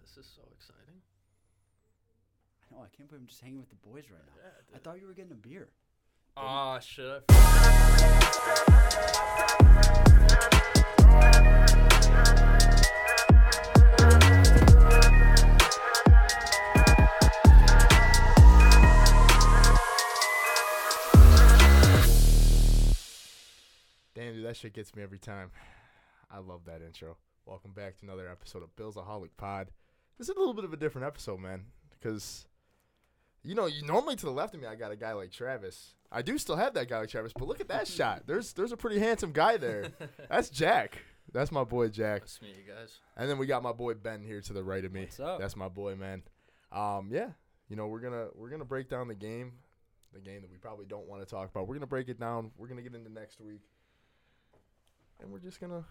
This is so exciting. I know. I can't believe I'm just hanging with the boys right now. Yeah, I thought you were getting a beer. Ah, shit. I Damn, dude, that shit gets me every time. I love that intro. Welcome back to another episode of Bill's Aholic Pod. This is a little bit of a different episode, man, because you know, you normally to the left of me, I got a guy like Travis. I do still have that guy like Travis, but look at that shot. There's there's a pretty handsome guy there. That's Jack. That's my boy Jack. Nice to meet you guys. And then we got my boy Ben here to the right of me. What's up? That's my boy, man. Um, yeah, you know we're gonna we're gonna break down the game, the game that we probably don't want to talk about. We're gonna break it down. We're gonna get into next week, and we're just gonna.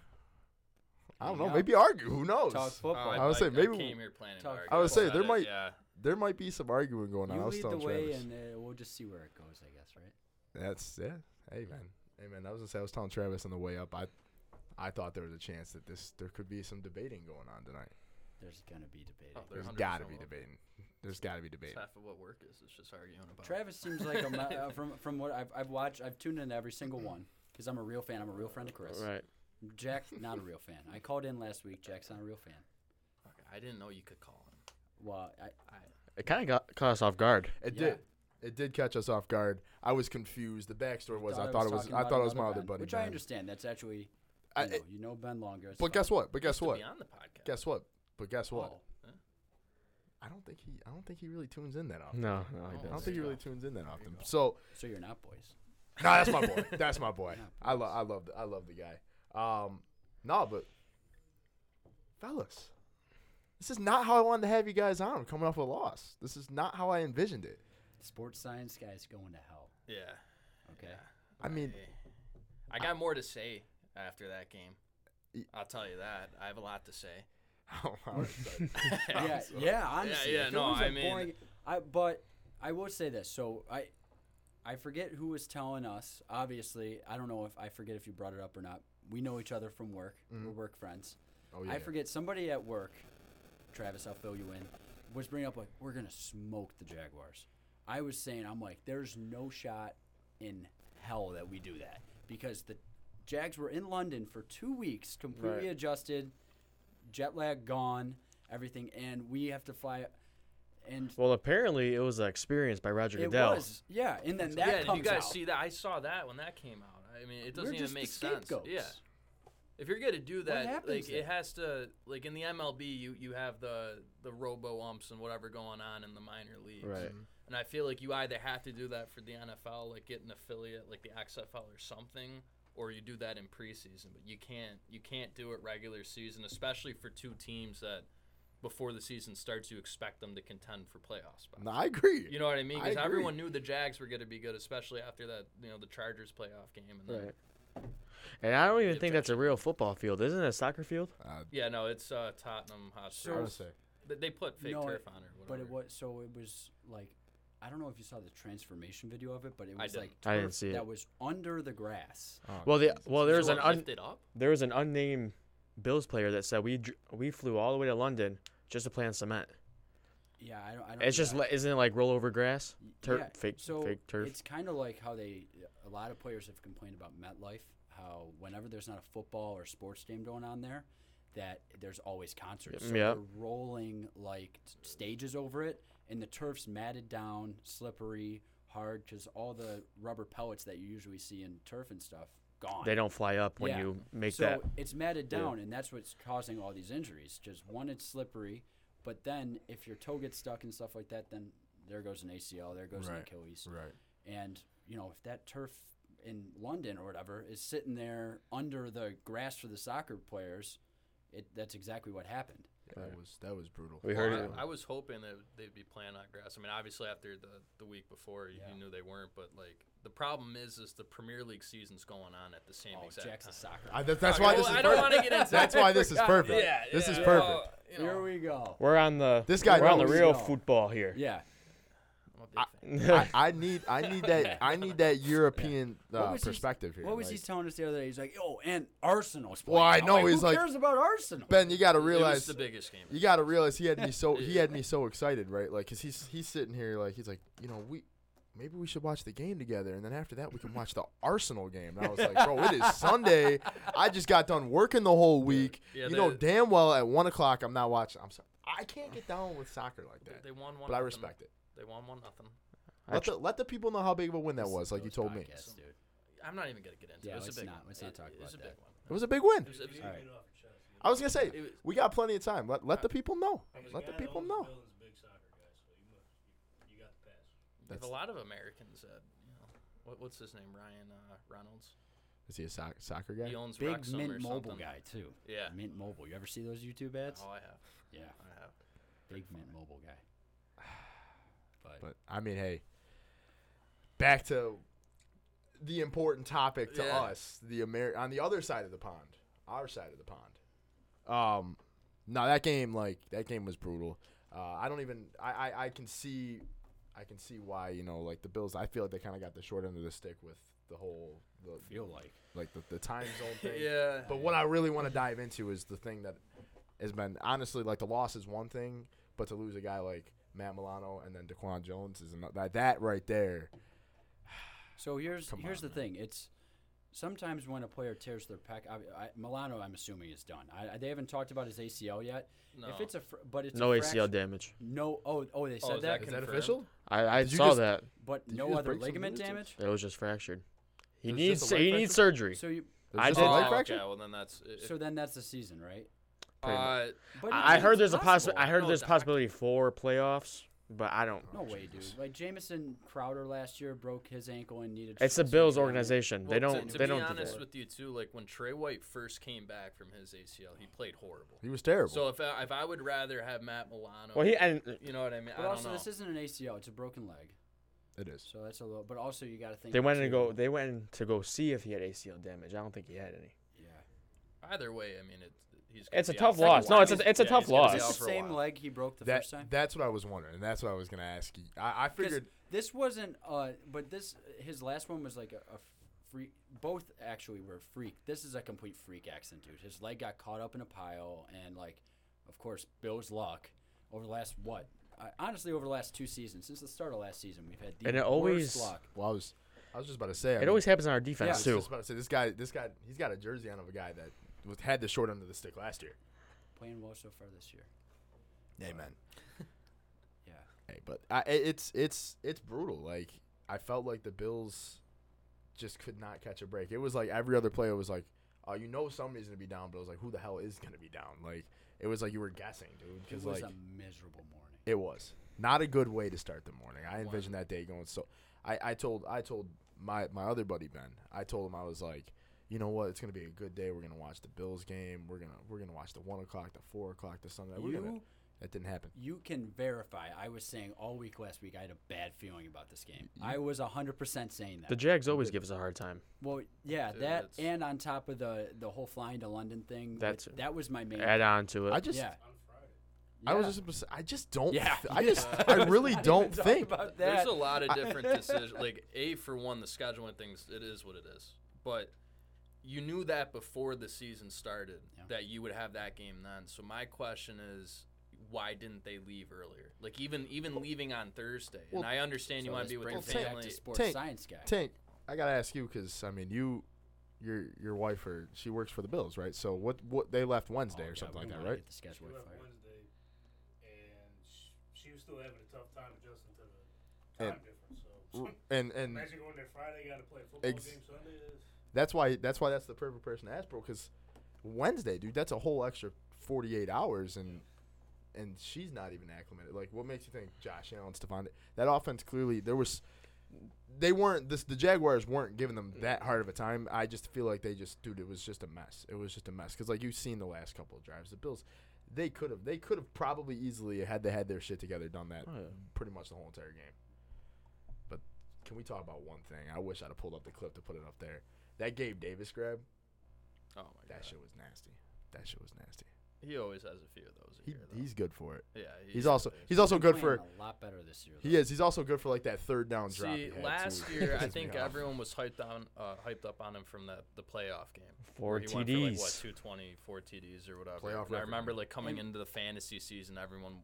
I don't know. Yeah. Maybe argue. Who knows? Talk Oh, football. I would say maybe- came here planning to Talk argue I would about say that. there might- Oh, Yeah. Oh, There might be some arguing going on. you I was lead the telling way, Travis. and uh, we'll just see where it goes. I guess, right? That's yeah. Hey man. Hey man. I was gonna say I was telling Travis on the way up. I, I thought there was a chance that this there could be some debating going on tonight. There's gonna be debating. Oh, there There's 100% got to be will. debating. There's got to be It's debating. half of what work is. It's just arguing about. Travis seems like a, ma- uh, from from what I've I've watched. I've tuned in to every single one because I'm a real fan. I'm a real friend of Chris. Right. Jack, not a real fan. I called in last week. Jack's not a real fan. Fuck, I didn't know you could call him. Well, I, It kind of got caught us off guard. It Yeah. did. It did catch us off guard. I was confused. The backstory was I thought it was talking I about thought it was my another other Ben, buddy. Which I Ben. understand. That's actually you, I- know, it- you know Ben longer. it's but fine. guess what? But guess To what? Be on the podcast. Guess what? But guess what? Oh, I don't think he I don't think he really tunes in that often. No, no, he I don't doesn't. think he There you really tunes in that you often. go. So so you're not boys. no, that's my boy. That's my boy. Yeah, I love I love the I love the guy. Um, no, but fellas, this is not how I wanted to have you guys on. Coming off a loss, this is not how I envisioned it. Sports science guy's going to hell. Yeah. Okay. I mean, I got more to say after that game. Y- I'll tell you that. I have a lot to say. I'm oh, sorry. yeah, yeah, honestly. yeah, if it no, was a I mean- boring- I but I will say this. So I I forget who was telling us. Obviously, I don't know if I forget if you brought it up or not. We know each other from work. We're work friends. oh yeah, I forget somebody at work. Travis, I'll fill you in. Was bringing up like we're gonna smoke the Jaguars. I was saying I'm like there's no shot in hell that we do that because the Jags were in London for two weeks, completely Right. adjusted, jet lag gone, everything, and we have to fly. And Well, apparently it was an experience by Roger it Goodell. was yeah, and then that yeah, did comes you guys out. see that? I saw that when that came out. I mean, it doesn't we're even just make the sense. scapegoats. Yeah. If you're gonna do that, happens like then? it has to, like in the MLB, you you have the the robo umps and whatever going on in the minor leagues. Right. And I feel like you either have to do that for the NFL, like get an affiliate, like the XFL or something, or you do that in preseason. But you can't you can't do it regular season, especially for two teams that before the season starts, you expect them to contend for playoff spots. No, I agree. You know what I mean? I Because agree. everyone knew the Jags were going to be good, especially after that, you know, the Chargers playoff game. And then, Right. And I don't even Yeah, think that's a Josh. real football field. Isn't it a soccer field? Oh, Uh, Yeah, no, it's uh, Tottenham I Hotspur. would So- say They- they put fake No, turf it- on it or But whatever. it was so it was like I don't know if you saw the transformation video of it, but it I was like didn't. I didn't turf see it. that was under the grass. uh, Well, the well there So was an it un, lifted up. there was an unnamed Bills player that said we dr- we flew all the way to London just to play on cement. Yeah, I don't. I don't It's yeah, just I- li- isn't it like rollover grass, turf, yeah, fake so fake turf. It's kind of like how they a lot of players have complained about MetLife, how whenever there's not a football or sports game going on there, that there's always concerts. So Yeah. they're rolling like s- stages over it, and the turf's matted down, slippery, hard, because all the rubber pellets that you usually see in turf and stuff gone. They don't fly up when Yeah. you make so that. it's matted Yeah. down, and that's what's causing all these injuries. Just one, it's slippery, but then if your toe gets stuck and stuff like that, then there goes an ACL, there goes an Right. Achilles, right. and you know if that turf in London or whatever is sitting there under the grass for the soccer players, it that's exactly what happened. That was that was brutal. We Well, heard it. I, I was hoping that they'd be playing on grass. I mean, obviously after the, the week before, you- Yeah. you knew they weren't. But like the problem is, is the Premier League season's going on at the same Oh, exact Jack's a time. soccer. I, that, that's why well, this is I don't perfect. wanna get into That's that. why this is perfect. Yeah, this is yeah, perfect. well, you know, Here we go. We're on the This guy We're on the knows. real No. football here. Yeah, I'm a big fan. I, I need I need that I need that European What uh, was he- perspective here. What was like- he telling us the other day? He's like, "Oh, and Arsenal's playing." Well, I now." know, Like, he's who like- cares about Arsenal? Ben, you got to it was realize the biggest game. you got to realize he had me so he had me so excited, right? Like, cause he's he's sitting here like he's like, you know, we maybe we should watch the game together, and then after that we can watch the Arsenal game. And I was like, bro, it is Sunday. I just got done working the whole week. Yeah, you know they- damn well at one o'clock I'm not watching. I'm sorry, I can't get down with soccer like They- that. They won one. But I nothing. respect it. They won one nothing. I Let tr- the let the people know how big of a win that was, like you Those told me. It podcasts, dude. I'm not even gonna get into Yeah, it. It was let's a big not- one. let's not It- talk it about was a big that. one. was a big win. It was- it was- All right. I was gonna say it was- Uh, we got plenty of time. Let let the people know. Let the people know. There's a That's- lot of Americans that, you know, what, what's his name? Ryan uh, Reynolds. Is he a soc- soccer guy? He owns Big Wrexham or Mint Mobile something. guy too. Yeah. Mint Mobile. You ever see those YouTube ads? Oh, I have. Yeah, I have. big Mint Mobile guy. But, But I mean, hey, back to the important topic to Yeah. us, the Amer- on the other side of the pond, our side of the pond. Um, no, that game like that game was brutal. Uh, I don't even I, I I can see I can see why you know like the Bills. I feel like they kind of got the short end of the stick with the whole the feel like like the, the time zone thing. Yeah. But what I really want to dive into is the thing that has been honestly like the loss is one thing, but to lose a guy like Matt Milano and then DeQuan Jones is another that that right there. so. Here's Come here's on, the thing. It's sometimes when a player tears their pec. I, I, Milano, I'm assuming, is done. I, I- they haven't talked about his ACL yet. No. If it's a fr- but it's no a ACL fract- damage. No. Oh, oh, they said is that. that Is Confirmed. that official? I, I Did you saw just- that. But Did you no just other break some ligament ribs, damage. It was just fractured. He There's needs just a he leg needs fracture? surgery. So you. There's I just did- a leg Oh, fracture? Okay, well, then that's. It, So then that's the season, right? Pretty much. uh, But I, I it's- heard it's there's a possi- possible. I heard No, there's a Doc. possibility for playoffs, but I don't. No way, dude. Like Jamison Crowder last year broke his ankle and needed. It's the surgery. Bills organization. well, they don't. To, to they be don't. do honest that. with you too, like when Trey White first came back from his ACL, he played horrible. He was terrible. So if I, if I would rather have Matt Milano, well, he and you know what I mean. I But don't also, know. this isn't an ACL; it's a broken leg. it is. So that's a little. But also, you got to think. they went too- and go. They went in to go see if he had ACL damage. I don't think he had any. Yeah. Either way, I mean, it, he's. It's gonna a be out tough for loss. No, while. it's a- He's- it's a yeah, tough he's gonna be loss. out Is for the a same while. leg he broke the That first time? that's what I was wondering, and that's what I was gonna ask you. I, I 'Cause figured this wasn't. Uh, but this his last one was like a, a freak. Both actually were freak. This is a complete freak accident, dude. His leg got caught up in a pile, and like, of course, Bill's luck over the last what? I, honestly, over the last two seasons, since the start of last season, we've had the And it worst always- luck. well, I was I was just about to say I It mean, always happens on our I defense was too. just about to say this guy this guy he's got a jersey on of a guy that was, had the short end of the stick last year. Playing well so far this year. Amen. Yeah. Hey, but I, i- it's it's it's brutal. Like I felt like the Bills just could not catch a break. It was like every other player was like, "Oh, you know somebody's gonna be down," but it was like, "Who the hell is gonna be down?" Like it was like you were guessing, dude. It Because was um, like a miserable morning. it was not a good way to start the morning. I envisioned that day going so. I, I told I told my my other buddy Ben. I told him I was like, you know what? It's gonna be a good day. We're gonna watch the Bills game. We're gonna we're gonna watch the one o'clock, the four o'clock, the Sunday. We're gonna, You- that didn't happen. You can verify. I was saying all week last week I had a bad feeling about this game. Mm-hmm. I was 100% saying that. The Jags always give us a hard time. well, yeah, Dude, that that's- and on top of the the whole flying to London thing, That's- that's, that was my main. Add on to it. I just yeah. I was Yeah. just. gonna say, I just don't. Yeah. th- I just. I really don't Talk think. about There's that. a lot of I- different decisions. Like a for one, the scheduling things. It is what it is. But you knew that before the season started Yeah. that you would have that game then. So my question is, why didn't they leave earlier? Like even even leaving on Thursday. Well, and I understand you So want this to be with your brings the me back family. to sports Tank, science guy. Tank, I gotta ask you because I mean you, your your wife or she works for the Bills, right? So what what they left Oh, Wednesday yeah, or something we like that, wanna right? get the schedule She left fired. Wednesday, and sh- she was still having a tough time adjusting to the And- time difference. So R- And and imagine going there Friday, got to play a football Ex- game Sunday. That's, that's why that's why that's the perfect person to ask, bro. Because Wednesday, dude, that's a whole extra forty eight hours, and and she's not even acclimated. Like, what makes you think Josh Allen, Stephon? That offense clearly there was. They weren't this. The Jaguars weren't giving them that hard of a time. I just feel like they just, dude, it was just a mess. It was just a mess because, like you've seen the last couple of drives, the Bills, they could have, they could have probably easily had they had their shit together done that Oh, yeah. pretty much the whole entire game. But can we talk about one thing? I wish I'd have pulled up the clip to put it up there. That Gabe Davis grab, Oh my that god. shit was nasty. That shit was nasty. He always has a few of those. A He, year, though. he's good for it. yeah. He's also always- he's also Been good for playing a lot better this year. he though. is. He's also good for like that third down drop. he See, had, too. last year I Pissed me think off. everyone was hyped on uh, hyped up on him from that the playoff game. Four where he went for, like, what TDs. 220, four TDs or whatever. Playoff and I record. remember like coming into the fantasy season, everyone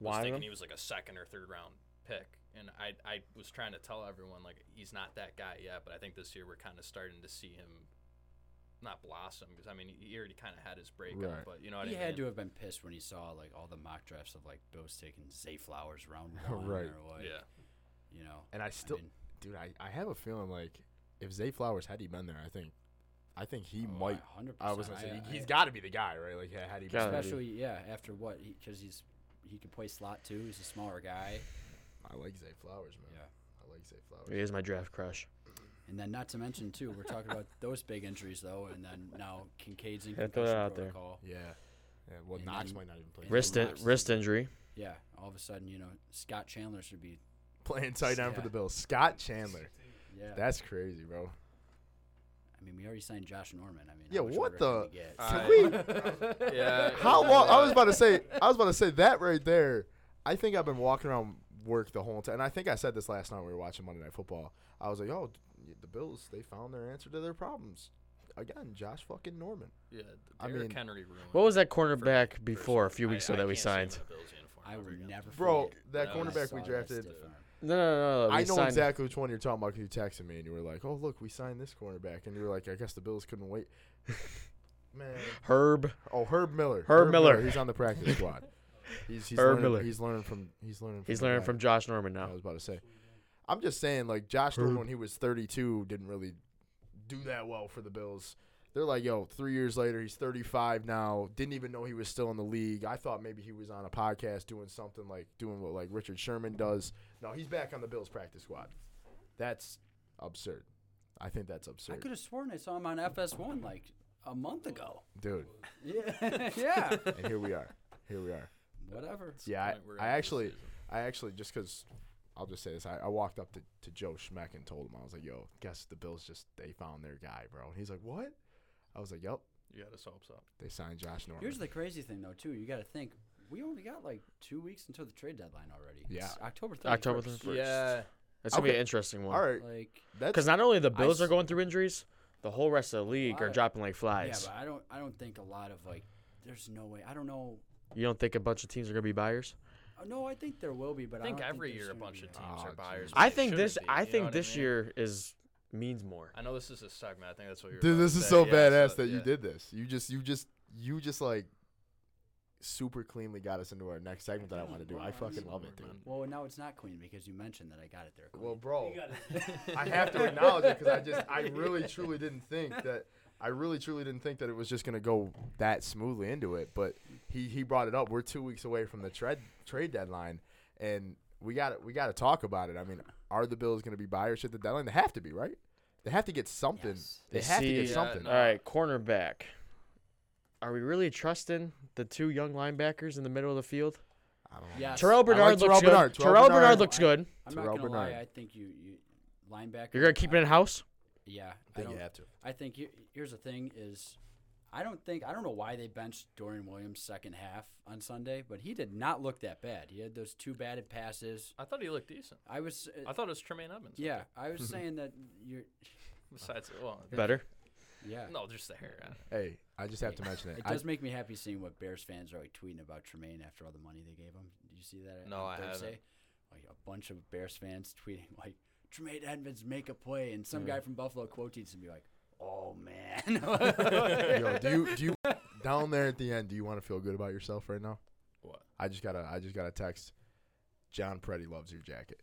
was Wanted thinking him? he was like E a second or third round pick, and I I was trying to tell everyone like he's not that guy yet, but I think this year we're kind of starting to see him not blossom because I mean he already kind of had his breakup, Right. but you know what He I had to mean. have been pissed when he saw like all the mock drafts of like Bills taking Zay Flowers round one Right. or like yeah, you know. And I still, mean- dude, I, I have a feeling like if Zay Flowers had he been there, I think, I think he Oh, might. 100%. I was gonna say I- he, has I- got to be the guy, right? Like had he been Gotta there. be. especially yeah after what because he's he can play slot too. He's a smaller guy. I like Zay Flowers, man. Yeah. I like Zay Flowers. He is my draft crush. And then, not to mention, too, we're talking about those big injuries, though. And then now Kincaid's in Yeah, throw concussion that out there. protocol. Yeah. Yeah, well, And Knox then- might not even play. and- Wrist in, Knox. wrist injury. Yeah, all of a sudden, you know, Scott Chandler should be. Playing tight end for Yeah. the Bills, Scott Chandler. Yeah, That's crazy, bro. I mean, we already signed Josh Norman. I mean, how Yeah, much what harder can the- we get? Uh, Can I- we? yeah. How it- long? I was about to say. I was about to say that right there. I think I've been walking around work the whole time, and I think I said this last night when we were watching Monday Night Football. I was like, "Oh, d- the Bills. They found their answer to their problems." Again, Josh fucking Norman. Yeah, I Derrick mean- Henry ruined What was that me cornerback personally. before a few I- weeks I ago that we can't see him in signed? a Bills uniform I ever will again. never Bro, forget that when I cornerback saw we that drafted. stiff arm. No, no, no. no. we I know signed- exactly which one you're talking about 'cause you texted me and you were like, "Oh, look, we signed this cornerback," and you were like, "I guess the Bills couldn't wait." Man, Herb. oh Herb Miller. Herb Miller. He's on the practice squad. He's, he's Herb learning, Miller. He's learning from. He's learning. From He's the learning guy. from Josh Norman I now. was about to say. I'm just saying, like Josh Norman, when he was 32, didn't really do that well for the Bills. They're like, yo, three years later, he's 35 now. Didn't even know he was still in the league. I thought maybe he was on a podcast doing something like doing what like Richard Sherman does. No, he's back on the Bills practice squad. That's absurd. I think that's I absurd, could have sworn I saw him on FS1 like a month ago. dude. Yeah, yeah. And here we are. Here we are. Whatever. Yeah, I, point we're I at this actually, season. I actually just because I'll just say this, I, I walked up to, to Joe Schmeck and told him I was like, "Yo, guess the Bills just they found their guy, bro." And he's like, "What?" I was like, "Yep, You got us hopes up. they signed Josh Norman." Here's the crazy thing, though, too. You got to think we only got like two weeks until the trade deadline already. Yeah. It's October 31st. October 31st. Yeah, It's gonna be Okay. an interesting All one. right, Like, that's Because not only the Bills are s- going through injuries, the whole rest of the league are Why? dropping like yeah, flies. but I don't. I don't think a lot of like. There's no way. I don't know. You don't think a bunch of teams are gonna be buyers? Uh, No, I think there will be, but I I think don't every there's year a gonna bunch be of that. teams Oh, are buyers. geez. but I it think shouldn't this. be, I you know think what I this mean? year is means more. I know this is a segment. I think that's what you're. dude. about This to is say. so Yeah, badass so- that you yeah. did this. You just, you just, you just like super cleanly got us into our next segment that I want to do. I fucking love it, dude. Well, now it's not clean because you mentioned that I got it there. Well, clean. bro, You got it. I have to acknowledge it because I just, I really truly didn't think that, I really truly didn't think that it was just gonna go that smoothly into it. But he he brought it up. We're two weeks away from the trade trade deadline, and we got we got to talk about it. I mean, are the Bills gonna be buyers at the deadline? They have to be, right? They have to get something. Yes. They, have to get see- Yeah, something. no. All right, cornerback. Are we really trusting the two young linebackers in the middle of the field? I don't know. Yes. I Terrell like Bernard looks Terrell good. Bernard. Terrell, Terrell Bernard, Bernard. looks good. I'm Terrell not gonna Bernard. lie. I think you, you linebacker. You're gonna keep it in house. Yeah, I I think don't. you have to. I think you, here's the thing is, I don't think I don't know why they benched Dorian Williams second half on Sunday, but he did not look that bad. He had those two batted passes. I thought he looked decent. I was. Uh, I thought it was Tremaine Evans. yeah, I was saying that you're. Besides, well, Better. Yeah. no, just the hair. I don't- Hey, I just have to mention it. It I- does make me happy seeing what Bears fans are like tweeting about Tremaine after all the money they gave him. Did you see that? No, on I haven't. Thursday? Like a bunch of Bears fans tweeting like Tremaine Edmonds make a play, and some Mm. guy from Buffalo quotes and be like, "Oh man." yo, do you do you down there at the end? Do you want to feel good about yourself right now? What? I just got a I just got a text. John Preddy loves your jacket.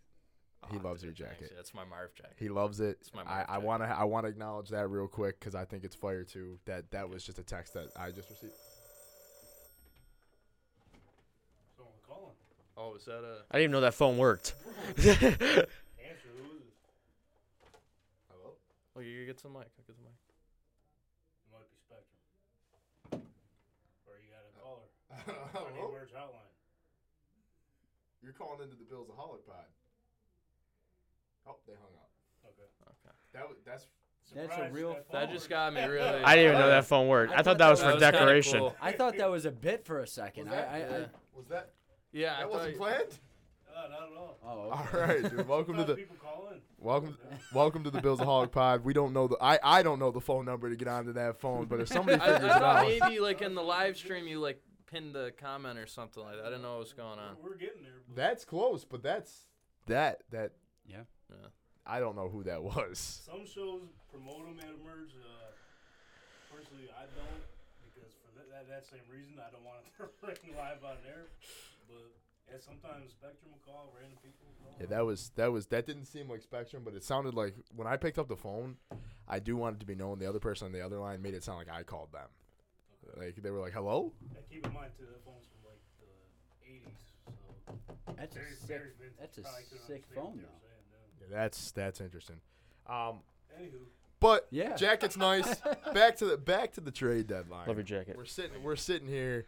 He Oh, loves dude, your thanks. jacket. Yeah, That's my Marv jacket. He loves it. It's my I, Marv I jacket. want to I want to acknowledge that real quick because I think it's fire too. That that was just a text that I just received. Someone calling. Oh, is that a? I didn't even know that phone worked. Answer. Who is it? Hello. Oh, you get some mic. I get the mic. It might be Spectrum. Or you got a caller. Our Uh, Hello. Merge Hotline. You're calling into the Bills a holic pod. Oh, they hung up. Okay. Okay. That was, that's That's a Surprised real that Uh, That phone just worked. got me really. I didn't even know that phone worked. I, thought that was, for was kinda decoration. cool. I thought that was a bit for a second. I, I, I, Was that? Yeah, I That thought wasn't you- planned. No, not at all. oh, okay. All right, dude. Welcome to Sometimes the people call in. welcome welcome to the Billsaholic Pod. We don't know the I I don't know the phone number to get onto that phone, but if somebody I, I figures it thought out, maybe like in the live stream you like pinned a comment or something like that. I didn't know what was going on. We're, we're getting there. But that's close. But that's that that Yeah. Yeah. I don't know who that was. some shows promote them and emerge. Uh, personally, I don't because for that, that, that same reason, I don't want it to ring live on there. But yeah, sometimes Spectrum will call, random people will call. Yeah, that was that was that didn't seem like Spectrum, but it sounded like when I picked up the phone, I do want it to be known the other person on the other line made it sound like I called them. Like they were like, "Hello." And keep in mind too, that phone's from like the '80s, so That's very, a sick. very vintage. that's a Probably couldn't sick understand what phone, they though. were saying, Yeah, that's that's interesting. Um, yeah. Anywho, but Yeah. jacket's nice. back to the back to the trade deadline. Love your jacket. We're sitting. We're sitting here.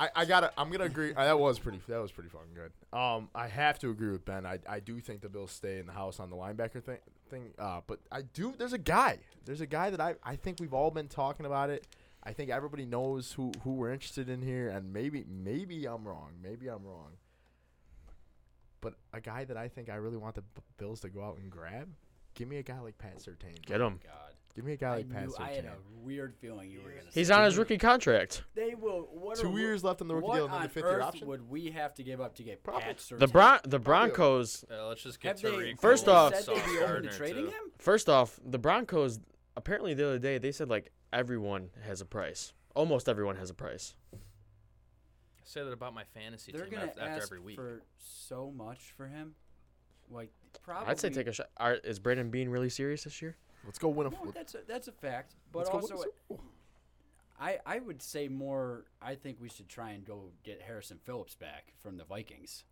I, I gotta. I'm gonna agree. uh, that was pretty. That was pretty fucking good. Um, I have to agree with Ben. I, I do think the Bills stay in the house on the linebacker thing. Thing. Uh, but I do. There's a guy. There's a guy that I I think we've all been talking about it. I think everybody knows who who we're interested in here, and maybe maybe I'm wrong. Maybe I'm wrong. But a guy that I think I really want the B- Bills to go out and grab. Give me a guy like Pat Sertain. Get him. God. Give me a guy I, like Pat knew, I had Sertain. a weird feeling you were gonna. He's say on that. his rookie contract. They will. What Two are we- years left on the rookie what deal and then on the fifth year earth option? Would we have to give up to get Probably. Pat The Surtain? Bron- the Broncos. Yeah, let's just Have get to they, Tariq First Woolen, off- said they'd Sauce be open to Gardner, trading too. him? First off, the Broncos. Apparently, the other day they said like everyone has a price. Almost everyone has a price. I say that about my fantasy They're team gonna after, after ask every week. for so much for him. Like probably. I'd say take a shot. Are, is Brandon Bean really serious this year? Let's go win a. No, that's a, that's a fact. But let's go win a also, Super Bowl. I, I would say more. I think we should try and go get Harrison Phillips back from the Vikings,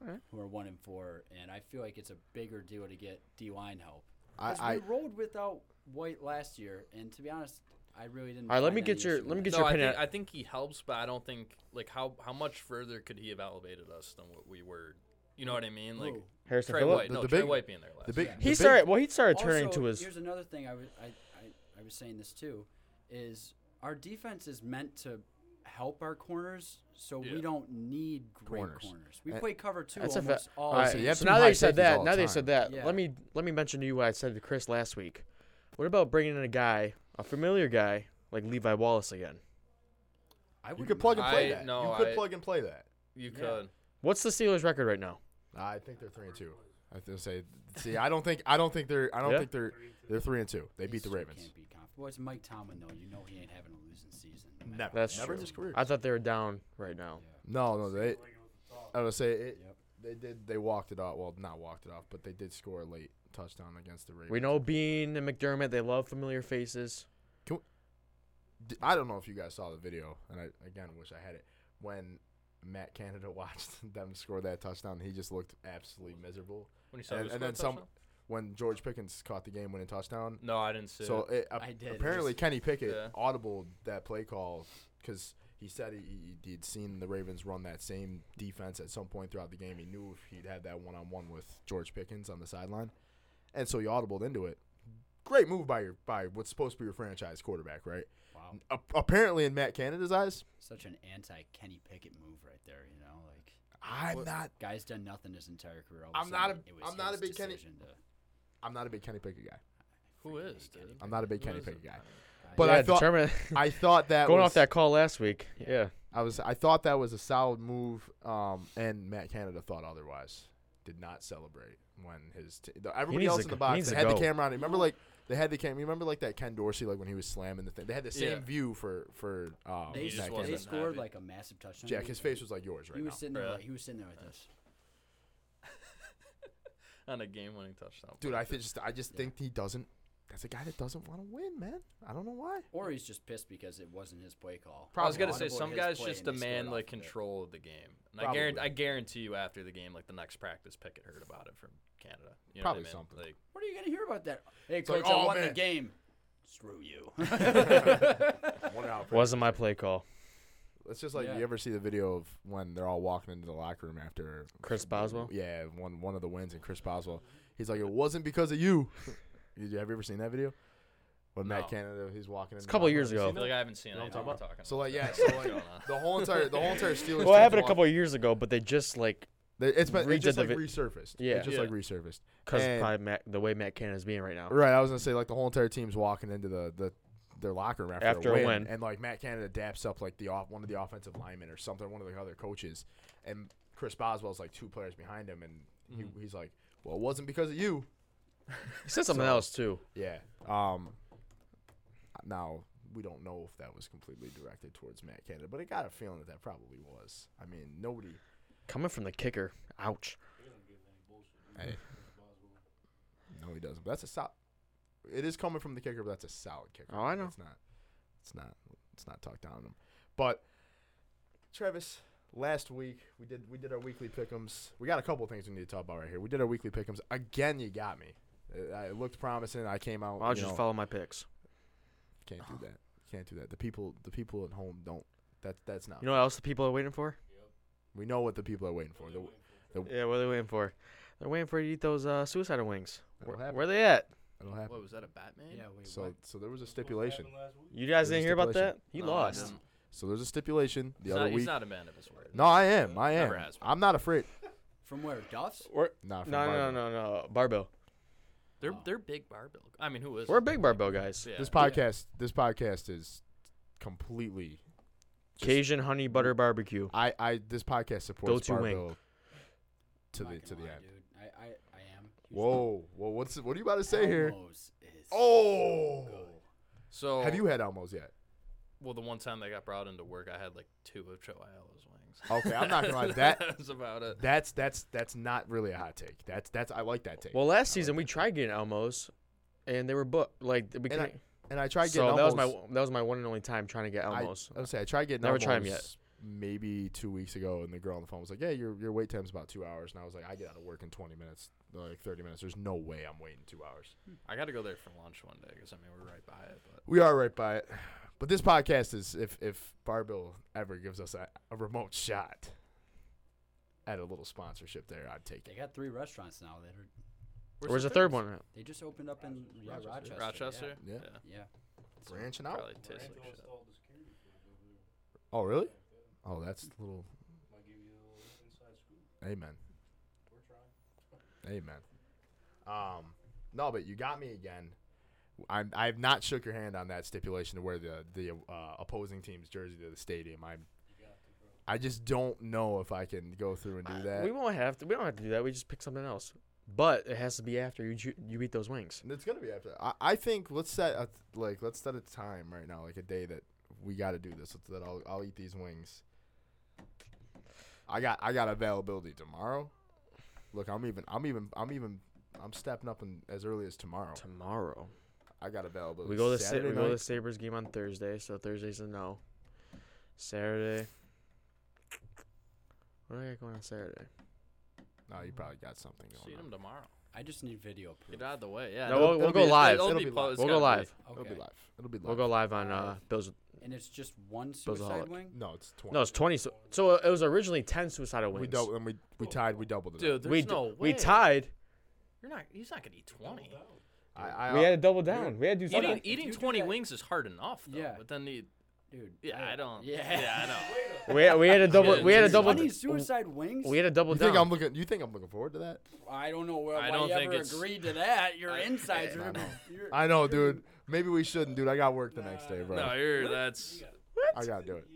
Alright. who are one and four, and I feel like it's a bigger deal to get D line help. I, 'Cause I we rolled without White last year, and to be honest, I really didn't. All right, let find me any get your- issue let me with get it. no, your I opinion think, on- I think he helps, but I don't think like how how much further could he have elevated us than what we were. You know what I mean? Like Who? Harrison Trey Phillips. White, The- no, the Trey big- White being there last. the big year. He the started. Big, Well, he started turning Also, to his. Here's another thing I was I, I, I was saying this too, is our defense is meant to help our corners, so Yeah. we don't need great Corners. Uh, corners. We And- play cover two That's a almost fact. all. All right, so so, you have to be now high that you said safeties that, all now the they time. said that. Yeah. Let me let me mention to you what I said to Chris last week. What about bringing in a guy, a familiar guy like Levi Wallace again? I you wouldn't could plug mind- and play I- that. no, you could I- plug and play that. You Yeah. could. What's the Steelers' record right now? I think they're three and two. I have to say. See, I don't think I don't think they're I don't Yeah? think they're they're three and two. They beat the still Ravens. Can't be conf- well, it's Mike Tomlin though. You know he ain't having a losing season. no matter Never. That's never true. in his career. I thought they were down right now. no, no, they. Like it was the talk. I would say it, Yep. they did. They walked it off. Well, not walked it off, but they did score a late touchdown against the Ravens. We know Bean and McDermott. They love familiar faces. D- I don't know if you guys saw the video, and I again wish I had it. When Matt Canada watched them score that touchdown, he just looked absolutely miserable. When you saw And, who and scored then some. touchdown? When George Pickens caught the game-winning touchdown, No, I didn't see. So it. it, ap- I did. It apparently just- Kenny Pickett Yeah. audible that play call because he said he, he, he'd seen the Ravens run that same defense at some point throughout the game. He knew if he'd had that one on one with George Pickens on the sideline, and so he audibled into it. Great move by your by what's supposed to be your franchise quarterback, right? Wow, A- apparently, in Matt Canada's eyes, such an anti Kenny Pickett move right there. You know, like I'm not guy's done nothing his entire career. all of I'm not a- sudden, it was I'm not a his big Kenny- decision to- I'm not a big Kenny Pickett guy. who freaking is? hate Dude? Kenny I'm not a big Who Kenny is it? Pickett guy. But yeah, I thought determined- I thought that going was, off that call last week. Yeah, I was I thought that was a solid move, um, and Matt Canada thought otherwise. Did not celebrate when his t- the- everybody needs else to in the go- box needs they to had the go. camera on. it. Remember, like they had the camera. Remember, like that Ken Dorsey, like when he was slamming the thing. They had the same Yeah. view for for um, They, sc- He just Matt Canada. they wasn't scored happy. like a massive touchdown. Jack. His face was like yours He right now, was sitting there. Really? Like, he was sitting there like this. on a game-winning touchdown. dude. I think just I just think he doesn't. That's a guy that doesn't want to win, man. I don't know why. Or he's just pissed because it wasn't his play call. I was gonna Audible say some his guys play just and they scored demand off like of it. control of the game, and I Probably. guarantee, I guarantee you after the game, like the next practice, Pickett heard about it from Canada. You know Probably what I mean? something. Like, What are you gonna hear about that? Hey, like, coach, I "Oh, won the man." game. Screw you. One out. wasn't my play call. It's just like Yeah. you ever see the video of when they're all walking into the locker room after Chris Boswell. Yeah, one one of the wins and Chris Boswell. He's like, it wasn't because of you. Did you have you ever seen that video? When No. Matt Canada, he's walking. It's in a the couple home years run. ago. I feel like I haven't seen it. You know I what know I'm what we're talking talking So about. like yeah, That's so what's like going on. the whole entire the whole entire Steelers. Well, it team's happened a walk- couple of years ago, but they just like they- It's been redid it's just the like vi- resurfaced. Yeah. it's just Yeah. like resurfaced. because And- probably Matt, the way Matt Cannon is being right now. Right, I was gonna say like the whole entire team's walking into the the their locker room after, After a a, win, win. and like Matt Canada daps up like the off one of the offensive linemen or something, one of the other coaches, and Chris Boswell's like two players behind him, and he, Mm-hmm. he's like, "Well, it wasn't because of you." He said something So- else too. Yeah. Um. Now we don't know if that was completely directed towards Matt Canada, but I got a feeling that that probably was. I mean, nobody. Coming from the kicker. Ouch. Hey. No, he doesn't. But that's a solid. It is coming from the kicker, but that's a solid kicker. Oh, I know. It's not. It's not. It's not talked down on him. But Travis, last week we did we did our weekly pickems. We got a couple things we need to talk about right here. We did our weekly pickems again. You got me. It, I- it looked promising. I came out. I'll you just know, follow my picks. Can't do that. Can't do that. The people. The people at home don't. That that's not. You know what else the people are waiting for? we know what the people are waiting for. The- Yeah, what are they waiting for? They're waiting for you to eat those uh, suicidal wings. That'll Where, happen. where they at? it'll happen. What was that a Batman? Yeah, wait, So what? so there was a stipulation. You There's guys didn't hear about that? stipulation. You No, I lost. didn't. So there's a stipulation. The Um, He's other not, week. he's not a man of his word. no, I am. I am. Never has been. I'm not afraid. From where? Duff's? We're- Nah, from no, no, Barbell. no, no, no. Barbell. They're Oh. they're big barbell. I mean, who is? We're big barbell guys. Yeah. This podcast, this podcast is completely. Cajun honey butter barbecue. I, I, this podcast supports Go-to wing. barbell to I'm the not to the gonna lie, end. Dude. I, I, I am. He's- Whoa, whoa! What's what are you about to say here? Elmo's is Oh. so good. So Have you had Elmos yet? Well, the one time they got brought into work, I had like two of Joe Ayala's wings. Okay, I'm not gonna lie, that- that's about it. That's that's that's not really a hot take. That's that's I like that take. Well, last season we tried getting Elmos, and they were booked. Like we and I couldn't- and I tried getting so Elmos. that was my that was my one and only time trying to get I, I Elmos. was say I tried getting Never Elmos tried 'em yet. Maybe two weeks ago, and the girl on the phone was like, "Yeah, your your wait time's about two hours." And I was like, "I get out of work in 20 minutes, like 30 minutes. There's no way I'm waiting two hours." I got to go there for lunch one day because I mean we're right by it. But We are right by it. But this podcast is if if Barbell ever gives us a, a remote shot at a little sponsorship there, I'd take They it. got three restaurants now that are. Where's, the third third one? at? They just opened up in yeah, Rochester. Rochester. Yeah. Yeah. yeah. So, Branching out. Probably tastes like shit. Oh, really? Oh, that's a little. Amen. Amen. Um, no, but you got me again. I'm, I've not shook your hand on that stipulation to wear the the uh, opposing team's jersey to the stadium. I'm, I just don't know if I can go through and do that. We won't have to. We don't have to do that. We just pick something else. But it has to be after you ju- you eat those wings. And It's gonna be after. I, I think let's set a like let's set a time right now, like a day that we got to do this. so That I'll I'll eat these wings. I got I got availability tomorrow. Look, I'm even I'm even I'm even I'm stepping up in, as early as tomorrow. Tomorrow I got availability. we go to Sa- Saturday we go to night. the Sabres game on Thursday, so Thursday's a no. Saturday. What do I got going on Saturday? no, you probably got something See going. them on. tomorrow. I just need video proof. Get out of the way. Yeah. No, it'll- we'll- we'll it'll go be- live. It'll, It'll be be po- live. it's We'll gotta go be- live. Okay. It'll be live. It'll be live. We'll go live on uh, Live. Bill's. And it's just one Those are suicide holic. wing. No, it's twenty. No, it's twenty. So, so it was originally ten suicidal wings. we doubled and we we tied. We doubled it. Dude, up. there's we d- no way. we tied. You're not. He's not gonna eat twenty. I, I, we had to double down. We had to do something. Eating, If eating you do twenty that- wings is hard enough. Though, Yeah. But then the Dude. yeah, I don't. Yeah. Yeah, I know. We had, we had to double. Yeah, We had to dude. double. Funny suicide wings? We had to double You down. think I'm looking? You think I'm looking forward to that? I don't know why I I don't you think ever it's- agreed to that. Your I- insides are. I know. you're- I know, dude. Maybe we shouldn't, dude. I got work the next day, bro. No, you're that's. I gotta do it.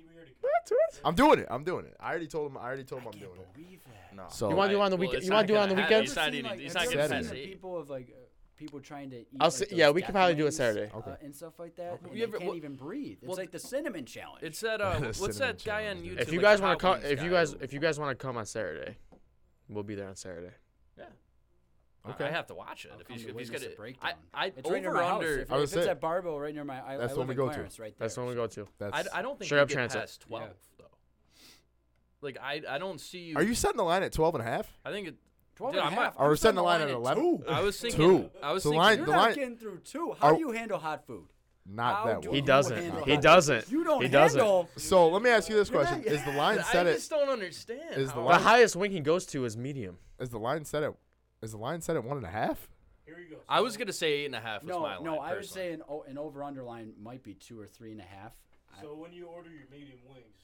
I'm doing it. I'm doing it. I already told him. I already told him I'm doing it. Believe that. No. So You wanna do it on the I- well, weekend- it's you not wanna do it on gonna the happen. weekend? He's not eating. He's not ever getting seen, past like, eight. People of like uh, people trying to eat. I'll like, say- those yeah, we could death probably do it wings, Saturday. uh, Okay. and stuff like that. And You they ever- can't what- even breathe. It's well, like the cinnamon challenge. It's that. Uh, The what's cinnamon that guy on challenge, dude. YouTube? if you like guys the want hot to come, wings if you guy guys, who- if you guys want to come on Saturday, we'll be there on Saturday. I- Okay. I have to watch it. I'll if come he's, to if he's witness gonna, a breakdown. I, I it's right near over my house. under. If, I if would it's say- at Barbo, right near my. I, That's I the live one we in go to. Clarence, Right there. That's the one we go to. I, that's. I don't think Straight you up get transit. past twelve though. Like I, I don't see you. are you setting the line at 12 and a half? I think it. 12 Dude, and a I might- half. Or I'm setting setting the line at at 11? two. I was thinking. Two. I was The thinking. line- You're the not line- getting through two. How Are- do you handle hot food? Not How that do well. He you handle doesn't. He hot- doesn't. You don't He doesn't. handle. So let me ask you this You're question: not- Is the line I set at? just don't understand. is the how- The highest wing he goes to is medium. Is the line set at? Is the line set at one and a half? Here you go. I So was gonna say eight and a half was no, my line. no, I would personally. say an, o- an over underline might be two or three and a half. I- So when you order your medium wings,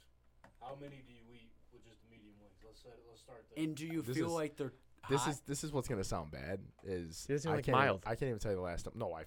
how many do you eat with just the medium wings? Let's set, let's start there. and do you This feel is- like they're This hot? is this is what's gonna sound bad. Is It doesn't I like can't mild. Even, I can't even tell you the last time. No, I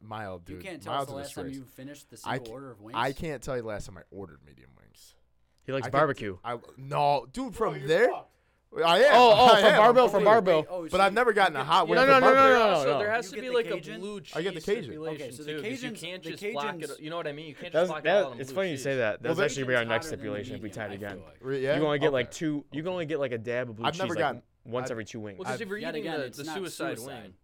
mild you dude. can't tell us mild the to last time straits. you finished the I single ca- order of wings. I can't tell you the last time I ordered medium wings. He likes I Oh, can- barbecue. I no, dude. Bro, From you're there, fucked. I am. Oh, oh, I from am, I'm barbell, Wait, from completely- barbell. wait, oh, But so I've you- never gotten a you- hot you- wing. No, from no, no, no, barbell. no. Also, there has You to get be the like a Cajun? blue cheese I get the Cajun. stipulation Okay, so the too. 'cause you Cajuns- can't the just block it. Cajuns- You know what I mean? You can't just That was, block it out that, on it's blue funny you cheese. say that. That Well, was they- actually be our Cajun's next hotter than the stipulation if we medium, tied I feel again. like. Re- yeah? You can only get like Okay. two. You can only get like a dab of blue I've cheese never like gotten- once I've- every two wings. Well, because I've- if you're Yet eating again, the, it's the not suicide, suicide. wing,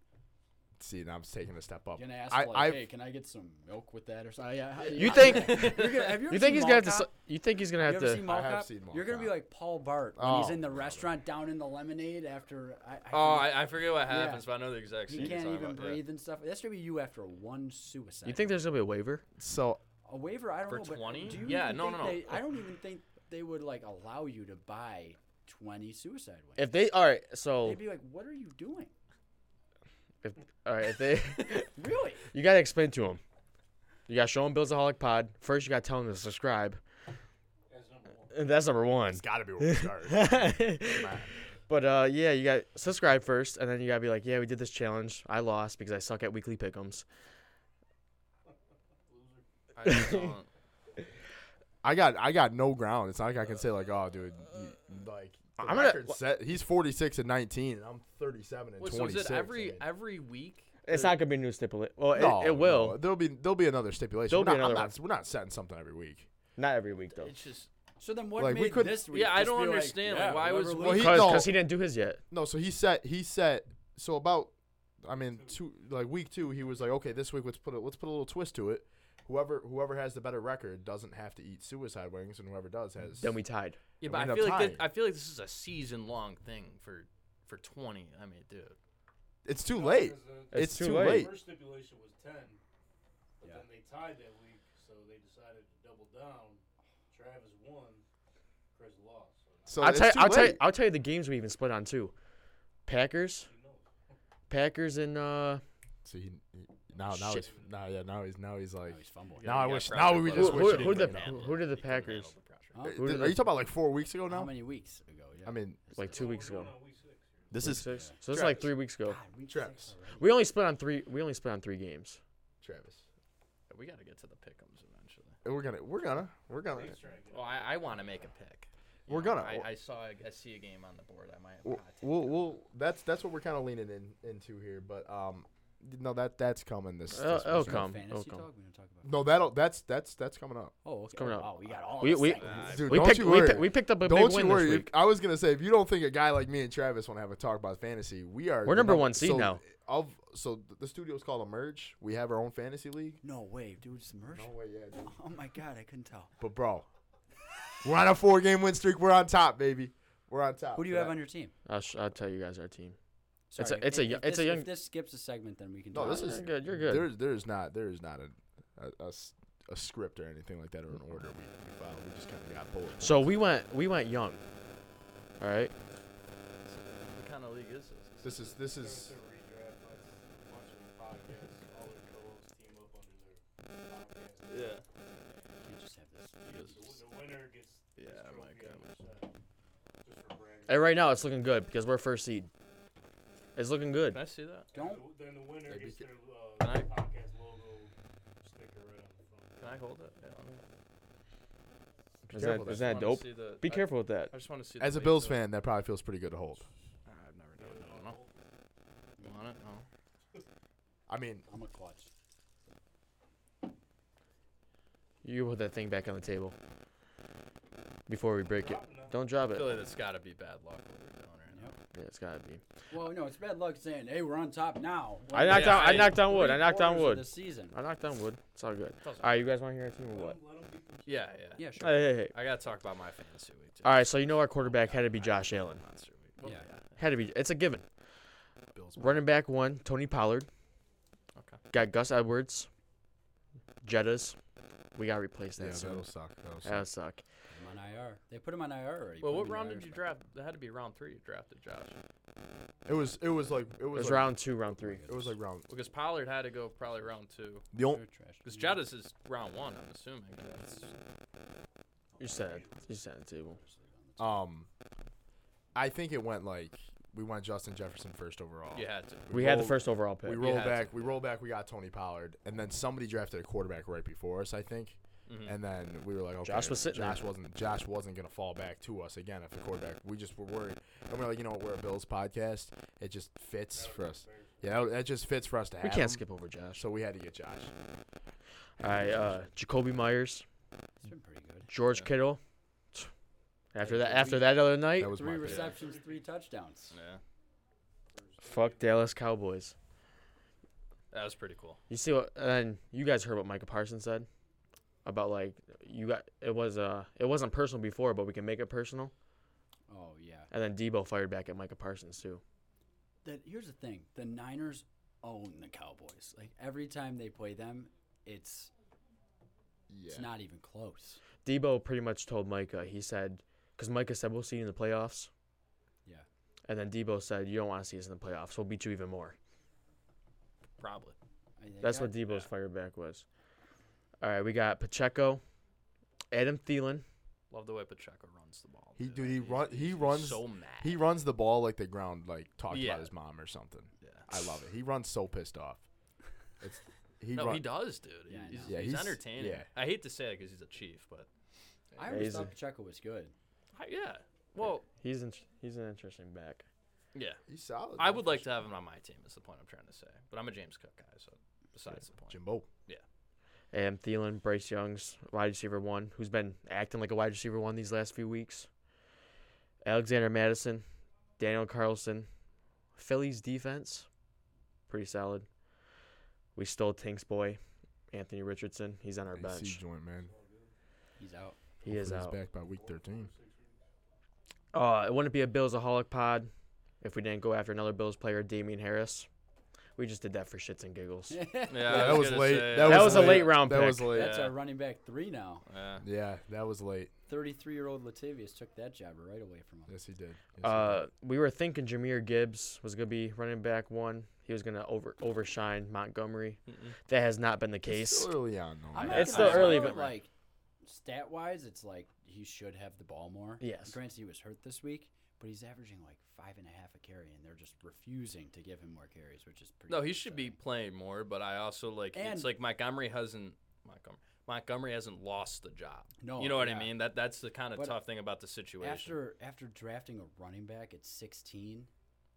See, now I'm just taking a step up. You're gonna ask I, like, I've- hey, can I get some milk with that or something? Yeah, how- you I- You're think? gonna- have you, ever you think seen he's gonna have to? Mall s- Cop? You think he's gonna You have ever to? seen Mall I have Cop? seen Mall You're gonna be Cop. like Paul Bart when he's Oh, in the brother. restaurant down in the lemonade after. I, I oh, I, I forget what Yeah. happens, but I know the exact scene. he you're can't talking even about, yeah. breathe and stuff. That's gonna be you after one suicide. You think there's gonna be a waiver? so a waiver? I don't For know. but 20? do you Yeah, even no, no, think no. they- I don't even think they would like allow you to buy twenty suicide wings. If they all right, so They'd be like, "What are you doing? if, all right, if they, Really? you gotta explain to him. You gotta show him Billsaholic Pod first. You gotta tell him to subscribe. That's number one. And that's number one. it's got to be where we started. but uh, yeah, you got subscribe first, and then you gotta be like, yeah, we did this challenge. I lost because I suck at weekly pickums. I just don't- I got I got no ground. It's not like I can say like, oh, dude, you, like the I'm gonna- record set. He's 46 and 19, and I'm 37 and Wait, so 26. is it every I mean. every week? It's Or- not gonna be a new stipulation. Well, it, No, it will. no, There'll be there'll be another stipulation. There'll we're be not, I'm another not- we're not setting something every week. Not every week though. It's just So then what Like, we made couldn't- this week? Yeah, I just don't be like, understand, yeah, like, why was whoever Well, loses- he- Because no. he didn't do his yet. No, so he set he set so about I mean two like week two he was like okay this week let's put a, let's put a little twist to it. Whoever whoever has the better record doesn't have to eat suicide wings, and whoever does has. Then we tied. yeah, We but end I up feel like tying. thi- I feel like this is a season long thing for for twenty. I mean, dude, it's too No, late. 'cause the- It's, too, late. The first stipulation was ten, but Yeah. then they tied that week, so they decided to double down. Travis won, Chris lost. So So I'll it's tell you, too I'll tell you, late. I'll tell you the games we even split on too. Packers, who knows? Packers, and uh, See, he, he- now now Shit. he's now yeah now he's now he's like. Oh, he's fumbling. Now I wish. pressure, Now we but- just Who- wish. it who- who didn't the- rain out. handle who did it. the He couldn't handle Packers? the pressure. Huh? Uh, who did Are you the- talking about like four weeks ago How now? many weeks ago? Yeah. I mean, like two weeks ago. No, we six. this Week is six. So this is like Travis. three weeks ago. God, week Travis. six already. We only split on three. We only split on three games. Travis. We got to get to the pickums eventually. We're gonna, we're gonna, we're gonna. He's trying to get Well, I, I want to make a pick. You We're know, gonna- I, I saw. a- I see a game on the board. I might. Have a We'll, hot take we'll, on it. we'll, that's that's what we're kind of leaning in into here. But um, no, that that's coming this. Uh, this weekend. oh, Is there come, fantasy oh, come. talk? We don't talk about- No, that'll that's that's that's coming up. Oh, okay. coming up. Wow, we got all We- this we- segment. Uh, Dude, we don't picked. you we, worry. pi- we picked up a don't big you win worry. this If- week. I was gonna say if you don't think a guy like me and Travis want to have a talk about fantasy, we are. We're the number num- one seed so, now. Of so th- the studio's called Emerge. We have our own fantasy league. No way, dude. It's immersion. way, yeah. Dude. Oh my god, I couldn't tell. But bro, we're on a four game win streak. We're on top, baby. We're on top. Who do you So have that- on your team? I'll, sh- I'll tell you guys our team. Sorry, a- if- it's a if- yo- if it's a this- young- If this skips a segment, then we can. No, talk Oh, this about is it. good. You're good. There's there's not there's not a a- a s- a script or anything like that or an order we, we found. We just kind of got bullet. So we went. We went young. All right. What kind of league is this? This is this there is was a redraft. Let's watch the podcast. All their co-hosts team up under their podcast. Yeah. Can't just have this. The, w- the winner gets. Yeah, this I trophy might on grab their side. Just for bragging. And right now it's looking good because we're first seed. It's looking good. Can I see that? Don't. Then the winner That'd be gets good. their uh, Can I- podcast logo sticker right on the front. Can I hold it? Yeah. I'll- Is careful, that, is that's I that wanna dope? see the- Be I- careful with that. I just want to see. the as a weight Bills of it. fan that probably feels pretty good to hold. Ah, I've never done it. I don't know. You want it? No. I mean, I'm a clutch. You put that thing back on the table before we break it. Dropping that. Don't drop I it. feel like that's got to be bad luck what we're doing right now. Yeah, it's gotta be. Well, no, it's bad luck saying, "Hey, we're on top now." I Like, knocked Yeah, out. I I- knocked on wood. I three knocked on quarters of wood. The season. I knocked on wood. It's all good. Doesn't All right, you guys want to hear our team or what? Let 'em- let 'em keep themselves- Yeah, yeah. Yeah, sure. Hey, hey, hey. I gotta talk about my fantasy week. Too. All right, so you know our quarterback had to be Josh Allen. Monster week. Well, Yeah. Had to be. It's a given. Bills Running back one, Tony Pollard. Okay. Got Gus Edwards. Jettas. We gotta replace Yeah, that soon. that'll suck. That'll suck. That would suck. I'm on IR. They put him on IR already. Well, Put what him in round IR did you spot. draft? That had to be round three. You drafted Josh. It was it was like it It was, was like, round two, round three. It was like round Because Pollard had to go probably round two. the only They're trash. Because Jettas is round one, I'm assuming. You said you said the table. um. I think it went like we went Justin Jefferson first overall. You had to. We had the rolled- first overall pick. We roll had to. back. We roll back. We got Tony Pollard, and then somebody drafted a quarterback right before us, I think. And then we were like, okay, Josh was sitting Josh there. wasn't. Josh wasn't gonna fall back to us again if the quarterback. We just were worried, and we're like, you know what? We're a Bills podcast. It just fits for us. Yeah, that- that just fits for us to have. we can't him, skip over Josh. So we had to get Josh. I uh, Jacoby Myers, It's been pretty good. George Kittle. After that, Yeah, after we- that other night, That was Three my pick. receptions, three touchdowns. Yeah. fuck Dallas Cowboys. That was pretty cool. You see what? And then you guys heard what Micah Parsons said about like you got it was uh it wasn't personal before, but we can make it personal. Oh yeah. And then Debo fired back at Micah Parsons too. That here's the thing: the Niners own the Cowboys. Like every time they play them, it's it's Yeah. not even close. Debo pretty much told Micah. He said, because Micah said we'll see you in the playoffs, Yeah. and then Debo said you don't want to see us in the playoffs. We'll beat you even more. Probably. I- they That's got- what Debo's fire back was. All right, we got Pacheco, Adam Thielen. Love the way Pacheco runs the ball. He dude. dude. He He's- run. He he's runs. so mad. He runs the ball like the ground like talked Yeah. about his mom or something. Yeah. I love it. He runs so pissed off. It's he no, run, he does, dude. Yeah, I he's, know. Yeah, he's, he's- entertaining. yeah. I hate to say it because he's a chief, but I always Crazy. thought Pacheco was good. I, yeah. Well, He's in, he's an interesting back. yeah. He's solid. I man, would for like sure. to have him on my team. Is the point I'm trying to say. But I'm a James Cook guy, so besides the point. Jimbo. And Um, Thielen, Bryce Young's wide receiver one, who's been acting like a wide receiver one these last few weeks. Alexander Madison, Daniel Carlson, Philly's defense, pretty solid. We stole Tink's boy, Anthony Richardson. He's on our AC bench. joint man. He's out. He is Hopefully out. He's back by week 13. Uh, it wouldn't be a Billsaholic pod if we didn't go after another Bills player, Damien Harris. We just did that for shits and giggles. Yeah, I that was gonna late. say- That was a late round That pick. was late. That's Yeah. our running back three now. Yeah. Yeah, that was late. 33 year old Latavius took that job right away from him. Yes, he did. Yes, he Uh, we were thinking Jameer Gibbs was gonna be running back one. He was gonna over overshine Montgomery. That has not been the did. It's case. still early on, Oh, though. I'm man. not It's gonna still early, lie, but- like stat wise, it's like he should have the ball more. Yes. Granted, he was hurt this week, but he's averaging like five and a half a carry, and they're just refusing to give him more carries, which is pretty. No, he should be concerning. playing more, but I also like And- it's like Montgomery hasn't Montgomery Montgomery hasn't lost the job. No, you know what yeah. I mean. That that's the kind of But tough thing about the situation. After after drafting a running back at 16,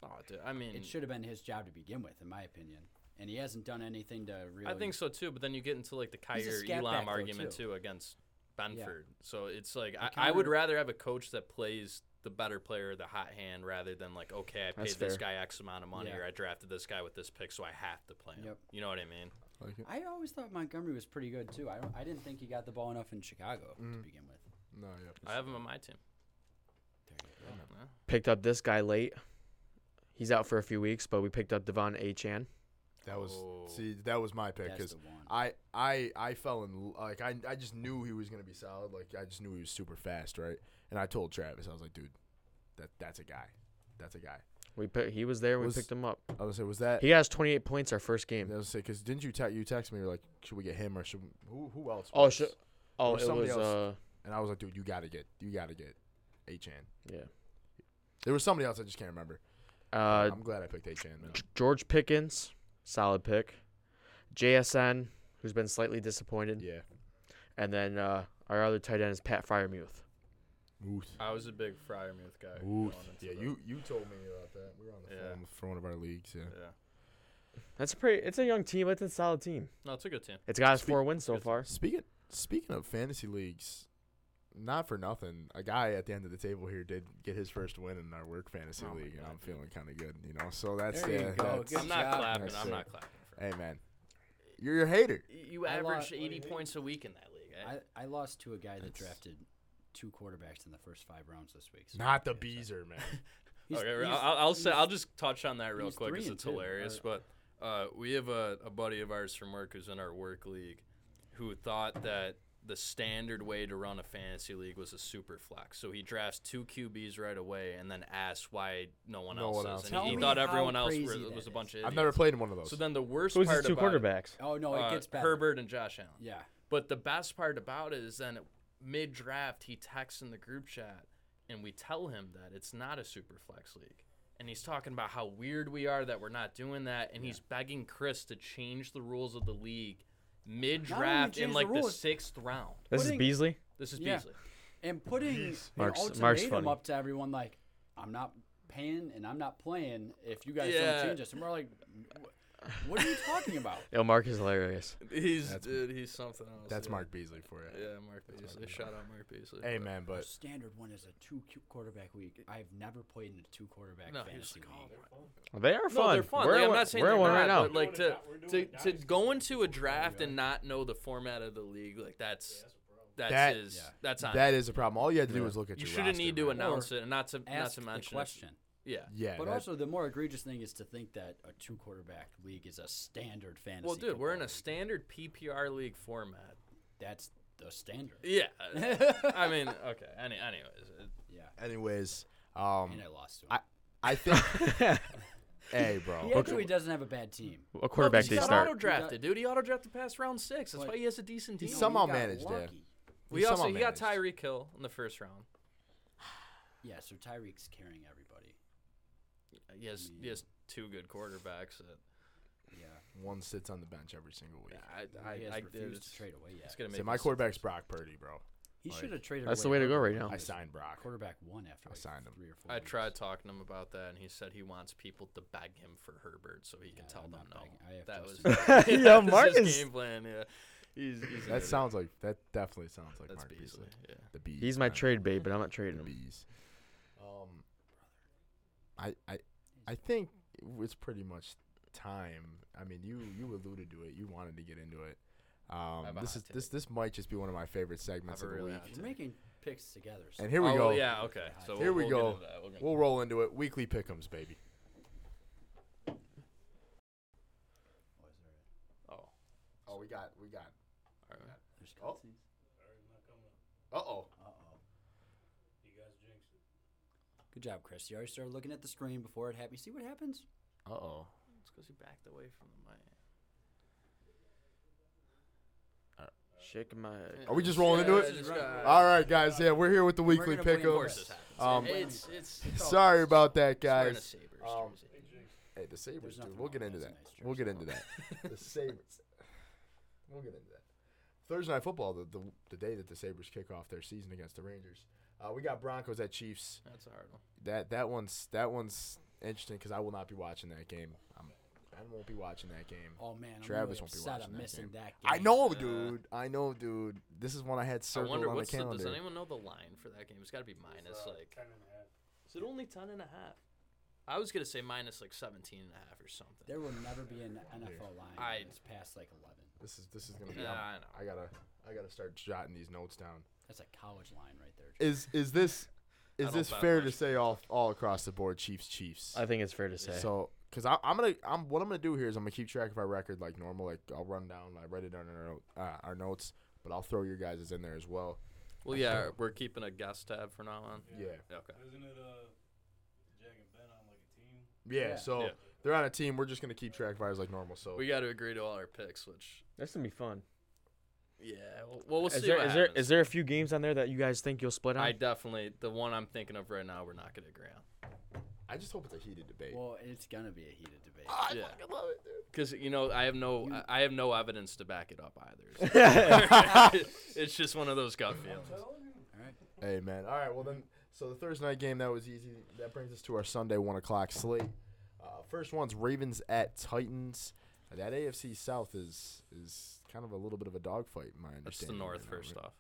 oh, dude, I mean, it should have been his job to begin with, in my opinion. And he hasn't done anything to really. I think so too. But then you get into like the He's a Kyrie scat back, Elam though, argument too. too. against Benford. So it's like I, I counter- would rather have a coach that plays the better player, the hot hand, rather than like okay, I paid That's this fair. guy X amount of money, Yeah. or I drafted this guy with this pick, so I have to play him. Yep. You know what I mean? Like it? I always thought Montgomery was pretty good too. I don't, I didn't think he got the ball enough in Chicago Mm-hmm. to begin with. No, I have him on my team. Picked up this guy late. He's out for a few weeks, but we picked up Devon Achan. That was Oh. see. That was my pick That's because the one. I I I fell in like I I just knew he was gonna be solid. Like I just knew he was super fast, right? And I told Travis, I was like, dude, that that's a guy. That's a guy. We pick, he was there. We Was- picked him up. I was gonna say, was that? He has 28 points our I first was game. gonna say, cause didn't you te- you text me? You're like, should we get him or should who who else? Oh, was? sh- oh, was it somebody was else. uh, And I was like, dude, you gotta get you gotta get Achan. yeah, There was somebody else I just can't remember. uh, I'm glad I picked Achan. Man. George Pickens, solid pick. JSN, who's been slightly disappointed, Yeah, and then uh, our other tight end is Pat Fryermuth. Muth. I was a big Fryermuth guy. Muth. going into Yeah, the- you you told me about that. We were on the Yeah. phone for one of our leagues. Yeah. Yeah. That's a pretty. It's a young team, but it's a solid team. No, it's a good team. It's got us Speak- four wins so far. Speaking speaking of fantasy leagues, not for nothing, a guy at the end of the table here did get his first win in our work fantasy Oh my league, and God, I'm feeling kind of good, you know. So that's There you yeah, go. that's- Good I'm not job. clapping. That's I'm it. not clapping. For Hey man, you're a hater. You I lost- averaged 80 points a week in that league. eh? I, I lost to a guy that drafted two quarterbacks in the first five rounds this week. so- Not the Beezer, man. He's- okay, he's- I'll, I'll say he's- I'll just touch on that real he's quick three because and it's two, hilarious. But uh, we have a, a buddy of ours from work who's in our work league, who thought that the standard way to run a fantasy league was a super flex. So he drafts two QBs right away and then asks why no one No else one is. else And is. he Tell thought me how everyone else crazy were, that was a is. bunch of idiots. I've never played in one of those. So then the worst Who's part his two about it- quarterbacks? Oh no, it uh, gets better. Herbert and Josh Allen. Yeah. But the best part about it is then mid draft he texts in the group chat and we tell him that it's not a super flex league. And he's talking about how weird we are that we're not doing that and he's begging Chris to change the rules of the league mid draft change in the like the, rules- sixth round. This Putting- is Beasley. This is Yeah. Beasley. And putting Mark's- an Mark's ultimatum funny. up to everyone like, I'm not paying and I'm not playing if you guys Yeah. don't change this. And we're like, "Wh- what are you talking about? Yo, Mark is hilarious. He's That's- dude, he's something else. That's yeah. Mark Beasley for you. Yeah, Mark Beasley. Shout out Mark Beasley. Hey man, The but standard one is a two cu- quarterback week. I've never played in a two quarterback No, he's fantasy like, oh, league. They are No, fun. they're fun. We're Like, in I'm one- not saying we're they're in one right not, now. but like We're doing to, a- we're to, doing a to dynasty go league. into a draft and not know the format of the league, like that's that's That- his, yeah. that's on. that is a problem. All you had to do was look at you your shouldn't roster, need to man. announce it, and not to not Ask to the mention it. question. Yeah. Yeah, But that- also, the more egregious thing is to think that a two quarterback league is a standard fantasy. Well, dude, we're in a football standard PPR league format. league. That's the standard. Yeah. I mean, okay. Any, anyways, it- Yeah. anyways, um, And I lost to him. I I think hey he bro, actually doesn't have a bad team. A quarterback he did got start. auto drafted, dude. He auto drafted past round six. That's But why he has a decent team. No, somehow he got managed that. lucky. we also somehow he got managed. Tyreek Hill in the first round. Yeah, so Tyreek's carrying everybody. He has he has two good quarterbacks. That, Yeah. One sits on the bench every single week. I, I, he has I did. refused It's, to trade away yet. it's gonna make See, my me- quarterback's Brock Purdy, bro. he like- should have traded. That's the away way to go Herbert. right now. I signed Brock. Quarterback one after I like signed him. three or four. I weeks. tried talking to him about that, and he said he wants people to beg him for Herbert so he Yeah, can tell I'm them not no. begging. I have that was Justin that Yo, was Mark his is- game plan. Yeah, he's, he's an That idiot. sounds like that definitely sounds like that's Mark Beasley. Beasley. Yeah, The bees. He's my man. trade bait, but I'm not trading The him. bees. Um, I I I think it's pretty much time. I mean, you you alluded to it. You wanted to get into it. Um, have a this hot is this this might just be one of my favorite segments a of the really week. hot We're making picks together. So And here we oh, go. Yeah, okay. So Here we'll, we we'll go. Get into that. We'll get We'll roll into it. Weekly pick'ems, baby. oh, all Oh, we got we got. right. There's Oh. cutsies. Uh oh. Uh-oh. You guys jinxed it. Good job, Chris. You already started looking at the screen before it happened. You see what happens? Uh oh. It's because he backed away from the mic. Shake my. Are we just rolling into Yeah, it? just go. All right, guys. Yeah, we're here with the weekly gonna blame Of course, pick'ems. this happens. Um, it's it's it's all- Sorry about that, he's wearing a guys. Sabres Um, jersey. Hey, the Sabres, There's dude. nothing We'll wrong get with into that. that. It's a nice We'll get jersey. into that. The Sabres. We'll get into that. Thursday night football, the, the, the day that the Sabres kick off their season against the Rangers. Uh, we got Broncos at Chiefs. That's a um, hard one. That that one's that one's interesting because I will not be watching that game. I'm, I won't be watching that game. Oh man, I'm Travis really won't be upset. watching I'm that missing game. that game. I know, Yeah. dude. I know, dude. This is one I I had circled wonder on what's the the, calendar. does anyone know the line for that game? It's got to be minus It's, uh, like 10 and a half. Is it only 10 and a half? I was going to say minus like 17 and a half or something. There will never be an NFL line I- that's past like 11. this is this is gonna be. yeah, I'm- I know. I gotta I gotta start jotting these notes down. That's a college line right there. Is is this is don't this bet fair to much. say all all across the board? Chiefs, Chiefs. I think it's fair to say. So, because I'm gonna, I'm what I'm gonna do here is I'm gonna keep track of our record like normal. Like I'll run down, I write it down in our, note- uh, our notes, but I'll throw your guys' in there as well. well, yeah, we're keeping a guest tab for now on. Yeah, Okay. Isn't it uh, Jack and Ben on like a team? yeah. Yeah. so Yeah. they're on a team. We're just gonna keep track of ours like normal. So We got to agree to all our picks, which, That's gonna be fun. yeah, well, we'll is see there what is there happens. is there a few games on there that you guys think you'll split on? I definitely, the one I'm thinking of right now, we're not going to agree on. I just hope it's a heated debate. Well, it's gonna be a heated debate. Ah, I yeah. fucking love it, dude. Because, you know, I have no I- I have no evidence to back it up either. so. it's just one of those gut feelings. All right. Hey, man. All right. Well, then, so the Thursday night game that was easy. That brings us to our Sunday one o'clock slate. Uh, first one's Ravens at Titans. Uh, That AFC South is is kind of a little bit of a dogfight, in my understanding. It's the North, right now, first right? off.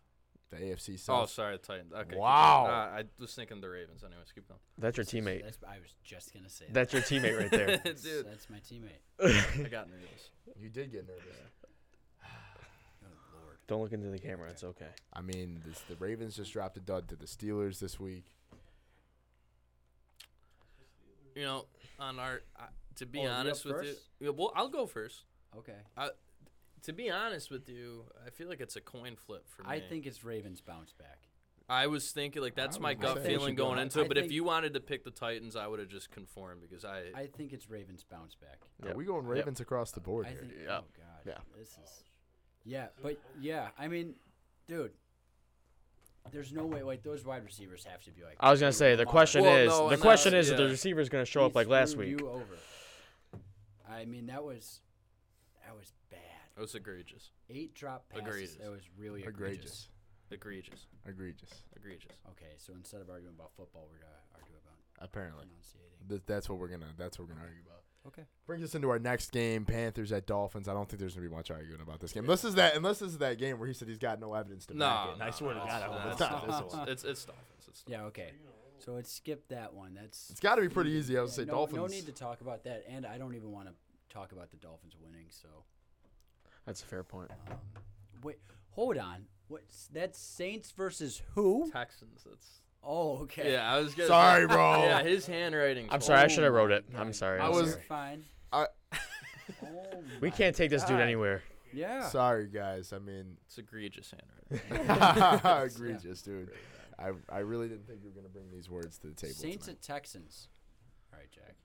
The AFC Oh, South. sorry, the Titans. Okay. keep going. Wow. Uh, I was thinking the Ravens. Anyways, keep going. That's your teammate. That's, I was just gonna say That's your teammate right there. that. Dude, That's my teammate. I got nervous. you did get nervous. Oh lord. Don't look into the camera. It's okay. I mean, this, the Ravens just dropped a dud to the Steelers this week. You know, on our, I to be Oh, are we up honest with first? you, yeah, well, I'll go first. Okay. I, to be honest with you, I feel like it's a coin flip for me. I think it's Ravens bounce back. I was thinking like that's I my would gut say- feeling going I- into I it. But if think- you wanted to pick the Titans, I would have just conformed because I, I think it's Ravens bounce back. Are we going Ravens across the board I here? think. Yeah. Oh God. Yeah. This is. Yeah, but yeah, I mean, dude. There's no way. Like those wide receivers have to be like. I was gonna "Dude, say the come on." question Well, is no, the and question that's- is if the yeah. receiver is gonna show up They like last threw week. You over. I mean, that was. That was bad. it was egregious, Eight drop passes. Egregious. That was really egregious. Egregious. egregious, Egregious. egregious. Okay, so instead of arguing about football, we're gonna argue about Apparently. pronunciating. Th- that's what we're gonna that's what we're gonna argue about. Okay. Brings us into our next game, Panthers at Dolphins. I don't think there's gonna be much arguing about this game. Unless this is that unless this is that game where he said he's got no evidence to back No, it. no, I swear no, to God, I hope it's it's not not it's- this one. It's it's Dolphins. It's Yeah. Okay. So it skipped that one. That's It's gotta be pretty easy, I would Yeah, say no, Dolphins. No need to talk about that, and I don't even want to talk about the Dolphins winning. So, That's a fair point. um, wait, hold on. What's that's Saints versus who? Texans. It's Oh, okay. Oh yeah. I was gonna Sorry, bro. Yeah, his handwriting. I'm sorry, I should have my wrote it. God. I'm sorry. I I'm was- sorry. You're fine. I- Oh We my can't take this dude God. anywhere. Yeah. Sorry guys. I mean It's egregious handwriting. egregious, dude. I I really didn't think you were gonna bring these words to the table. Saints tonight. at Texans. All right, Jack.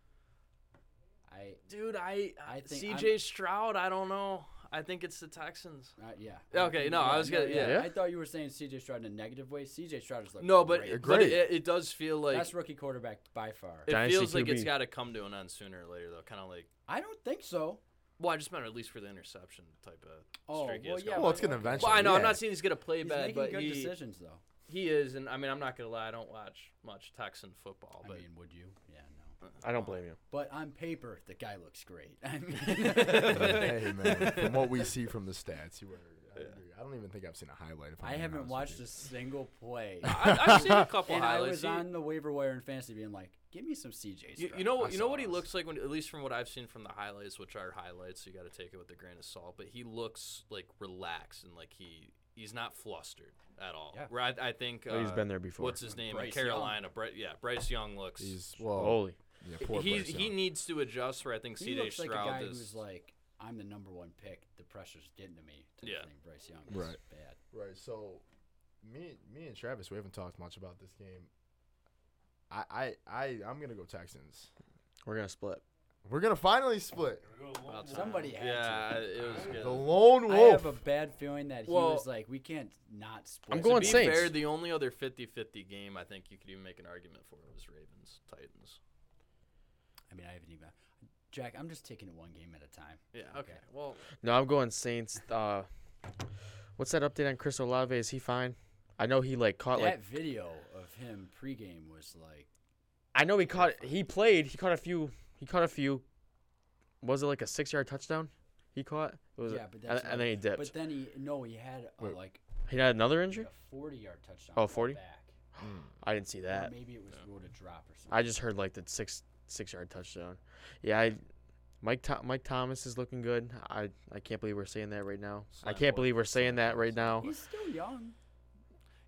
I Dude, I, I think CJ Stroud. I don't know. I think it's the Texans. uh, yeah. Okay, no, I was gonna- yeah. I thought you were saying C.J. Stroud in a negative way. C.J. Stroud is like No, but, Great. but Great. it, it does feel like best rookie quarterback by far. it Dynasty feels like it's QB. got to come to an end sooner or later, though. Kind of like I don't think so. well, I just meant at least for the interception type of Oh, streak. he well, has yeah, going. well, it's gonna Okay. eventually. Well, I know. I'm yeah. not saying he's gonna play He's bad, making but good he decisions though. he is, and I mean, I'm not gonna lie. I don't watch much Texan football, but I mean, would you? Yeah, no. I don't blame you. But on paper, the guy looks great. I mean, hey man, from what we see from the stats, you were. I, agree. I don't even think I've seen a highlight. If I'm I being haven't honest with watched you. a single play. I, I've seen a couple and I highlights. was He- on the waiver wire in fantasy, being like, "Give me some CJ." You, Stroud." you know I what you know saw what he us. looks like when at least from what I've seen from the highlights, which are highlights, so you got to take it with a grain of salt. But he looks like relaxed and like he he's not flustered at all. Yeah. Where I, I think uh, Well, he's been there before. What's his name? in Bryce Young. Carolina, Bryce, yeah, Bryce Young looks. He's well. Oh. Holy. Yeah, poor he Bryce he Young. needs to adjust. Where I think He C.J. looks like a guy Stroud who's is. like, "I'm the number one pick. The pressure's getting to me." type Yeah. thing. Bryce Young is Right. bad. Right. So, me, me and Travis, we haven't talked much about this game. I, I, I, I'm gonna go Texans. We're gonna split. We're gonna finally split. about time. Somebody had to. yeah, I- it was The good. lone I wolf. have a bad feeling that he Well- was like, "We can't not split." To I'm going be Saints. fair, the only other 50-50 game I think you could even make an argument for was Ravens Titans. I mean, I haven't even. Jack, I'm just taking it one game at a time. Yeah. Okay. Okay. Well, No, I'm going Saints. Uh, what's that update on Chris Olave? Is he fine? I know he like caught that like video of him pregame was like I know he caught he played. He caught a few. He caught a few. Was it like a six yard touchdown? He caught. It was yeah, but and, that's and then he dipped. But then he no, he had a, Wait. like he had another a injury. forty yard touchdown. Oh, call 40? Back. I didn't see Or that. maybe it was ruled a drop or something. I just heard like the six six yard touchdown. Yeah, I, Mike Tho- Mike Thomas is looking good. I I can't believe we're saying that right now. I Slam can't boy. believe we're saying that right now. He's still young.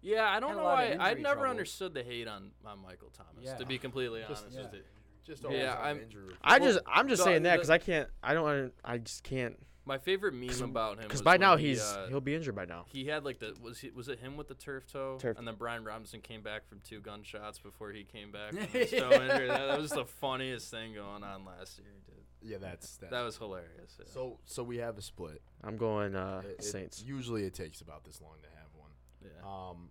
yeah, I Had don't a know lot why. of I injury never trouble. understood the hate on, on Michael Thomas. Yeah. To be completely honest Just- with yeah. you, just Yeah, always on I'm- injury. report. I Well, just I'm just the- saying that because the- I can't. I don't. under- I just can't. my favorite meme about him Because was by when now he, he's uh, he'll be injured by now. he had like the was he was it him with the turf toe? Turf- and then Brian Robinson came back from two gunshots before he came back from his toe injury. That, that was the funniest thing going on last year, dude. Yeah, that's that's. That was hilarious. yeah. so, so we have a split. I'm going uh, It- it- Saints. usually, it takes about this long to have one. yeah. Um,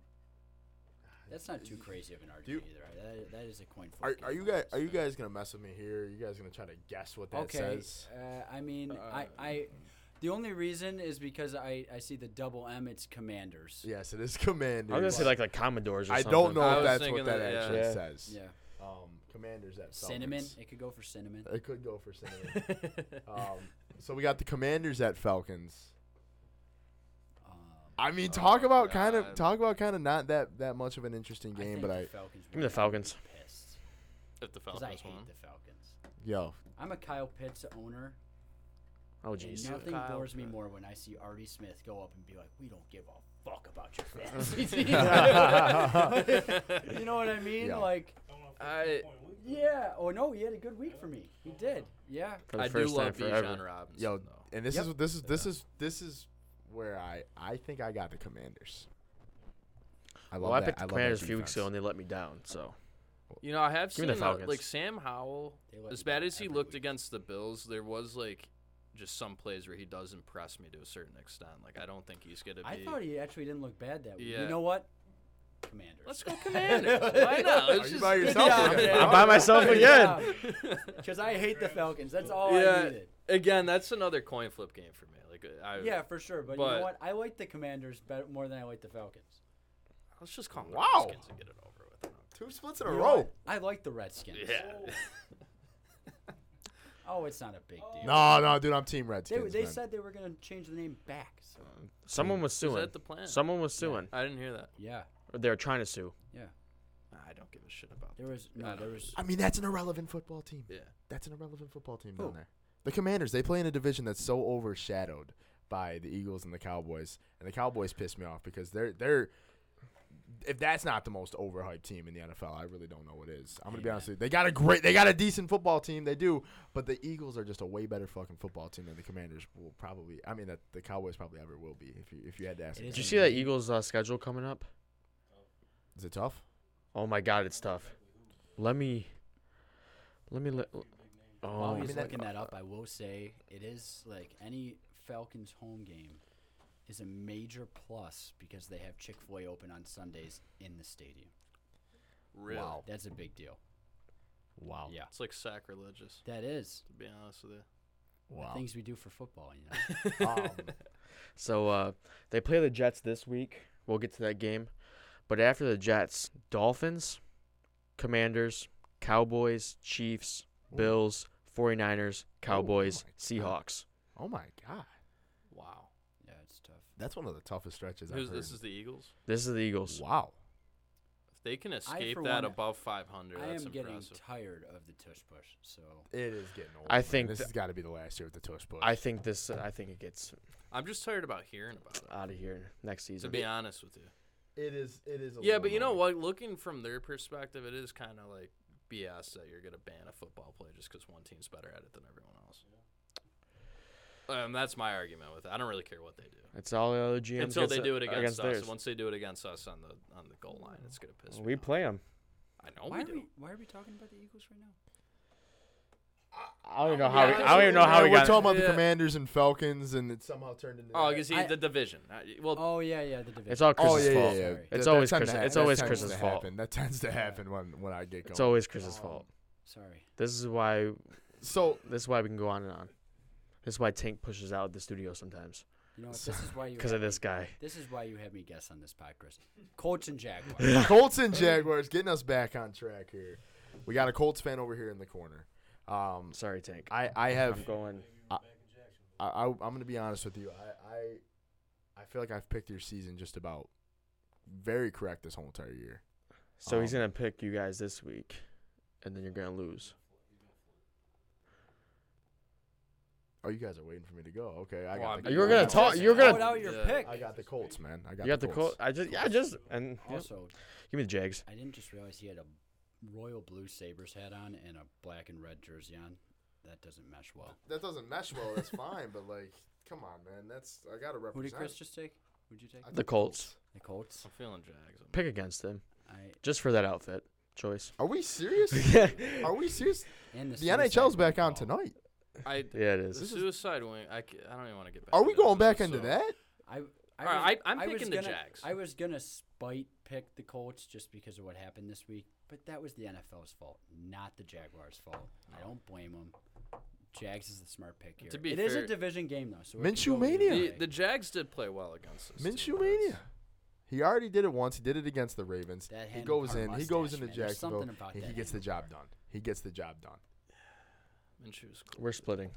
That's not too crazy of an you- argument either. That, that is a coin flip. are, game are you on guys this. are you guys gonna mess with me here? Are you guys gonna try to guess what that okay? says? Uh, I mean, I, I, the only reason is because I, I see the double M. It's Commanders. Yes, it is Commanders. I'm gonna say like like Commodores. Or I something. don't know I if was that's thinking what that, that, yeah. actually Yeah. says. Yeah. Um, commanders at Cinnamon. Falcons. Uh, It could go for cinnamon. It could go for cinnamon. um, so we got the Commanders at Falcons. Um, I mean, Oh, talk about kind of God. talk about kind of not that that much of an interesting I game, think but the I Falcons. me the Falcons. If the Because I Falcons hate won, the Falcons. yo I'm a Kyle Pitts owner. Oh And jeez. nothing Kyle bores me Pitts. more when I see Artie Smith go up and be like, "We don't give a fuck about your fantasy." team." you know what I mean? Uh, Yeah. Like, I Yeah. Oh no, he had a good week for me. He did. Yeah. for the I do first time love forever. Bijan Robinson. Yo, though. and this Yep. is this is this is this is where I I think I got the Commanders. I love well, I that. picked the love that Commanders a few weeks defense. ago and they let me down. So You know, I have Give me seen the uh, Falcons. like Sam Howell. They let As me bad down as he every looked week. against the Bills, there was like just some plays where he does impress me to a certain extent. Like I don't think he's gonna be. I thought he actually didn't look bad that week. You Yeah. know what? Commander. Let's go Commanders. Why not? Let's Are you just- by Good yourself job, again? man. I'm by myself again. Because I hate the Falcons. That's all I Yeah, needed. again, that's another coin flip game for me. Like I, Yeah, for sure. But, you But- know what? I like the Commanders better, more than I like the Falcons. let's just call them the Wow. Redskins and get it over with. Two splits in a You know row. what? I like the Redskins. Yeah. Oh, it's not a big deal. No, no, dude, I'm Team They, Redskins. they man. said they were going to change the name back. So someone was Is suing. that the plan? Someone was suing. I didn't hear that. yeah, Or They were trying to sue. yeah. I don't give a shit about There that. was no, there was. I mean, that's an irrelevant football team. Yeah. That's an irrelevant football team Who? down there. The Commanders, they play in a division that's so overshadowed by the Eagles and the Cowboys. And the Cowboys piss me off because they're they're if that's not the most overhyped team in the NFL, I really don't know what is. I'm gonna be honest with you. They got a great they got a decent football team, they do, but the Eagles are just a way better fucking football team than the Commanders will probably I mean that the Cowboys probably ever will be if you if you had to ask It me. is Did you see that Eagles uh, schedule coming up? Is it tough? Oh my God, it's tough. Let me, let me let. While Oh, he's that- looking that up, I will say it is like any Falcons home game is a major plus because they have Chick Fil A open on Sundays in the stadium. Really? Wow. That's a big deal. wow. Yeah, It's like sacrilegious, that is to be honest with you. Wow. things we do for football. You know? Um, So uh, they play the Jets this week. We'll get to that game, but after the Jets, Dolphins, Commanders, Cowboys, Chiefs, Bills, 49ers, Cowboys, my God. Seahawks. oh my god. Wow. yeah, it's tough. That's one of the toughest stretches I've Who's, heard. this is the Eagles. This is the Eagles. wow. If they can escape for that one- above 500, I am that's getting impressive. tired of the tush push. So It is getting old. I man. think this tha- has got to be the last year with the tush push. I think this. I think it gets I'm just tired about hearing Uh, about it. out of here next To season. be honest with you. it is. It is. A Yeah, but you know what? Looking from their perspective, it is kind of like BS that you're going to ban a football play just because one team's better at it than everyone else. Um, that's my argument with it. I don't really care what they do It's all the other GMs until they the- do it against, us. theirs. And once they do it against us on the on the goal line, it's going to piss me we off. play them. I know why Oh, we are do. we why are we talking about the Eagles right now? I don't even know how how. we- I don't even know how we We're got. talking about Yeah. the Commanders and Falcons, and it somehow turned into. Oh, that. because he I- the division. Uh, Well, Oh yeah, yeah, the division. It's all Oh, Chris's yeah, fault. yeah, yeah. Sorry. It's That- always that tends Chris- to it's hap- always that tends Chris's to fault. happen. That tends to happen when when I get going. It's always Chris's fault. Sorry. This is why. so This is why we can go on and on. This is why Tank pushes out of the studio sometimes You know what? This is why you because had of this guy. me- This is why you had me guess on this podcast. Colts and Jaguars. Colts and Jaguars getting us back on track here. We got a Colts fan over here in the corner. Um, Sorry, Tank. I I have I'm going. I, I I'm gonna be honest with you. I, I I feel like I've picked your season just about very correct this whole entire year. So he's Um, gonna pick you guys this week, and then you're gonna lose. Oh, you guys are waiting for me to go. Okay, I Oh, got. I'm- the- You were I gonna got- talk- you were gonna- Hold out your Yeah. pick. I got the Colts, man. I got. you got the Colts. I just. Yeah, I just. And yep. Also, give me the Jags. I didn't just realize he had a royal blue Sabres hat on and a black and red jersey on. That doesn't mesh well. That doesn't mesh well. That's fine, but like, come on, man. That's I gotta represent. Who did Chris just take? Who'd you take? I The took Colts. The Colts. I'm feeling Jags. I'm- Pick against them I just for that outfit choice. Are we serious? yeah, Are we serious? and the, The suicide NHL's back one on call. tonight. I it the is. This is- suicide wing. I, c- I don't even want to get back. Are we into going back that, into so- that? I, I All right, was- I- I'm was picking the gonna- Jags. I was gonna spite pick the Colts just because of what happened this week, but that was the NFL's fault, not the Jaguars' fault. I don't blame them. Jags is the smart pick here. It To is be fair- a division game though, so it could Minshew go either Mania. The, way. the Jags did play well against us. Minshew mania. He already did it once. He did it against the Ravens. That he Hannibal goes Carr in. He mustache, goes into man. There's something Jacksonville. about and that he gets the Hannibal job Carr. done. He gets the job done. Minshew's cool. We're splitting.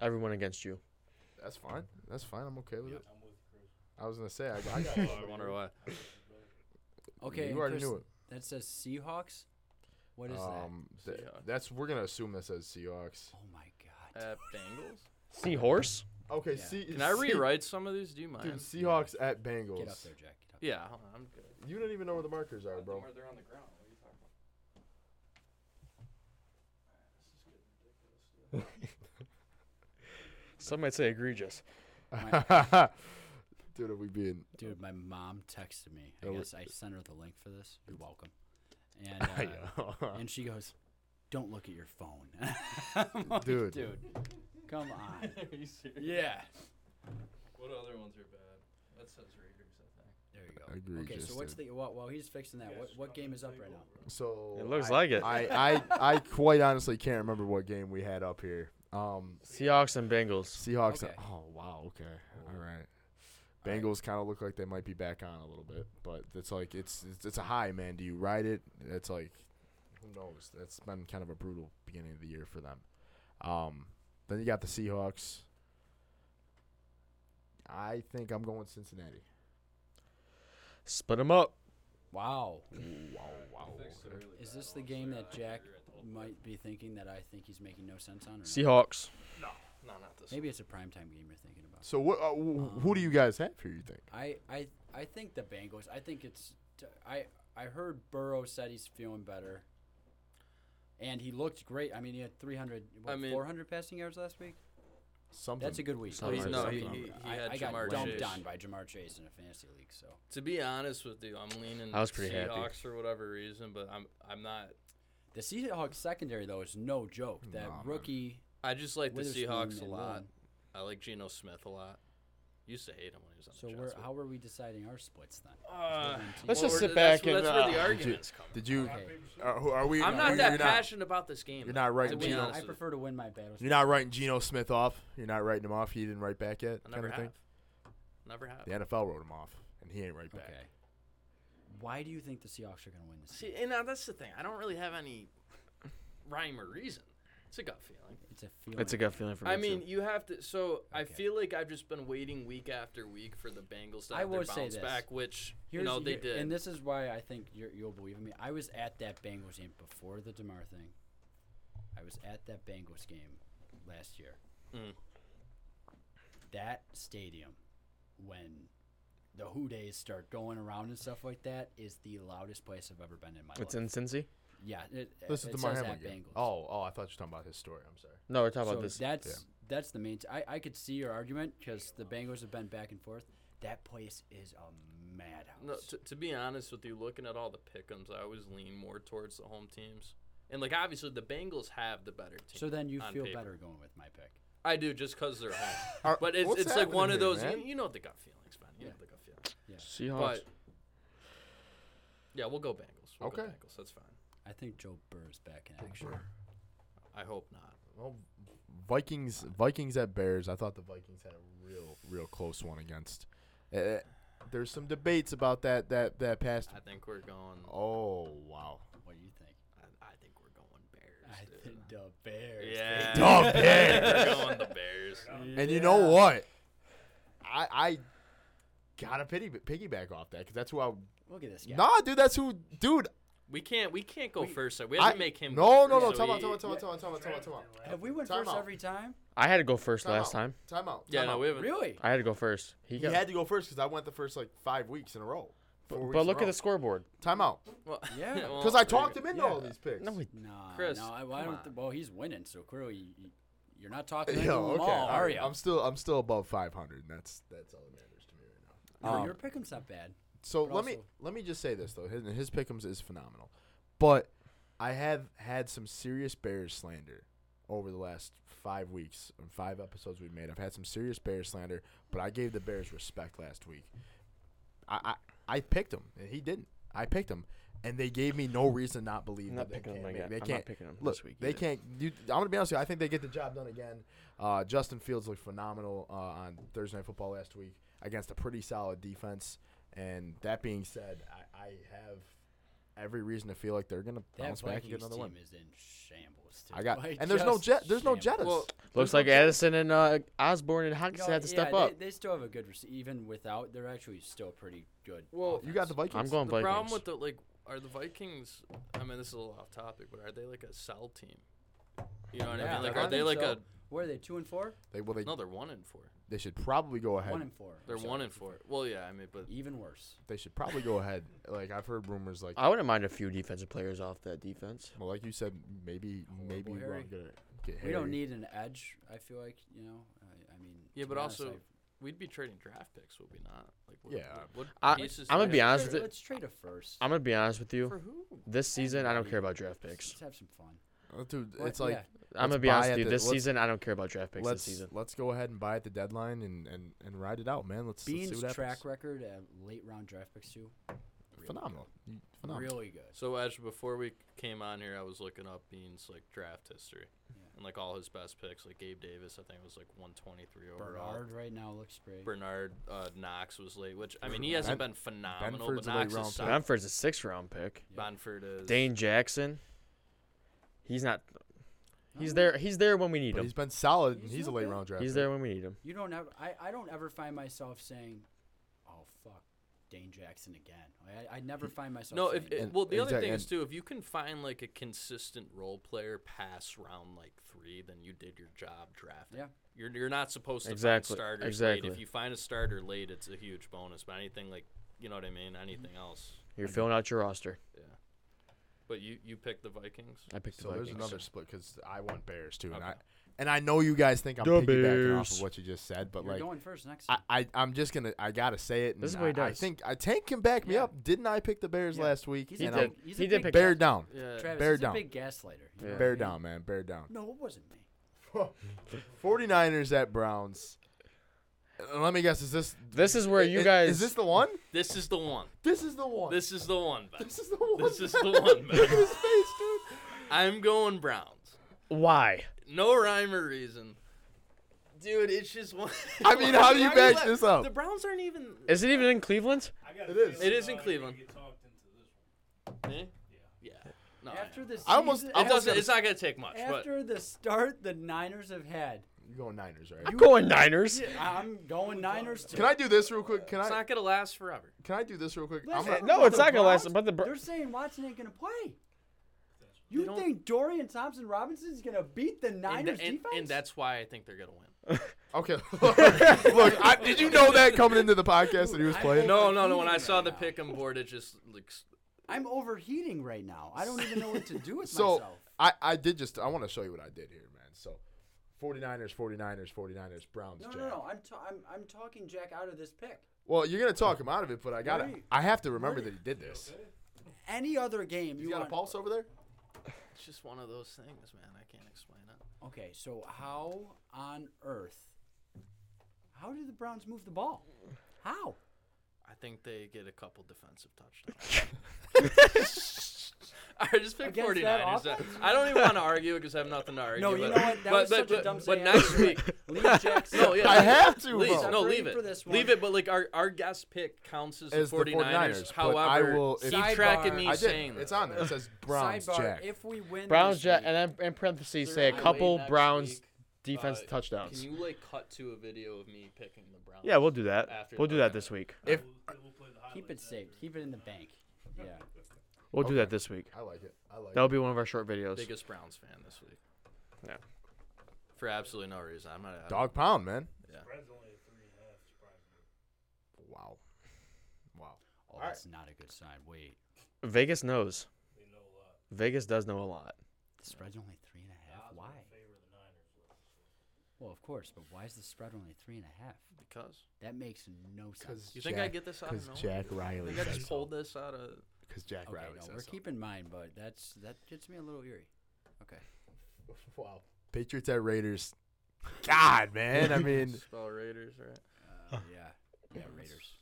Everyone against you. That's fine. That's fine. I'm okay with it. I'm with Chris. I was gonna say I, I got. I wonder why. Okay, you already Chris, knew it. That says Seahawks. What is Um, th- Seahawks. that's we're gonna assume that says Seahawks. that? Oh my god. At Bengals. Seahorse. Okay, Yeah. see, Can I see- rewrite some of these? Do you mind? Dude, Seahawks at Uh, Bengals. Get up there, Jack. Get up. Yeah, hold on, I'm good. You don't even know where the markers are, bro. They're on the ground. What are you talking about? Some might say egregious. Dude, are we being? Dude, my mom texted me. I Oh, we- guess I sent her the link for this. You're welcome. And uh, and she goes, "Don't look at your phone." I'm like, Dude. dude, come on. Are you serious? yeah. What other ones are bad? That says Raiders, I think. There you go. Okay, Egregious, so what's the well, well he's fixing that. What what game is up right now? So It looks I- like it. I, I I quite honestly can't remember what game we had up here. Um, Seahawks and Bengals. Seahawks. Okay. Oh wow. Okay. All right. Bengals kind of look like they might be back on a little bit, but it's like it's it's, it's a high, man. Do you ride it? It's like who knows. That's been kind of a brutal beginning of the year for them. Um, then you got the Seahawks. I think I'm going Cincinnati. Split them up. Wow. Wow, wow. Is this the game that Jack might be thinking that I think he's making no sense on? Or not? Seahawks. No, not this. Maybe it's a primetime game you're thinking about. So what? Uh, wh- who do you guys have here? You think? I, I I think the Bengals. I think it's. I I heard Burrow said he's feeling better, and he looked great. I mean, he had 300, what, I mean- 400 passing yards last week. Something. That's a good week. Well, he's- no, he- Something. he- he I, had I got Jamar dumped Chase. on by Jamar Chase in a fantasy league. So To be honest with you, I'm leaning I was pretty happy. Seahawks for whatever reason, but I'm I'm not. the Seahawks secondary though is no joke. That Nah, man. rookie I just like the Witherspoon Seahawks a and lot. Woolen. I like Geno Smith a lot. Used to hate him when he was on So the we're Jets. how are we deciding our splits then? Uh, Let's well, just we're- sit that's- back and, That's where uh, the Did you, arguments come. did you? Okay. Are, who- are we? I'm are not we- that you're passionate about this game. You're though, not right, To Geno. be Win- Geno. honest I with you. prefer to win my battles. You're not writing Geno Smith off. You're not writing him off. He didn't write back I yet. Kind never of thing. have. Never have. The NFL wrote him off, and he ain't right Okay. back. Why do you think the Seahawks are going to win this? See, and now that's the thing. I don't really have any rhyme or reason. It's a gut feeling. It's a feeling. It's a gut feeling for me. I mean, you have to. So I Okay. feel like I've just been waiting week after week for the Bengals to I have their will say bounce this. back, which Here's, you know they here- did. And this is why I think you're, you'll believe in me. I was at that Bengals game before the Demar thing. I was at that Bengals game last year. Mm. That stadium, when the Who Days start going around and stuff like that, is the loudest place I've ever been in my It's life. in Cincy. yeah, it, This it is the says Miami at game. Bengals. Oh, oh, I thought you were talking about his story. I'm sorry. No, we're talking so about this. that's yeah. that's the main. T- I I could see your argument because the Bengals have been back and forth. That place is a madhouse. No, to, to be honest with you, looking at all the pickums, I always lean more towards the home teams. And like obviously, the Bengals have the better team. so then you on feel paper. better going with my pick. I do just because they're home. Are- but it's, what's it's like one of happening those. here, You, man? you know what the gut feelings, man. You know Yeah. the gut feelings. Seahawks. But yeah, we'll go Bengals. We'll go Okay. Bengals. That's fine. I think Joe Burr is back in action. I hope not. Well, Vikings, Vikings at Bears. I thought the Vikings had a real, real close one against. Uh, there's some debates about that that that past. I think we're going. Oh wow. What do you think? I, I think we're going Bears. I dude. think the Bears. Yeah. The We're Bears. going the Bears. And you know what? I I gotta pity, piggyback off that because that's who I. Look at this guy. Nah, dude, that's who, dude. We can't. We can't go We- first. so We have I- to make him. No, go no, no. first, so Time out, he- time out, time out, time out, time out, time out, time out. Have we went Time first out. every time? I had to go first Time last out. time. Time out. Yeah, time no, out. we haven't. Really? I had to go first. He He got. had to go first because I went the first like five weeks in a row. but Four but weeks look in a at the scoreboard. time out Well, Yeah. well, because there I you talked go. him into Yeah. all these picks. No, we. No, Chris, no. I, well, I come don't. Th- on. well, he's winning, so clearly you, you're not talking Yo, to him okay. all, all are right. you? I'm still I'm still above 500. And that's that's all that matters to me right now. no, um, your pick'em's not bad. So But let me also- let me just say this though. His, his pickums is phenomenal, but I have had some serious Bears slander over the last five weeks and five episodes we've made. I've had some serious Bears slander, but I gave the Bears respect last week. I I, I picked him and he didn't. I picked him. And they gave me no reason to not believe I'm that not they picking can't. them make- again. They I'm not can't picking them look, this week They either. can't. You, I'm gonna be honest with you. I think they get the job done again. Uh, Justin Fields looked phenomenal uh, on Thursday Night Football last week against a pretty solid defense. And that being said, I, I have every reason to feel like they're gonna That bounce back and get Vikings another team win. is in shambles. Too. I got. Like, and there's no just jet. There's no shambles. Jettas. Well, Looks like Addison and uh, Osborne and Hawkins No, had to step yeah, up. They, they still have a good receiver, even without. They're actually still pretty good. Well, you got the offense. Vikings. I'm going the Vikings. problem with the like are the Vikings. I mean, this is a little off topic, but are they like a sell team? You know what I Yeah, mean? Like, I are they think like so. What are they? Two and four? They well they, a? No, they're one and four. they should probably go ahead. One and four. I'm They're sorry. one and four. Well, yeah, I mean, but Even worse. They should probably go ahead. Like I've heard rumors like I wouldn't mind a few defensive players off that defense. well like you said maybe Horrible maybe Harry. Ron Goodell. Get We don't hairy. need an edge. I feel like you know. I, I mean. Yeah, to but be honest, also, I- We'd be trading draft picks, would we not? Like, what, Yeah. What, I- what pieces I'm do gonna we be have? honest with it. Let's trade a first. I'm gonna be honest with you. For who? This season, I don't Yeah. care about draft Let's- picks. Let's have some fun. Oh, dude, What- it's like I'm gonna Let's be buy honest at with you. the- This let's- season, I don't care about draft picks this let's season. let's go ahead and buy at the deadline and and and ride it out, man. Let's, let's see Bean's what track happens. record at late round draft picks too. really phenomenal, You- good. phenomenal. Really good. So, Edge, before we came on here, I was looking up Bean's like draft history Yeah. and like all his best picks. Like Gabe Davis, I think was like 123 overall. Bernard right now looks great. Bernard uh, Knox was late, which I mean he hasn't Ben- been phenomenal. Benford's a but late Knox round is pick. solid. Bamford's a sixth round pick. Yeah. Bonford is Dane Jackson. He's not. He's No. there. He's there when we need But him. he's been solid. and He's he's a not late bad. round draft. He's pick. there when we need him. You don't ever. I, I don't ever find myself saying, "Oh fuck, Dane Jackson again." I- I, I never find myself. No, saying if that. it, And- well, the other exact- thing is and- too, if you can find like a consistent role player past round like three, then you did your job drafting. Yeah. you're you're not supposed to Exactly, find starters late. exactly. If you find a starter late, it's a huge bonus. But anything like you know what I mean, anything else, You're filling out your roster. yeah. But you you picked the Vikings. I picked So the there's Vikings. another split because I want Bears too, and Okay. I and I know you guys think I'm The piggybacking off Bears. of what you just said, but You're like going first next. I, time. I I'm just gonna I gotta say it. This and is what he I, I does. think I Tank can back me Yeah. up. Didn't I pick the Bears Yeah. last week? He's He a and did. I'm big- he's a he did big pick. bear down, Yeah. Travis, Bear he's down. a big gaslighter. you know Yeah. what I bear mean? down, man, bear down. No, it wasn't me. 49ers at Browns. Uh, Let me guess. Is this This is where you i- guys. Is this the one? This is the one. This is the one. This is the one. Ben. Oh. This is the one. This is the one, man. Look at his face, dude. I'm going Browns. why? No rhyme or reason. Dude, it's just one. I mean, how do you Why back laugh? this up? The Browns aren't even. Is it even in Cleveland? I got a It is. feeling It is in y'all are gonna Cleveland. Get talked into this one. Eh? Yeah. No, I After know. the season, I almost- I It almost after, doesn't. It's not gonna take much. But after the start the Niners have had, You're going Niners, right? I'm going Niners. I'm going Niners too. Can I do this real quick? Can it's I? not gonna last forever. Can I do this real quick? I'm Listen, gonna- No, but it's the not gonna last, Browns- but the Br- they're saying Watson ain't gonna play. They You don't- think Dorian Thompson Robinson is gonna beat the And, Niners tha- and, defense? and that's why I think they're gonna win. Okay. Look, I, did you know that coming into the podcast that he was I playing? No, no, no. When I Right saw the now. pick and board, it just like s- I'm overheating right now. I don't even know what to do with So myself. I, I did just I want to show you what I did here, man. So 49ers, 49ers, 49ers, Browns. No, Jack. no, no. I'm, ta- I'm I'm talking Jack out of this pick. Well, you're gonna talk him out of it, but I got to Marty, I have to remember that he did this. Any other game You you got a want? pulse over there? it's just one of those things, man. I can't explain it. Okay, so how on earth? How did the Browns move the ball? How? I think they get a couple defensive touchdowns. I just picked Against 49ers. that That- I don't even want to argue because I have nothing to argue. No, you but, know what? That but, was but, such a but- dumb But say. next week, Leave Jack. No, yeah. I have to. Please, bro. no, Separating leave it. for this leave one. it, but like our, our guest pick counts as, As the the 49ers. 49ers, However, but I will- he if- tracking Sidebar. me I did. saying It's that. on there. It says Browns Sidebar, Jack. if we win Browns, this Jack, week- and then in parentheses Sir, say a I'm couple away next Browns week. defense Uh, touchdowns. Can you like cut to a video of me picking the Browns? yeah, we'll do that. After We'll the- do that this week. If- We'll- we'll play the keep it highlights saved. after. Keep it in the bank. Yeah. Oh, We'll do Okay. that this week. I like it. I like That'll be one of our short videos. biggest Browns fan this week. Yeah. For absolutely no reason. I'm not. it. Dog pound, man. Brad's only at three and a half. Surprisingly. Wow. Wow. Oh, that's not a good sign. Wait, Vegas knows. They know a lot. Vegas does know a lot. the spread's only three and a half. Odds Why? were in favor of the Niners. Well, of course, but why is the spread only three and a half? Because That makes no sense. you think I get this out of Because nowhere? Jack I Riley think I says just pulled this out of. Because Jack Okay, Riley no, says we're so. keeping mine, but that's that gets me a little eerie. Okay. Wow. Patriots at Raiders. God, man. I mean. Spell Raiders, right? Uh, yeah. Yeah, Raiders.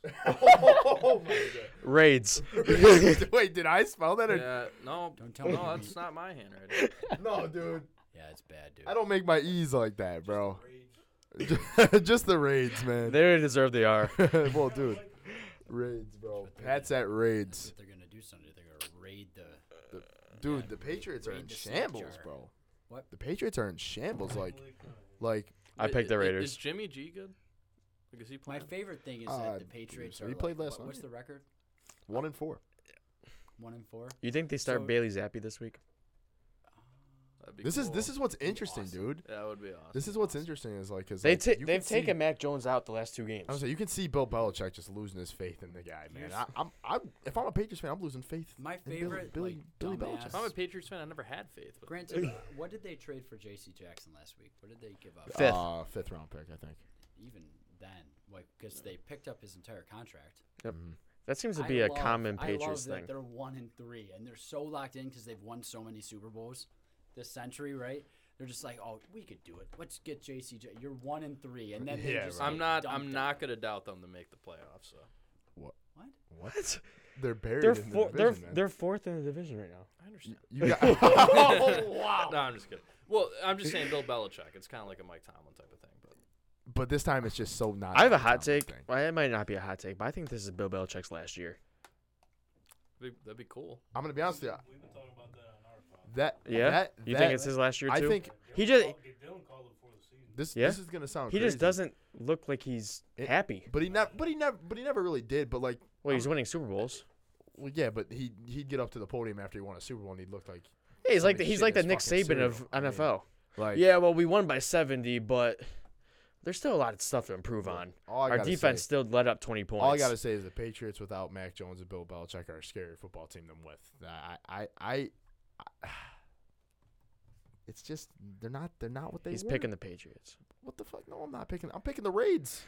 oh my Raids. god. Wait, did I spell that? Or... Yeah. No. Don't tell me. No, that's not my handwriting. No, dude. Yeah, it's bad, dude. I don't make my E's like that, bro. Rage. Just the raids, man. they deserve they are. well, dude. Raids, bro. Pat's at That's raids. what they're gonna do Sunday. They're gonna raid the. Dude, the Patriots are Raid in the snack shambles, jar. bro. What? The Patriots are in shambles. Like, like I I- picked the i- Raiders. Is Jimmy G good? Like, is he My playing? favorite thing is Uh, that the Patriots so are. he played like, last what- What's the night. record? one and four. One and four. You think they start So- Bailey Zappi this week? I That'd be This is this cool. is what's interesting, awesome. dude. that would be awesome. This is what's interesting is like because They like, ta- you they've can see- taken Mac Jones out the last two games. I was like, you can see Bill Belichick just losing his faith in the guy, man. I, I'm, I'm, if I'm a Patriots fan, I'm losing faith. My in Billy- favorite, Billy, like, Billy, dumbass- Belichick. If I'm a Patriots fan, I never had faith. But Granted, what did they trade for J.C. Jackson last week? What did they give up? Fifth. Uh, fifth round pick, I think. Even then, like because they picked up his entire contract. mm. that seems to I be a love- common I Patriots love that thing. They're one and three, and they're so locked in because they've won so many Super Bowls this century, right? They're just like, oh, we could do it. Let's get JCJ. You're one and three, and then they Yeah, just right. I'm get not. dumped I'm out. not gonna doubt them to make the playoffs. So What? What? They're buried They're in the four, division, they're man. they're fourth in the division right now. I understand. you got, No, I'm just kidding. Well, I'm just saying Bill Belichick. It's kind of like a Mike Tomlin type of thing. But but this time it's just so not. I have a hot Tomlin take. thing. Well, it might not be a hot take, but I think this is Bill Belichick's last year. that'd be, that'd be cool. I'm gonna be honest with you. We've been talking about that on our podcast. That Yeah, that, you that, think Oh, it's his last year I too? think He Dylan just- called- Dylan called it before the season. this Yeah. this is gonna sound. He crazy, just doesn't look like he's It- happy. But he never. But he never. But he never really did. But like, Well, he's winning Super Bowls. well, yeah. But he he'd get up to the podium after he won a Super Bowl and he'd look like Yeah, he's like the, somebody he's shit like the in Nick his fucking Saban of cereal. I mean, NFL. like yeah, well, we won by 70, but there's still a lot of stuff to improve on. All oh, I Our gotta defense say- still let up 20 points. All I gotta say is the Patriots without Mac Jones and Bill Belichick are a scarier football team than with. Uh, I, I, I, I it's just they're not they're not what they. he's were. picking the Patriots. What the fuck? No, I'm not picking. I'm picking the Raids.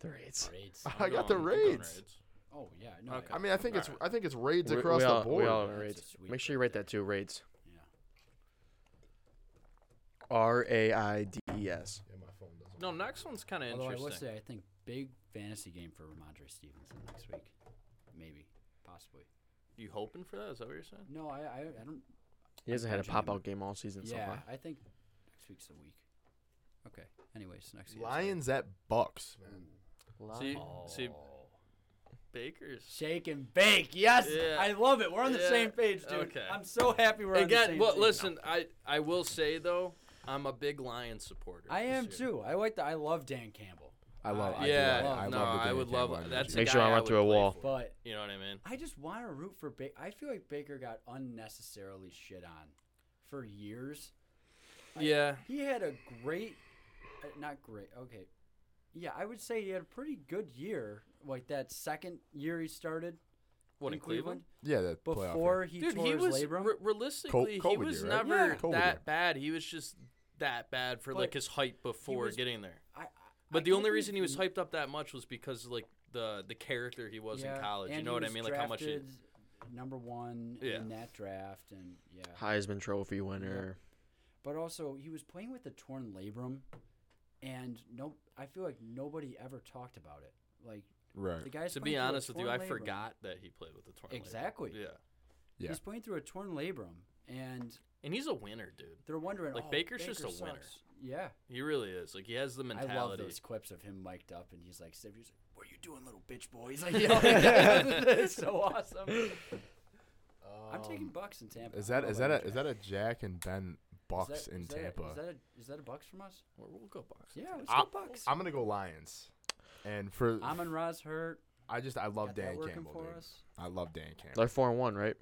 The Raids. Raids. I got the I'm going Raids. Oh yeah, no. Okay. I mean, I think it's I think it's Raids We- across we all, the board. We all That's a Raids. sweet Make sure you right write that too. Raids. yeah. R A I D E S. Yeah, my phone doesn't. No, next one's kind of Although I will interesting. say, I think big fantasy game for Ramondre Stevenson next week, maybe, possibly. you hoping for that? Is that what you're saying? No, I, I, I don't. He hasn't had a Benjamin. pop out game all season so Yeah, far. I think next week's the week. Okay. Anyways, next year. Lions at Bucks, man. See, see, Baker's. Oh. Shake and bake. Yes, Yeah. I love it. We're on the Yeah, same page, dude. okay. I'm so happy we're on the Again, same well, page. listen, I I will say though, I'm a big Lions supporter. I this am year. too. I like the. I love Dan Campbell, I love. I do yeah, love- I no, love the I Dan would Campbell love energy. that's. a Make sure I guy went would through a play wall. for. but You know what I mean? I just want to root for Baker. I feel like Baker got unnecessarily shit on for years. Yeah, He had a great, uh, not great. Okay, yeah, I would say he had a pretty good year. Like that second year he started what in Cleveland? yeah, that playoff before year. he Dude, tore he his was labrum. re- realistically he COVID was year, right? never Yeah. COVID that year. bad. He was just that bad for like But his hype before was- getting there. I, I- I But the can't only reason he believe was hyped up that much was because like the the character he was Yeah, in college. You and know he what I was mean? Like how much. He, drafted number one Yeah. in that draft, and yeah. Heisman Trophy winner. But also, he was playing with the torn labrum, and no, I feel like nobody ever talked about it. Like Right. the guys. to playing be through a honest with you, torn I labrum. forgot that he played with the torn. label. Exactly. Yeah, Yeah. He's playing through a torn labrum, and and he's a winner, dude. they're wondering. Like, oh, Baker's just Baker a winner. sucks. Yeah, He really is. Like he has the mentality. I love those clips of him mic'd up, and he's like, "He's like, what are you doing, little bitch boy?" He's like, yelling at him. "It's so awesome." Um, I'm taking Bucks in Tampa. Is I that don't is know that about a you guys. is that a Jack and Ben Bucks Is that- in is that a- Tampa? Is that a, is that a Bucks from us? We'll we'll go box. Yeah, let's I- go Bucks. I'm gonna go Lions, and for Amon Ra's hurt. I just I love Got that Dan working Campbell, for dude. us. I love Dan Campbell. They're four and one, right?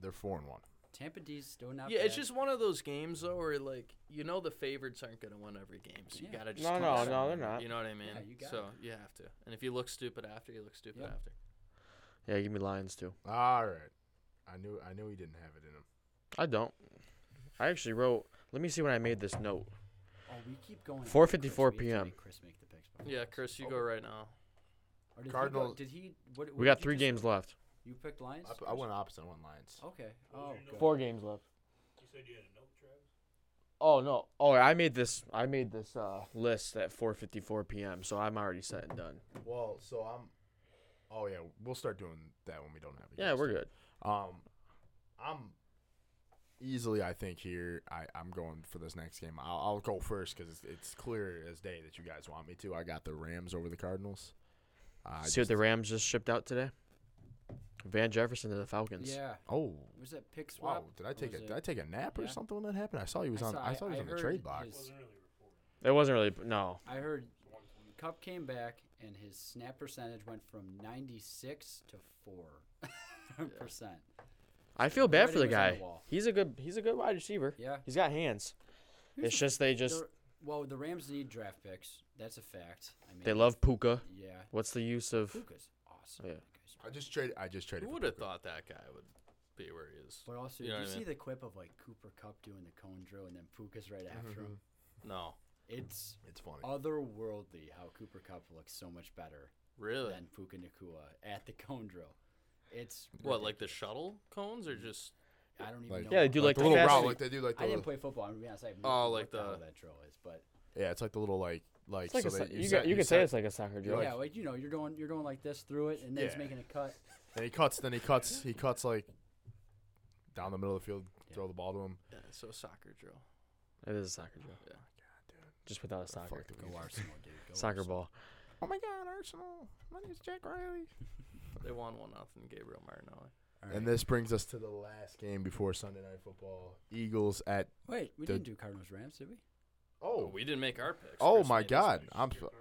They're four and one. Tampa D's still not. Yeah, it's bad. just one of those games though, where like you know the favorites aren't gonna win every game, so you Yeah. gotta just No, come no, out. no, they're not. You know what I mean? Yeah, you got so you have to, and if you look stupid after, you look stupid Yep. after. Yeah, give me Lions too. All right, I knew I knew he didn't have it in him. I don't. I actually wrote. Let me see when I made this note. Oh, we keep going. 4:54 Chris, we need to p.m.. make Chris make the picks. by the way. Yeah, Chris, you go right now. Or did he go- Cardinals- did he? What, what We got did you three just- games left. You picked Lions. I, p- I Chris? went opposite. I went Lions. Okay. Oh, you good. know? Four games left. You said you had a note, Travis. Oh no! Oh, I made this. I made this uh, list at 4:54 p.m. So I'm already set and done. Well, so I'm. Oh yeah, we'll start doing that when we don't have. a Yeah, guest. we're good. Um, I'm easily. I think here I I'm going for this next game. I'll, I'll go first because it's, it's clear as day that you guys want me to. I got the Rams over the Cardinals. I see what just- the Rams just shipped out today? Van Jefferson to the Falcons. Yeah. Oh Was that pick swap? Wow, did I or take a was did it- I take a nap or yeah. something when that happened? I saw he was I on. saw- I saw he I- was I on the heard trade block. his- Wasn't really reported. It wasn't really. No. I heard Cup came back and his snap percentage went from 96 to 4 percent. I feel bad for the Writing was on guy. wall. He's a good he's a good wide receiver. Yeah. He's got hands. It's just they just The- well, the Rams need draft picks. That's a fact. I mean, they love Puka. Yeah. What's the use of Puka's awesome. Yeah. That guy's- I just traded. I just traded. Who for would have Cooper. thought that guy would be where he is? But also, You know do you what I see mean? the clip of like Cooper Cup doing the cone drill and then Puka's right Mm-hmm. after him? No, It's It's funny. Oh, otherworldly how Cooper Cup looks so much better really. than Puka Nakua at the cone drill. It's What like the ridiculous. shuttle cones or just? I don't even Like- know. Yeah, they how- do like the the little fast route, food- like they do, like the I didn't little- play football. I'm gonna be honest. I have no Oh, clue like what the, hell the- that drill is, but yeah, it's like the little like like. It's like so a, that so- you, set- got, you can say set- it's like a soccer drill. yeah, like you know, you're going, you're going like this through it, and then it's Yeah. making a cut. Then he cuts. Then he cuts. He cuts like down the middle of the field. Yeah. Throw the ball to him. Yeah, so soccer drill. It is a soccer drill. Yeah. Just without a soccer. Fuck the Go Arsenal, dude. Go Soccer Arsenal. ball. Oh my God, Arsenal. My name's Jack Riley. They won one nothing. Gabriel Martinelli. All And right. this brings us to the last game before Sunday Night Football. Eagles at Wait, we the- didn't do Cardinals Rams, did we? Oh, oh we didn't make our picks. oh Chris my made his God. picks. I'm so-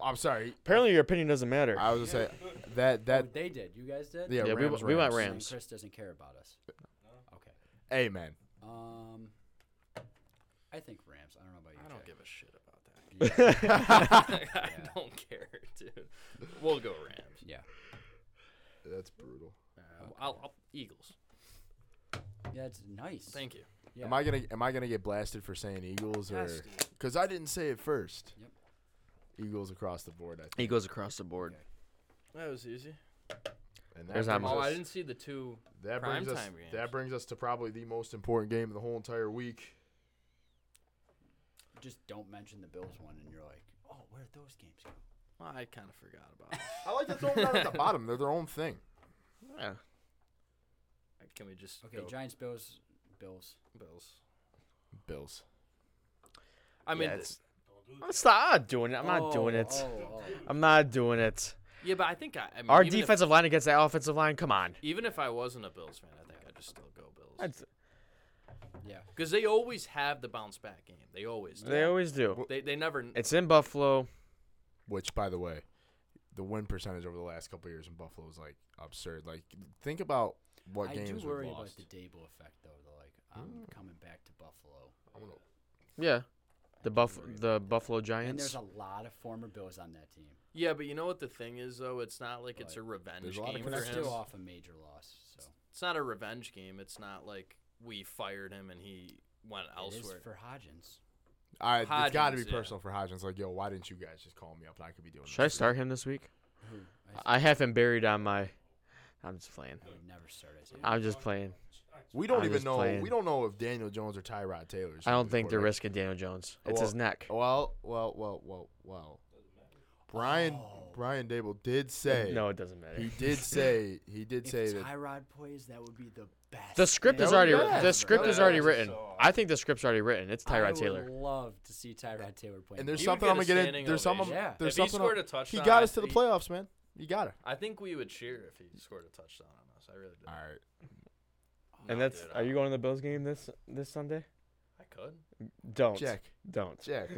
I'm sorry. Apparently your opinion doesn't matter. I was gonna say that that oh, they did. You guys did. yeah, Yeah, we Rams, w- we went Rams. And Rams. Chris doesn't care about us. Okay. Hey man, Um, I think Rams. I don't know about you. I don't Jack. give a shit about that. Yeah. I don't care, dude. We'll go Rams. yeah. that's brutal. I'll, I'll Eagles. Yeah, it's nice. Thank you. yeah. Am I gonna am I gonna get blasted for saying Eagles or Yes, because I didn't say it first? Yep. Eagles across the board. I think. He goes across the board. Okay. That was easy. And There's not brings much. Oh, us- I didn't see the two. That Prime brings us. time games. That brings us to probably the most important game of the whole entire week. Just don't mention the Bills one, and you're like, oh, where did those games go? Well, I kind of forgot about. it. I like to throw them out at the bottom. They're their own thing. Yeah. Like, Can we just Okay, go Giants, Bills, Bills. Bills? Bills. I mean, Yeah, th- it's- Don't do I'm not doing it. I'm not doing Oh, it. oh, oh. I'm not doing it. yeah, but I think I. I mean, Our even if- defensive line against that offensive line. Come on. even if I wasn't a Bills fan, I think I'd just still go Bills That's- Yeah. because they always have the bounce back game. They always. Do. They always do. They they never. It's in Buffalo. Which, by the way, the win percentage over the last couple of years in Buffalo is like absurd. Like, think about what I games do we worry lost. about the Dable effect, though. The like, I'm coming back to Buffalo, I'm gonna- Yeah. The buff the Buffalo and there's Giants. a lot of former Bills on that team. yeah, but you know what the thing is though? It's not like it's But a revenge a lot of game But for they're Perhaps. him. still off a major loss, so It's not a revenge game. It's not like we fired him and he went it is elsewhere. for Hodgins. I, it's got to be Hodgins, yeah. personal for Hodgins. Like, yo, why didn't you guys just call me up and I could be doing Should I this? start him this week? Who I, I have him buried on my. I'm just playing. I would never start as I'm just playing. We don't I'm even just know. playing. We don't know if Daniel Jones or Tyrod Taylor. is I don't the think they're quarterback. risking Daniel Jones. It's his Well, neck. Well, well, well, well, well. Brian Oh. Brian Dable did say No, it doesn't matter. He did say he did If say that Tyrod plays, that would be the best. The script That is was already bad. the script That is already was written. so- I think the script's already written. It's I Tyrod would Taylor. love to see Tyrod Taylor play. and there's He would something get I'm a gonna get in. standing There's something. ovation. Yeah. There's If he something scored I'm- a touchdown, He got I us to the think- playoffs, man. You got it. I think we would cheer if he scored a touchdown on us. I really do. All right. And No, that's dude, are you going to the Bills game this this Sunday? I could. Don't. Jack, Don't. Jack.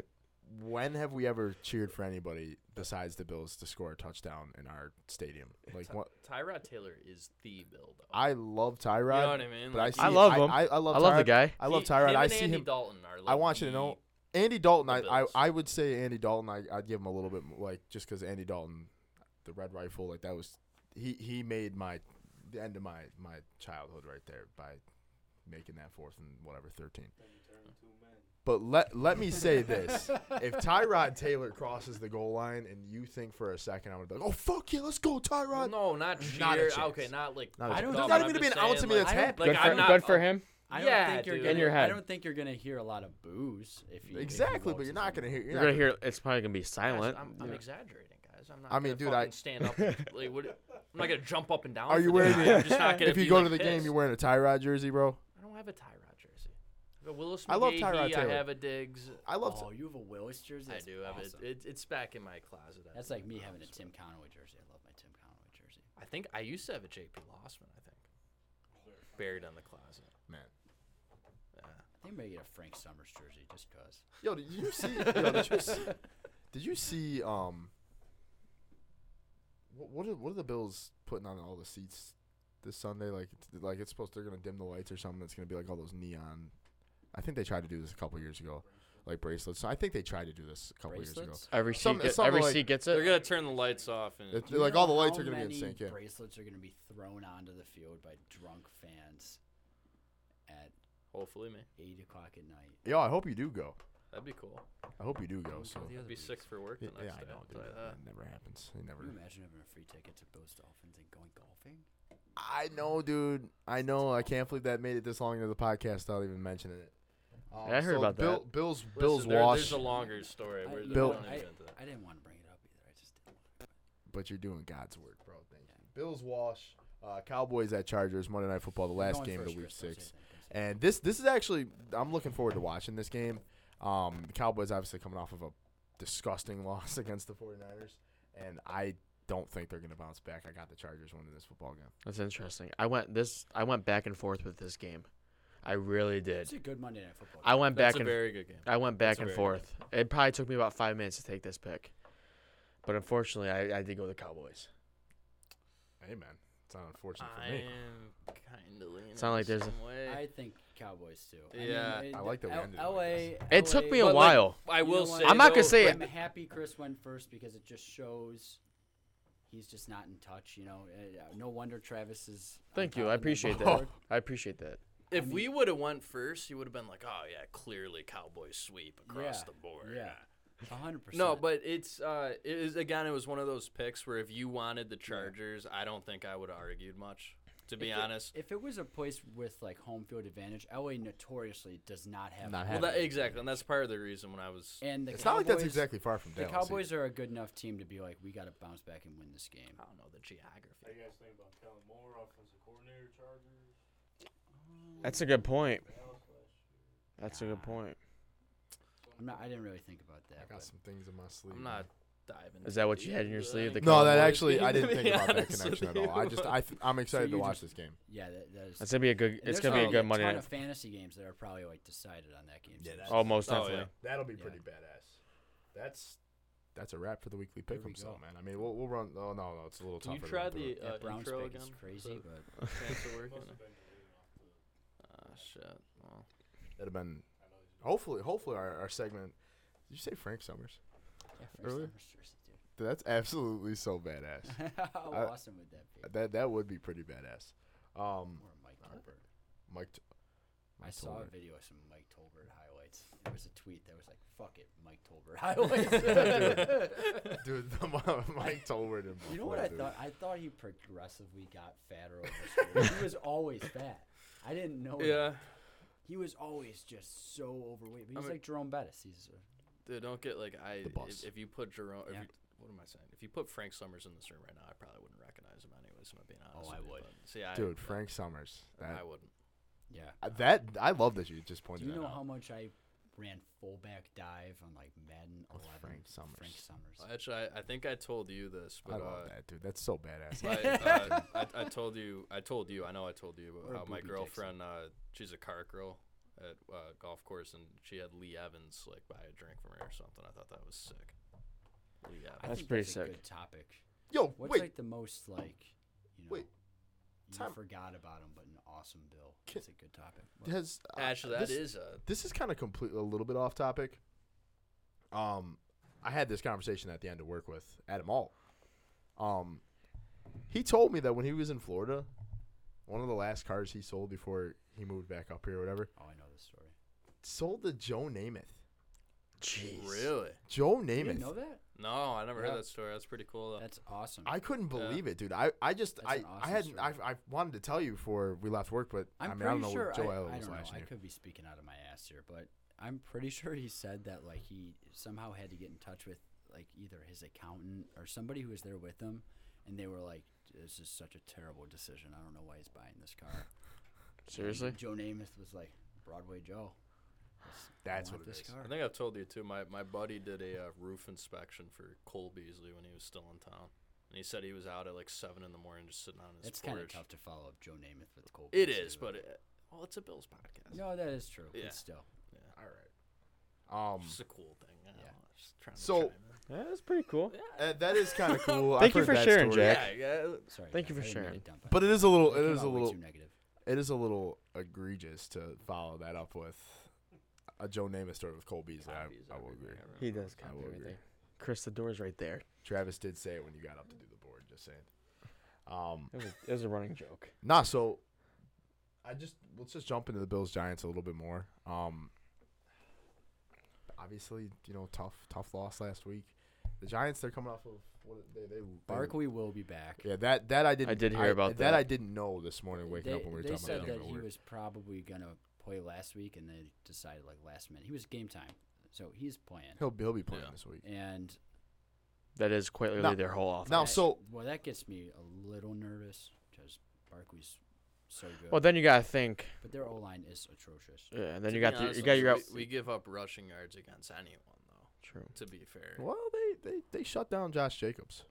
When have we ever cheered for anybody besides the Bills to score a touchdown in our stadium? Like what? Tyrod Taylor is the Bill. Though. I love Tyrod. You know what I mean? But I, Like, see, I love him. I, I love. I love the Tyrod. guy. I love He- Tyrod. him I and see Andy him. Dalton are. Like I want you to the- know, Andy Dalton. the I, I Bills. I would say Andy Dalton. I I'd give him a little bit more, like just because Andy Dalton, the Red Rifle, like that was he he made my the end of my my childhood right there by making that fourth and whatever thirteen. But let let me say this: if Tyrod Taylor crosses the goal line and you think for a second, I would be like, "Oh fuck yeah, let's go, Well, Tyrod!" no, not cheer. Not a chance. okay, not like. Not a chance. There's pumped up, but not I'm even gonna be just an ounce of saying, me that's like- happy. Like, good, I'm for, not, good for him. I don't Yeah, think you're dude. gonna, In your head. I don't think you're gonna hear a lot of boos if you if he Exactly, blows but you're his not knee. gonna hear. You're gonna hear. It's probably gonna be Gosh, silent. I'm, I'm exaggerating, guys. I'm not. I gonna mean, dude, fucking I- stand up. and, like, what, I'm not gonna jump up and down. Are for you the wearing guy. the- I'm just not gonna If you be, go like, to the game, pissed. you're wearing a Tyrod jersey, bro. I don't have a Tyrod jersey. I have a Willis I love McGahee, Tyrod Taylor. I have a Diggs. I love. Oh, you have a Willis jersey. I That's do have awesome. it. it. It's back in my closet. I That's think. like me having a Tim Conway jersey. I love my Tim Conway jersey. I think I used to have a JP Lossman. I think buried in the closet. man. I think I'm gonna get a Frank Summers jersey just cause. Yo, did you see? yo, did you see? Did you see? Um, what what are, what are the Bills putting on all the seats this Sunday. Like it's, like it's supposed they're gonna dim the lights or something. It's gonna be like all those neon. I think they tried to do this a couple years ago, like bracelets. So I think they tried to do this a couple years ago. Bracelets? Every Some- seat, get, some, every like- seat gets it. They're gonna turn the lights off and It- Do you like know all the lights how are gonna be in many sync. Yeah. Bracelets are going to be thrown onto the field by drunk fans at hopefully, man, eight o'clock at night. Yo, I hope you do go. that'd be cool. I hope you do go. Don't So go the I'd other be weeks. sick for work the yeah, next I day. know. I'll dude, tell you that that. never happens. It never. Can you imagine having a free ticket to Bills Dolphins and going golfing? I know, dude. I know. I can't believe that made it this long into the podcast without even mentioning it. Um, Yeah, I heard about Bill, that. Bill's Listen, Bill's there- wash, There's a longer story. I- We're, you Bill- we know, don't I, even get into that. I didn't want to bring it up either. I just didn't. but you're doing God's work, bro. Thank you. Bill's wash, uh, Cowboys at Chargers, Monday Night Football, the last Going game of the first, week Chris, don't say six. anything, don't say anything. And this this is actually I'm looking forward to watching this game. Um, the Cowboys obviously coming off of a disgusting loss against the 49ers, and I don't think they're gonna bounce back. I got the Chargers winning this football game. That's interesting. I went this. I went back and forth with this game. I really did. It's a good Monday Night Football. I went That's a back and very good game. I went that's back a and very good forth. It probably took me about five minutes to take this pick, but unfortunately, I, I did go with the Cowboys. Hey man, it's not unfortunate I for me. am kind of leaning. It's not like there's a- some way. I think Cowboys too. Yeah. I, mean, I like that we L- ended it LA, like this. It took LA me a But, like, while. I You know will what? say I'm not gonna though, say but it. I'm happy Chris went first because it just shows he's just not in touch. You know, Uh, no wonder Travis is. on Thank you. top I of the appreciate that. board. I appreciate that. If we would have went first, you would have been like, "Oh yeah, clearly Cowboys sweep across Yeah, the board." Yeah, a hundred percent. No, but it's uh, it is again. It was one of those picks where if you wanted the Chargers, I don't think I would have argued much. To be If it- honest, if it was a place with like home field advantage, LA notoriously does not have. Not home well, have field that happened. exactly, and that's part of the reason when I was. advantage. And the It's Cowboys, not like that's exactly far from The Dallas. either. Cowboys are a good enough team to be like, we got to bounce back and win this game. I don't know the How geography. you guys think about Kellen Moore, offensive coordinator, Chargers? That's a good point. Dallas last year? That's a good point. I'm not. I didn't really think about that. I got but some things in my sleeve. I'm not diving. Is that what you had in your sleeve, the No, that Cowboys actually, game, I to didn't be think about that honest with connection at all. I you. just, I, th- I'm excited you to just- watch this game. yeah, that, that is. That's gonna be a good. and It's there's gonna be a probably good Monday ton night. of fantasy games that are probably like decided on that game. Yeah, too. that's- Oh, most Oh, yeah. definitely. That'll be Yeah. pretty badass. That's, that's a wrap for the weekly There we pick'em, so go. man. I mean, we'll, we'll run. Oh no, no, it's a little Can you tougher. to try run through the it. yeah, uh, Browns intro pick again? is So- crazy, but Chance of working. Must have been deleted off the. Ah, shit. Well, That'd have been I know he's hopefully, hopefully our, our segment. Did you say Frank Summers? yeah, first Earlier? Summers jersey, dude. Dude, that's absolutely so badass. How I- awesome would that be? that that would be pretty badass. Um, Or Mike Tolbert. Mike. T- I Mike saw a Tolbert. video of some Mike Tolbert highlights. There was a tweet that was like, "Fuck it, Mike Tolbert highlights." dude. The, Mike Tolbert. in You know Buffalo, what I dude. thought? I thought he progressively got fatter over school. he was always fat. I didn't know. that. yeah, He was always just so overweight. But he's mean- like Jerome Bettis. He's a, dude, don't get like I. The if- boss. If, you put Jerome, if Yeah. you, what am I saying? If you put Frank Summers in this room right now, I probably wouldn't recognize him anyways. I'm being honest. I with you, would. but- See, I Oh, Dude, but Frank Summers. I That wouldn't. yeah. I, that I love that you just Do pointed you know that out. how much I ran fullback dive on like Madden 11? Frank Summers. Frank Summers. Actually, I, I think I told you this, but I uh, love that, dude. That's so badass. I, uh, I, I told you, I told you, I know I told you Or a about how my booby Dixon. girlfriend, uh, she's a cart girl at uh, golf course, and she had Lee Evans like buy a drink from her or something. I thought that was sick. Lee I Evans. That's think pretty that's sick. A good topic. Yo, What's wait. like the most like, you know, Wait. you Time- forgot about him, but an awesome bill. Ki- That's a good topic. What- has uh, Actually, that this, is this is kind of complete a little bit off topic. Um, I had this conversation at the end of work with Adam Alt. Um, he told me that when he was in Florida, one of the last cars he sold before he moved back up here, or whatever, Oh, I know this story. sold to Joe Namath. a Jeez. really Joe You didn't know Namath. that? no. I never Yeah. heard that story. That's pretty cool. Though. That's awesome. I couldn't believe it, dude. I, I just That's I, an I awesome hadn't I, story. I wanted to tell you before we left work, but I'm I mean pretty I don't know sure what Joe I, Elliott I was don't know. last I year. could be speaking out of my ass here, but I'm pretty sure he said that like he somehow had to get in touch with like either his accountant or somebody who was there with him, and they were like, "This is such a terrible decision. I don't know why he's buying this car." Seriously? And Joe Namath was like, "Broadway Joe." That's, That's what it it is. is. I think I've told you too. My my buddy did a uh, roof inspection for Cole Beasley when he was still in town, and he said he was out at like seven in the morning, just sitting on his That's porch. kind of tough to follow up Joe Namath with Cole. It Beasley, is, but it, well, it's a Bills podcast. no, that is true. Yeah. But still, All right. Um It's a cool thing. I don't Yeah. know, just trying to So- chime in. Yeah, that's pretty cool. Uh, that is kind of cool. I've Thank you heard for that sharing, story. Jack. Yeah, yeah. Sorry. Thank you guys, for I didn't mean sharing. to dump But on it you. is a little. It came is out a way little. too negative. It is a little egregious to follow that up with a Joe Namath story with Cole Beasley. I, I will agree. He does I kind will of right agree. there. Chris, the door's right there. Travis did say it when you got up to do the board. Just saying. Um, It was, it was a running joke. Nah, so I just let's just jump into the Bills Giants a little bit more. Um obviously, you know, tough tough loss last week. The Giants they're coming off of what they they, they Barkley will be back. Yeah, that that I didn't I did hear about that that. I didn't know this morning waking they, up when we were they talking said about that it. he was probably gonna play last week, and they decided like last minute he was game time, so he's playing. He'll, he'll be playing Yeah. this week. And That is quite literally Now- their whole offense. Now, that- so well, that gets me a little nervous because Barkley's so good, Well, then you gotta think. but their O line is atrocious. Yeah, and then To be you got the, honest you with got your we, we give up rushing yards against anyone though. True. To be fair, well, they, they they shut down Josh Jacobs.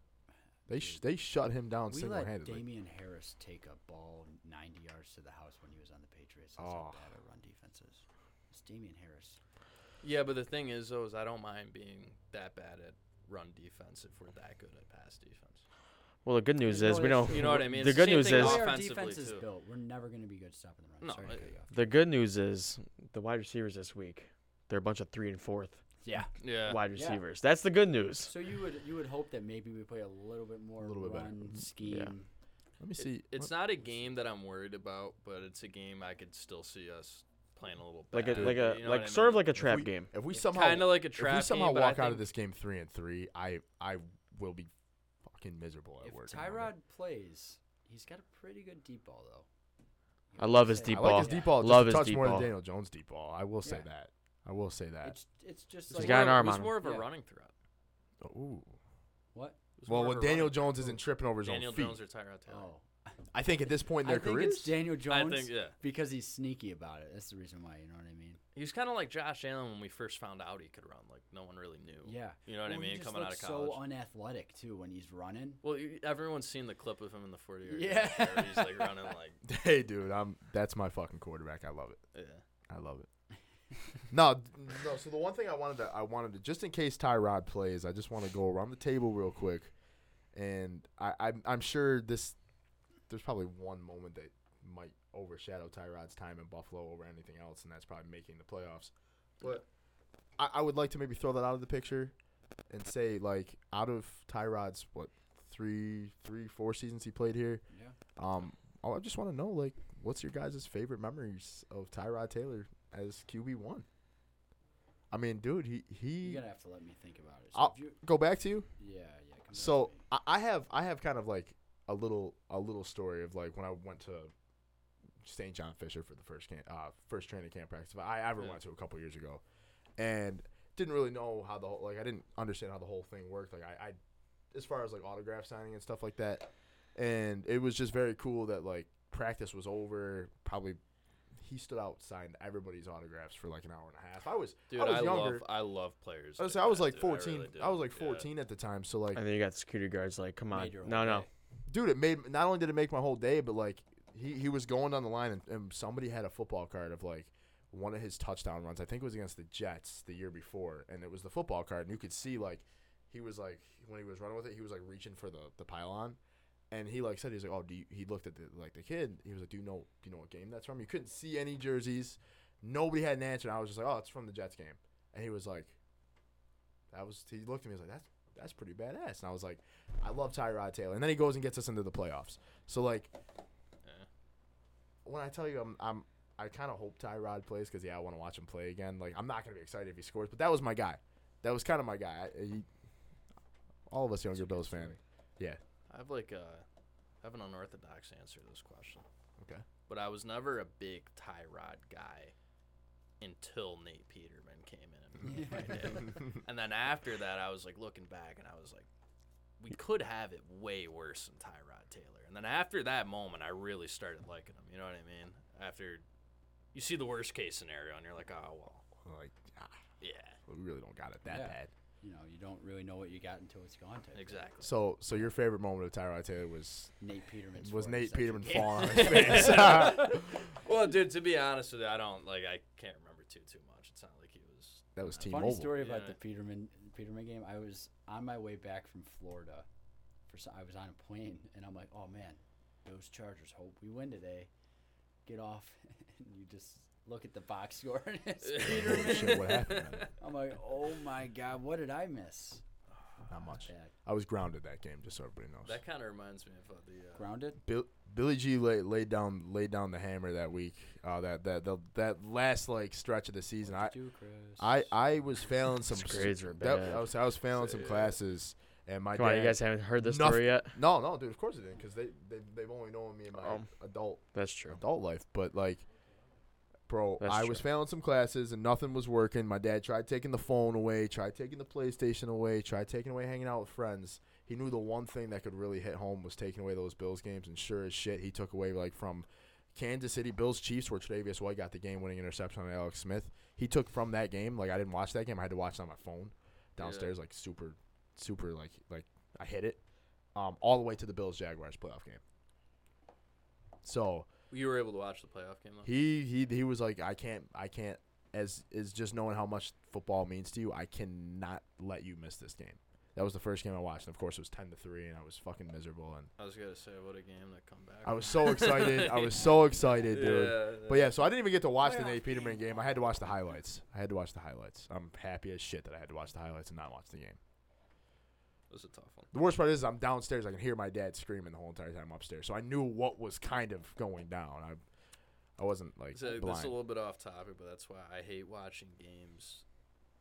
They sh- they shut him down We let single-handedly. Damian Harris take a ball 90 yards to the house when he was on the Patriots. That's how Oh. bad our run defense is. It's Damian Harris. yeah, but the thing is though, is I don't mind being that bad at run defense if we're that good at pass defense. Well, the good news No, is we that's don't. true. You know what I mean? The It's the good same news thing The is all way our offensively, defense is too. built, we're never going to be good stopping the run. No, Sorry to I- cut you off. the good news is the wide receivers this week. They're a bunch of three and fourth Yeah. Yeah. wide Yeah. receivers. That's the good news. So you would you would hope that maybe we play a little bit more little bit better. Mm-hmm. run scheme. Let me It- see. it's not a game that I'm worried about, but it's a game I could still see us playing a little Like a bad, like a you know like what I sort of mean? like a If trap we- game. If we somehow kind of like a trap. if we somehow game, but I walk out think of this game three and three, I I will be fucking miserable at If work. in the Tyrod morning. plays, he's got a pretty good deep ball though. I love his deep I ball. like his deep ball. just Love his a touch deep more ball. than Daniel Jones' deep ball. I will say Yeah. that. I will say that. It's it's just He's like got more an of- arm he's on him. more of a Yeah. running threat. Ooh. what? He's Well, more when of a Daniel running Jones isn't tripping over his threat. Daniel own feet, Jones or Tyrod Taylor. Oh, I think at this point in I their think careers, it's Daniel Jones I think yeah. because he's sneaky about it. That's the reason why. You know what I mean? He was kind of like Josh Allen when we first found out he could run. Like no one really knew. Yeah. You know what Well, I he mean? just Coming out of looks college. so unathletic too when he's running. well, you- everyone's seen the clip of him in the 40 yard Yeah. dash where He's like running like hey dude, I'm that's my fucking quarterback. I love it. yeah. I love it. no, d- no. So the one thing I wanted to, I wanted to, just in case Tyrod plays, I just want to go around the table real quick, and I, I'm, I'm sure this, there's probably one moment that might overshadow Tyrod's time in Buffalo over anything else, and that's probably making the playoffs. But I, I would like to maybe throw that out of the picture, and say like out of Tyrod's what three, three, four seasons he played here, Yeah. um, oh, I just want to know, like, what's your guys' favorite memories of Tyrod Taylor as QB one? I mean, dude, he You're he. gonna have to let me think about it. So Mm. I'll if you- go back to you. yeah, yeah. come back So to me. I, I have I have kind of like a little a little story of like when I went to St. John Fisher for the first camp, uh, first training camp practice. I ever Yeah. went to a couple years ago, and didn't really know how the whole, like I didn't understand how the whole thing worked. Like I, I, as far as like autograph signing and stuff like that, and it was just very cool that like practice was over. Probably he stood out signed everybody's autographs for like an hour and a half. I was Dude, I I, was younger. love I love players. I was, like I was that, like dude. I really fourteen. I, do. was like Yeah. fourteen at the time. So like And then you got security guards like, come on, Made your whole no, no, day. dude, it made not only did it make my whole day, but like he, he was going down the line and, and somebody had a football card of like one of his touchdown runs. I think it was against the Jets the year before, and it was the football card, and you could see like he was like when he was running with it, he was like reaching for the the pylon. And he like said he was like oh do you, he looked at the like the kid he was like do you know do you know what game that's from you couldn't see any jerseys nobody had an answer and I was just like oh it's from the Jets game and he was like that was he looked at me he was like that's that's pretty badass and I was like I love Tyrod Taylor. And then he goes and gets us into the playoffs. So like, when I tell you, I'm, I'm I kind of hope Tyrod plays because yeah, I want to watch him play again. Like I'm not gonna be excited if he scores, but that was my guy. That was kind of my guy. I, he, all of us younger Bills fan. Yeah. I have like a I have an unorthodox answer to this question. Okay. But I was never a big Tyrod guy until Nate Peterman came in and made my day. And then after that I was like looking back and I was like we could have it way worse than Tyrod Taylor. And then after that moment I really started liking him, you know what I mean? After you see the worst case scenario and you're like, "Oh, well, Like ah, yeah." we really don't got it that Yeah. bad. you know, you don't really know what you got until it's gone. Type thing. Exactly. So so your favorite moment of Tyrod Taylor was Nate Peterman was Nate Peterman Yeah. falling on his face. that Well, dude, to be honest with you, I don't like I can't remember too too much. It's not like he was was Team Funny Mobile. story about Yeah. the Peterman Peterman game, I was on my way back from Florida. For some, I was on a plane, and I'm like, oh man, those Chargers. Hope we win today. Get off, and you just look at the box score, and it's Peterman. Shit, what happened? man? I'm like, oh my god, what did I miss? Not much. That I was grounded that game, just so everybody knows. That kind of reminds me of uh, the. Uh, grounded. Bill, Billy G laid, laid down laid down the hammer that week. Uh, that that the, that last like stretch of the season, I Do, Chris. I, I was failing some His grades were that- bad. I was I was failing some uh, Yeah. classes, and my Come on, dad. you guys haven't heard this Nothing. story yet. no, no, dude. Of course it didn't, because they they they've only known me in my Um, adult That's true. adult life. But like, bro, That's I was true. failing some classes and nothing was working. My dad tried taking the phone away, tried taking the PlayStation away, tried taking away hanging out with friends. He knew the one thing that could really hit home was taking away those Bills games, and sure as shit, he took away like from Kansas City Bills Chiefs, where Tre'Davious White got the game-winning interception on Alex Smith. He took from that game. Like I didn't watch that game; I had to watch it on my phone downstairs. Like super, super like like I hit it um, all the way to the Bills Jaguars playoff game. So you were able to watch the playoff game. Though. he he he was like, I can't, I can't. As is just knowing how much football means to you, I cannot let you miss this game. That was the first game I watched, and of course it was ten to three, and I was fucking miserable, and I was gonna say, what a game that come back. I was so excited. I was so excited, dude. Yeah, But yeah, so I didn't even get to watch the Playoff Nate Peterman game. I had to watch the highlights. I had to watch the highlights. I'm happy as shit that I had to watch the highlights and not watch the game. it was a tough one. The worst part is I'm downstairs. I can hear my dad screaming the whole entire time I'm upstairs. So I knew what was kind of going down. I, I wasn't like So blind. that's a little bit off topic, but that's why I hate watching games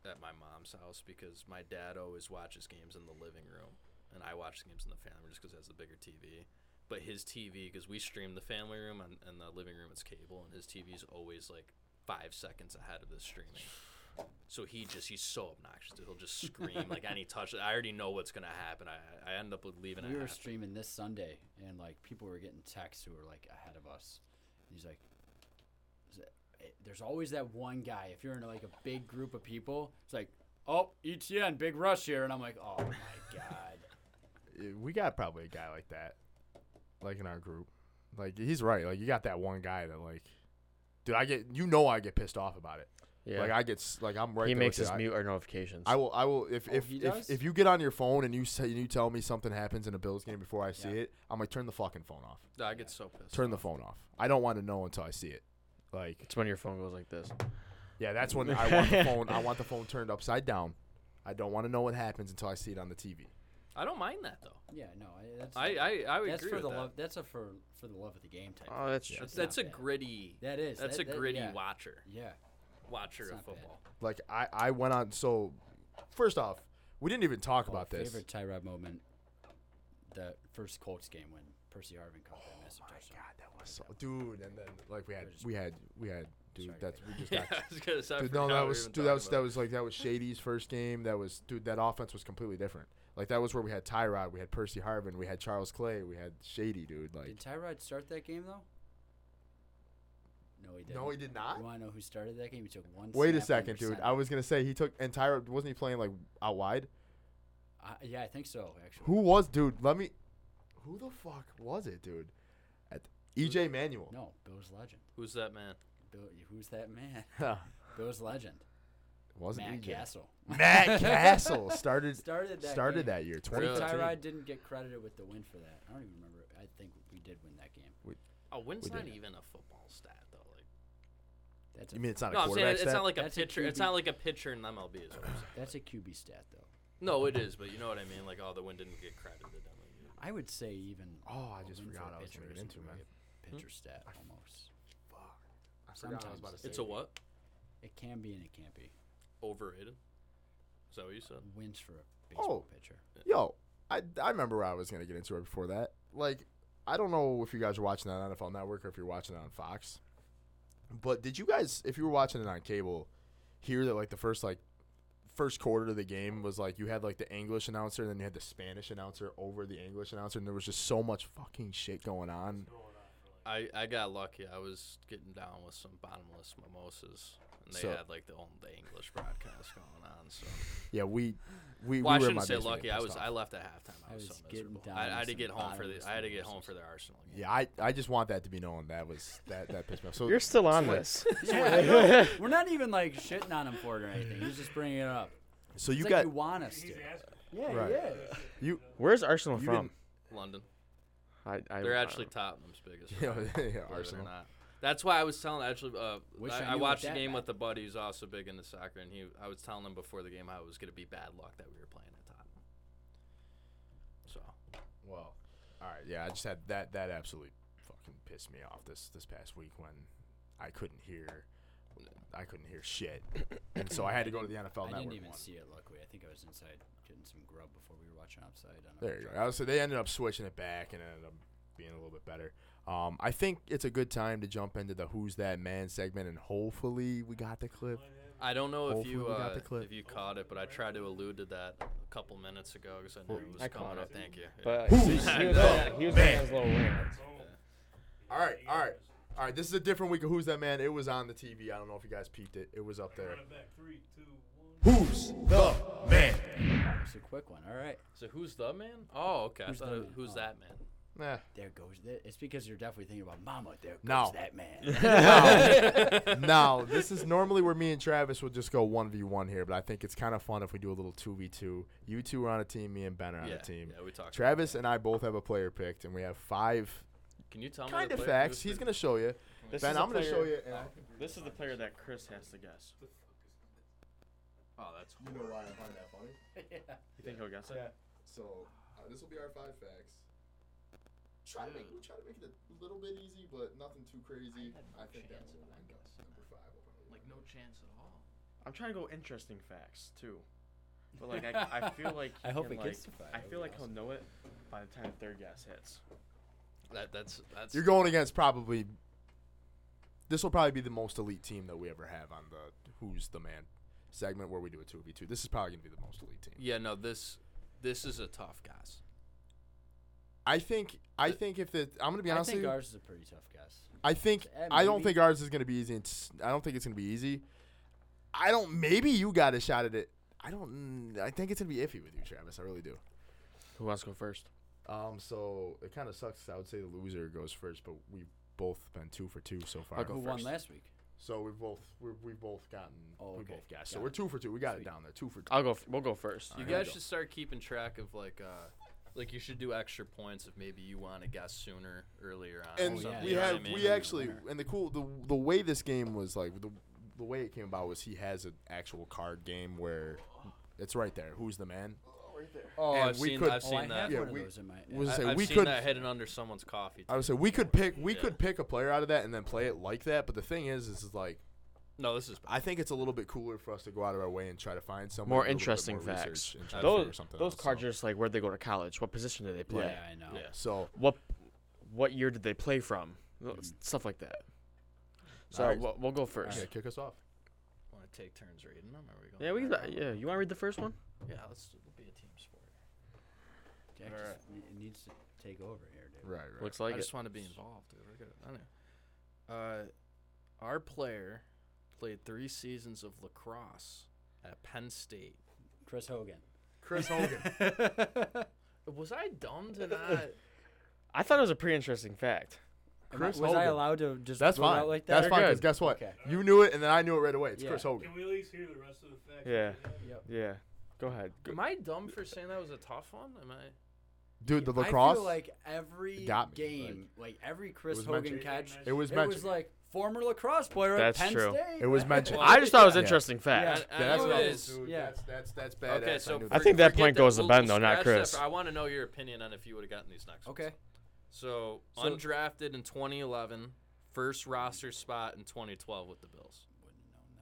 at my mom's house because my dad always watches games in the living room, and I watch the games in the family room just because has the bigger TV. But his TV, because we stream the family room and, and the living room, it's cable, and his TV's always like five seconds ahead of the streaming. So he just he's so obnoxious. dude. He'll just scream like any touch. I already know what's gonna happen. I I end up leaving. we it were happen. streaming this Sunday, and like people were getting texts who were like ahead of us. And he's like, is it- eh, "There's always that one guy. If you're in like a big group of people, it's like, oh, ETN, big rush here," and I'm like, "Oh my god." Uh, we got probably a guy like that, like in our group. Like he's right. Like you got that one guy that like, dude. I get you know I get pissed off about it. Yeah. Like I get s- like I'm right. he there makes with us you. I- mute our notifications. I will. I will. If Oh, if, he if does? if you get on your phone and you say you tell me something happens in a Bills game before I see Yeah. it, I'm like turn the fucking phone off. I get so pissed. Turn the phone off. I don't want to know until I see it. Like it's when your phone goes like this. yeah, that's when I want the phone. I want the phone turned upside down. I don't want to know what happens until I see it on the TV. I don't mind that though. Yeah, no, I- that's I I, I would that's agree for with the that. love. That's a for for the love of the game type. Uh, Oh, that's true. That's, that's a not bad. gritty. That is. That's that- a that- gritty yeah. watcher. Yeah, Watcher It's of not bad. football. Like I I went on. So first off, we didn't even talk Oh, about this. favorite Tyrod moment. The first Colts game when Percy Harvin caught Oh that massive touchdown. God, that was so dude. And then like we had We're just- we had we had dude. Sorry, that's we just Yeah, got. I was gonna say. I Dude, no, forgot that we was were dude. even That was talking that about was like that was Shady's first game. That was dude. That offense was completely different. Like that was where we had Tyrod, we had Percy Harvin, we had Charles Clay, we had Shady, dude. Like Did Tyrod start that game though? No, he didn't. no, he did not. You want to know who started that game? He took one. Wait a snap second, under dude. center. I was gonna say he took and Tyrod wasn't he playing like out wide? I- yeah, I think so. Actually, Who was dude? Let me. Who the fuck was it, dude? At EJ Manuel. No, Bill's legend. Who's that man? Bill, who's that man? No. Bill's legend. wasn't Matt EJ. Castle. E Matt Castle started started that. started game. that year. Really? Twenty Tyrod didn't get credited with the win for that. I don't even remember. I think we did win that game. Oh, win's We not did. even a football stat though. Like, That's a, You mean it's not no, a I'm saying quarterback it's stat? not like a That's a pitcher. It's QB. not like a pitcher in MLB. Is what I'm saying. that's a QB stat though. No, it is, but you know what I mean. Like, oh, the win didn't get credited. I'm like, yeah. I would say even. Oh, I a just win for forgot a I was pitcher gonna get isn't into, really man. a Pitcher stat almost. I forgot I was Sometimes. about to say It's a it. what? It can be and it can't be. Overrated. Is that what you said? Wins for a baseball Oh. pitcher. Yo, I, I remember where I was gonna get into it before that. Like, I don't know if you guys are watching that on NFL Network or if you're watching it on Fox, but did you guys, if you were watching it on cable, hear that like the first like first quarter of the game was like you had like the English announcer and then you had the Spanish announcer over the English announcer and there was just so much fucking shit going on. I, I got lucky. I was getting down with some bottomless mimosas, and they So- had like the own, the English broadcast going on. So Yeah, we we, well, I we were in shouldn't my say basement lucky. getting I was pissed I off. left at halftime. I I was, was so getting miserable. down I, with I had to some get home for the bottomless I had to get home mimosas. for the Arsenal game. Yeah, I, I just want that to be known. That was that that pissed me off. So You're still on this. Yeah, I know. We're not even like shitting on him for it or anything. He's just bringing it up. So you It's like got you want us to. He's asking. Yeah, Right. yeah. you. Where's Arsenal You from? London. I, I, They're I- actually Tottenham's biggest. Yeah, rival, yeah, believe it or Arsenal. not. That's why I was telling actually. Uh, Wish I I, I knew what watched the that game meant. with a buddy who's also big into soccer, and he I was telling him before the game how it was going to be bad luck that we were playing at Tottenham. So Well, all right, yeah. I just had that. That absolutely fucking pissed me off this this past week when I couldn't hear, I couldn't hear shit, and so I had to go to the NFL I Network. didn't even one. see it. Luckily, I think I was inside getting some grub before we were watching Upside. I don't know. There you go. I was, so they ended up switching it back and it ended up being a little bit better. Um, I think it's a good time to jump into the "Who's That Man" segment, and hopefully we got the clip. I don't know if you Hopefully we got uh, the clip. if you caught it, but I tried to allude to that a couple minutes ago because I knew it was I caught coming up. it. Thank you. Yeah. But Who's he was, he was that on- he was on man? his little rant. All right, all right, all right. This is a different week of "Who's That Man." It was on the TV. I don't know if you guys peeped it. It was up there. Run it back. Three, two, one. Who's the man? It's a quick one. All right. so who's the man? Oh, okay. Who's I thought the it- man? who's Oh. that man? Nah. There goes that. It's because you're definitely thinking about Mama. There goes No. that man. now, this is normally where me and Travis would just go 1v1 here, but I think it's kind of fun if we do a little 2v2. You two are on a team, me and Ben are on yeah, a team. yeah, we talked. Travis and I both have a player picked, and we have five Can you tell me kind the of player facts. who's He's the- going to show you. This ben, is a I'm going to player- show you. And This is the player that Chris has to guess. Oh, that's you know why I find that funny? You think he'll guess it? So, uh, this will be our five facts. Try to, make, we try to make it a little bit easy, but nothing too crazy. I, think that's what I guess. Number five. will probably- like no chance at all. I'm trying to go interesting facts too, but like I, I feel like I he hope can, it gets like- to five. I That would feel be like he'll know it by the time third guess hits. That that's that's You're going against probably. This will probably be the most elite team that we ever have on the Who's the Man segment where we do a 2v2. This is probably going to be the most elite team. Yeah, no, this this is a tough guys. I think I think if the I'm going to be I honest with think you, ours is a pretty tough guess. I think eh, I don't maybe. think ours is going to be easy. It's, I don't think it's going to be easy. I don't maybe you got a shot at it. I don't mm, I think it's going to be iffy with you, Travis. I really do. Who wants to go first? Um so it kind of sucks. I would say the loser goes first, but we've both been 2 for 2 so far. I'll go Who won first. last week? So we've both we've, we've both gotten Oh, we okay. both guessed. so Got we're it. 2 for 2. We got it Sweet. down there. 2 for 2. I'll go. F- we'll go first. You Alright, here we guys go. should start keeping track of like uh like you should do extra points if maybe you want to guess sooner earlier on. or and something, yeah, we you know what had I mean? we actually Winner. and the cool the the way this game was like the the way it came about was he has an actual card game where it's right there. Who's the man? Oh, and I've we seen could- I've Oh, I seen have that. Yeah, one we- of those in my. was I, gonna say, have we seen could- that hidden under someone's coffee. I too. would say we could pick we Yeah. could pick a player out of that and then play it like that. But the thing is, is is like no, this is I think it's a little bit cooler for us to go out of our way and try to find something More interesting facts. Those those cards are just like where they go to college. What position did they Yeah, play? I know. yeah. so What What year did they play from? Well, s- Stuff like that. So Alright. we'll, we'll go yeah, first. kick us off. want to take turns reading them. Are we going Yeah, we. Can, back? yeah, you want to read the first one? yeah. Let's it'll be a team sport. Jack just ne- needs to take over here, dude. Right, right. Looks like I it. just want to be involved, dude. I, gotta, I don't know. Uh, our player played three seasons of lacrosse at Penn State. Chris Hogan. Chris Hogan. Was I dumb to not? I thought it was a pretty interesting fact. Am I- Chris was I Hogan. allowed to just That's throw it fine. out like that? That's You're fine. Because good. guess what? Okay. You knew it, and then I knew it right away. It's Yeah. Chris Hogan. Can we at least hear the rest of the facts? Yeah. Yep. Yeah. Go ahead. Go- Am I dumb for saying that was a tough one? Am I? Dude, the I lacrosse. feel like every got me, game, like, every Chris was Hogan mentioned. catch, it was it mentioned. was like former lacrosse player That's at Penn true. State. It was mentioned. I just thought it was Yeah. interesting fact. I- I Yeah, that's know what it I was- is. dude, Yeah. That's that's that's badass. Okay, so knew I that. think that forget point goes to We'll- Ben, we'll though, not scratch that Chris. for- I want to know your opinion on if you would have gotten these next. ones. Okay. So, So- undrafted in 2011, first roster spot in 2012 with the Bills.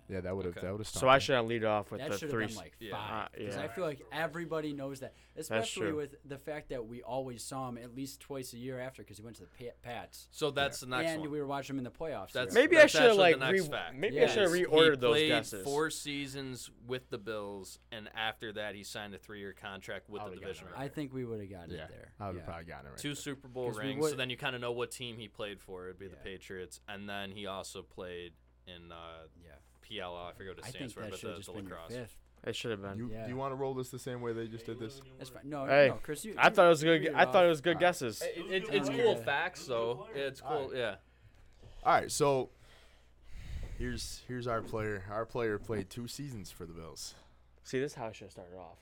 yeah, that would have Okay. that would have. So I should lead off with That the should have three. been like Yeah. five. Uh, Because yeah. I feel like everybody knows that, especially true. with the fact that we always saw him at least twice a year after because he went to the Pa- Pats. So that's the next and one. we were watching him in the playoffs. That's- here. maybe That's I should have actually like the next re- fact. maybe Yeah. I should have He reordered those played guesses. Four seasons with the Bills, and after that, he signed a three-year contract with I the would've gotten division. it rival. I think we would have gotten Yeah, it I there. would Yeah. have probably gotten it right. Two Super Bowl 'Cause we rings. so would- then you kind of know what team he played for. It'd be the Yeah. Patriots, and then he also played in uh, Yeah. PLL. I forget what it I think stands for, that but should the, have just the been your lacrosse. fifth. It should have been. You, Yeah. Do you want to roll this the same way they just did this? That's fine. No, Hey, no, Chris, you. I you- thought it was good. you're I thought it off. was good guesses. It, Those are it's good cool players. facts, Those are though. good Yeah, players. it's cool. Yeah. All right, so here's here's our player. Our player played two seasons for the Bills. See, this is how I should have started off.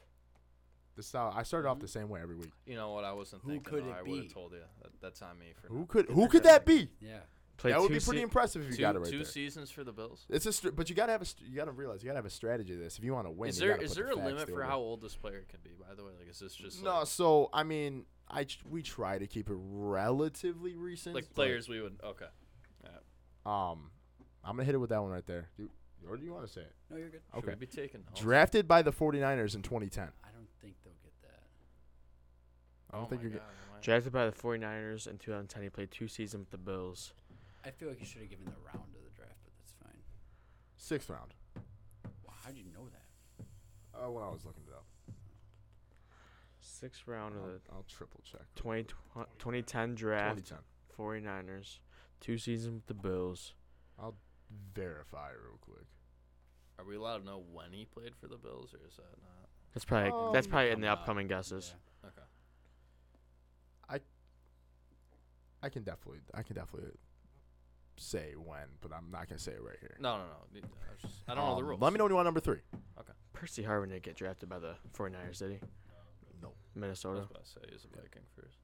This is how I started off the Mm-hmm. same way every week. You know what? I wasn't Who thinking. could though. it I be? would have told you. That, that's on me for Who now. could who could that be? Yeah. Play that would two be pretty se- impressive if you two, got it right two there. seasons for the Bills. It's a str- but you gotta have a st- you gotta realize you gotta have a strategy to this if you want to win. is you there gotta is put the there a facts limit to for it. how old this player can be? By the way, like is this just No, like, so I mean, I tr- we try to keep it relatively recent. like but, players we would okay? um, I'm gonna hit it with that one right there. Do, or do you want to say it? No, you're good. Should Okay. we be taking notes? Drafted by the 49ers in 2010. I don't think they'll get that. I don't oh think my you're. God, get- am I- Drafted by the 49ers in 2010, he played two seasons with the Bills. I feel like you should have given the round of the draft, but that's fine. sixth round. Wow, how do you know that? Uh, when I was looking it up, Sixth round of I'll, the I'll triple check. 20, 2010 uh, draft, 2010. 49ers, two seasons with the Bills. I'll verify real quick. Are we allowed to know when he played for the Bills, or is that not? That's probably that's Um, probably in the coming up, upcoming guesses. Yeah. Okay. I can definitely, I can definitely say when, but I'm not gonna say it right here. No, no, no. I, was just, I don't know the Um, rules. Let me know when you want number three. Percy Harvin didn't get drafted by the 49ers, did he? I No. was Minnesota. about to say he's a Viking first.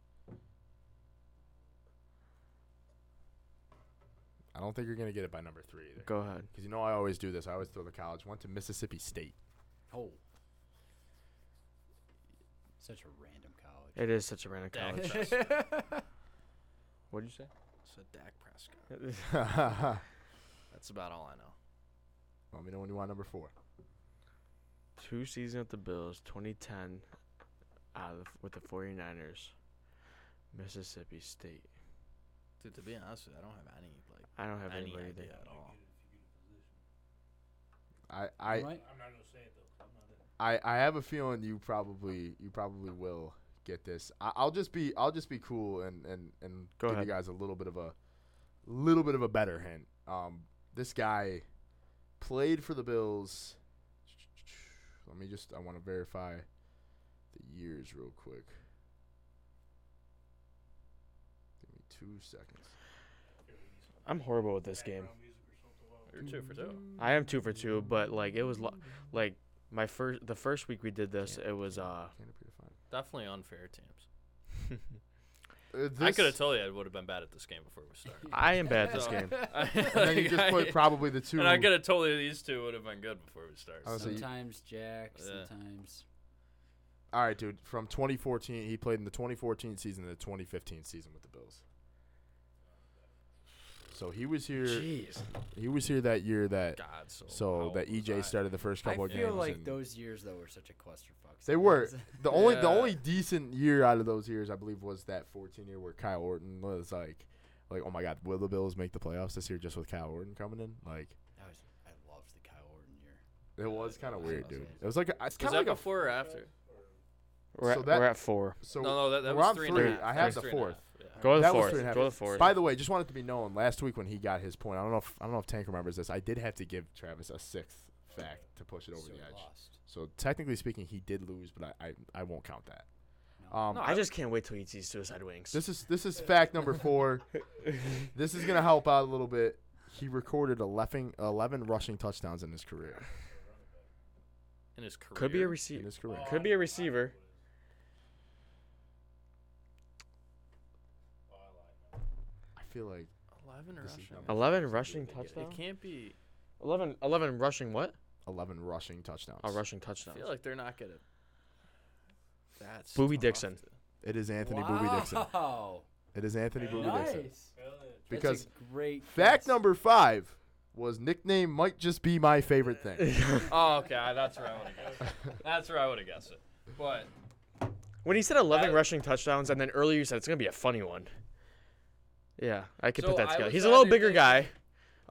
I don't think you're gonna get it by number three either. Go ahead. Because you know I always do this. I always throw the college. Went to Mississippi State. Oh. Such a random college. It is such a random Dak college. Prescott. What'd you say? So Dak Prescott. That's let That's about all I know. me know when you want number four. Two seasons with the Bills, 2010, out of, with the 49ers, Mississippi State. Dude, to be honest, with you, I don't have any like I don't have any anybody idea there. at all. I I, All right. I'm not gonna say it though. 'cause I'm not in. I I have a feeling you probably you probably will get this. I, I'll just be I'll just be cool and and and Go give ahead. you guys a little bit of a little bit of a better hint. Um, this guy played for the Bills. Let me just I want to verify the years real quick. Give me two seconds. I'm horrible with this game. Background music or something while You're two for two. I am two for two, but like it was lo- like my first the first week we did this, Can't- it was uh. can't appear to find. Definitely unfair teams. Uh, I this- could have told you I would have been bad at this game before we started. I am bad at this game. And then you just put probably the two. And I could have told you these two would have been good before we started. I was- so you- Sometimes Jack, Yeah. sometimes. All right, dude. From 2014, he played in the 2014 season and the 2015 season with the Bills. So he was here. Jeez. He was here that year that God, so how so that old was I? EJ started the first I couple of games. feel like and those years, though, were such a clusterfuck. they were sometimes. the only the Yeah. only decent year out of those years, I believe, was that 14 year where Kyle Orton was like, like, oh my God, will the Bills make the playoffs this year just with Kyle Orton coming in? Like, That was, I loved the Kyle Orton year. it was kind of was weird, awesome. dude. It was like a, it's Was kind that of like a before or after? We're, So at, that- we're at four. so no, no, that, that we're on was three. and a three. half. That I have was the three and a fourth. half, yeah. Go to the That was fourth. three and a half Go to the years. fourth. By the way, just wanted to be known. Last week when he got his point, I don't know if I don't know if Tank remembers this. I did have to give Travis a sixth fact to push it over so the we edge. lost. So technically speaking, he did lose, but I, I, I won't count that. No. Um, I just can't wait till he sees Suicide Wings. this is this is fact number four. this is gonna help out a little bit. He recorded 11, 11 rushing touchdowns in his career. In his career. could be a In receiver. his career, Could be a receiver. I feel like 11 This is rushing. number- Eleven rushing It touchdowns. can't be. 11, 11 rushing what? eleven rushing touchdowns. Oh, rushing I touchdowns. feel like they're not going to. That's. Boobie tough Dixon. to- It is Anthony wow. Boobie Dixon. It is Anthony Boobie Nice. Dixon. Hell yeah. Because That's a great fact guess. number five was nickname might just be my favorite thing. Oh, okay. I- That's where I would have guessed it. That's where I would have guessed it. But when he said eleven I- rushing touchdowns, and then earlier you said it's gonna be a funny one. Yeah, I could So put that I together. was He's a little either bigger thinking- guy.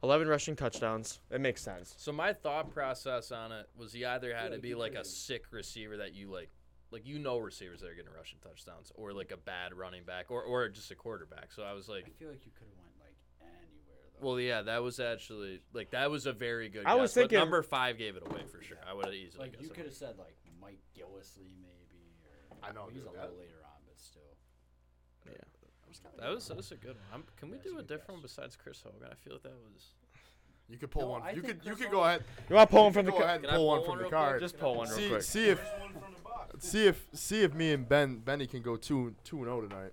Eleven rushing touchdowns. It makes sense. So my thought process on it was he either had to be like a sick receiver that you like, like you know receivers that are getting rushing touchdowns, or like a bad running back, or or just a quarterback. So I was I like, feel like you could have went like anywhere though. well, yeah, that was actually like that was a very good. I was guess, but thinking- number five gave it away for sure. I would have easily like you guessed. could it. have said like Mike Gillisley maybe. Or, I know, well, He's a dude, little that- later on, but still. That was that was a good one. I'm, can we Yeah, it's a do a good different one guess. besides Chris Hogan? I feel like that was You could pull No, one. I you think could you Chris Owens- could go ahead. You want to pull him you from could go the ca- ahead Can and I pull one pull one from the real quick? card. Just pull one real see quick. see if First one from the box. see if see if me and Ben Benny can go two two and zero tonight.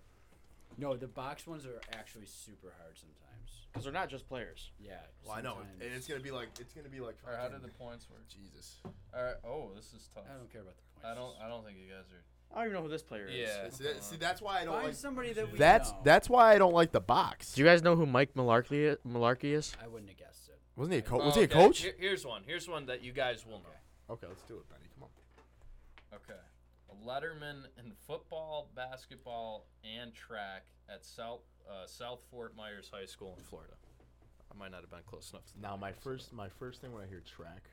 No, the box ones are actually super hard sometimes. Because they're not just players. Yeah. sometimes. gonna be like it's gonna be like. Or how do the points work? Jesus? All right. Oh, this is tough. I don't care about the I points. don't. I don't think you guys are. I don't even know who this player is. Yeah. See, that, see, that's why I don't Find like. somebody that we That's know. that's why I don't like the box. Do you guys know who Mike Malarkey i- Malarkey is? I wouldn't have guessed it. Wasn't he a coach? Oh, was he a okay. coach? Here- here's one. Here's one that you guys will know. Okay, let's do it, Benny. Come on. Okay. A letterman in football, basketball, and track at South uh, South Fort Myers High School in Florida. I might not have been close enough. To Now my names, first my first thing when I hear track,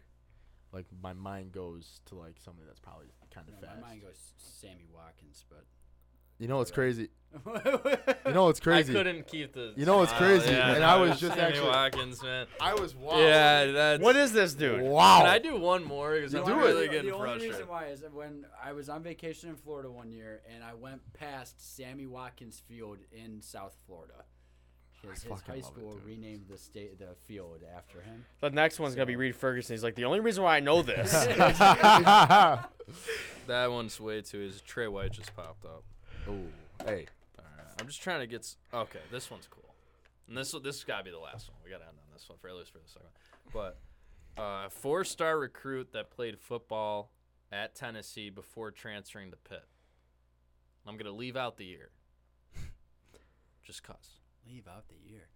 like my mind goes to like somebody that's probably kind of No, fast. my mind goes Sammy Watkins, but. You know what's crazy? You you know what's but- crazy? I couldn't keep the. You know what's Wow, crazy, yeah, and no, I was just Sammy actually- Watkins, man. I was wow. Yeah, that's. What is this dude? wow. Can I do one more? Because You I'm do it. really the, getting the only frustrated. reason why is that when I was on vacation in Florida one year and I went past Sammy Watkins Field in South Florida. His, his fucking high love it, school dude. renamed the state the field after him. The next one's gonna be Reed Ferguson. He's like, the only reason why I know this. That one's way too easy. Trey White just popped up. Ooh, hey, Alright, I'm just trying to get. s- Okay, this one's cool. And this this has got to be the last one. We got to end on this one for at least for the second one. But uh, four star recruit that played football at Tennessee before transferring to Pitt. I'm gonna leave out the year. Just cause. Leave out the year.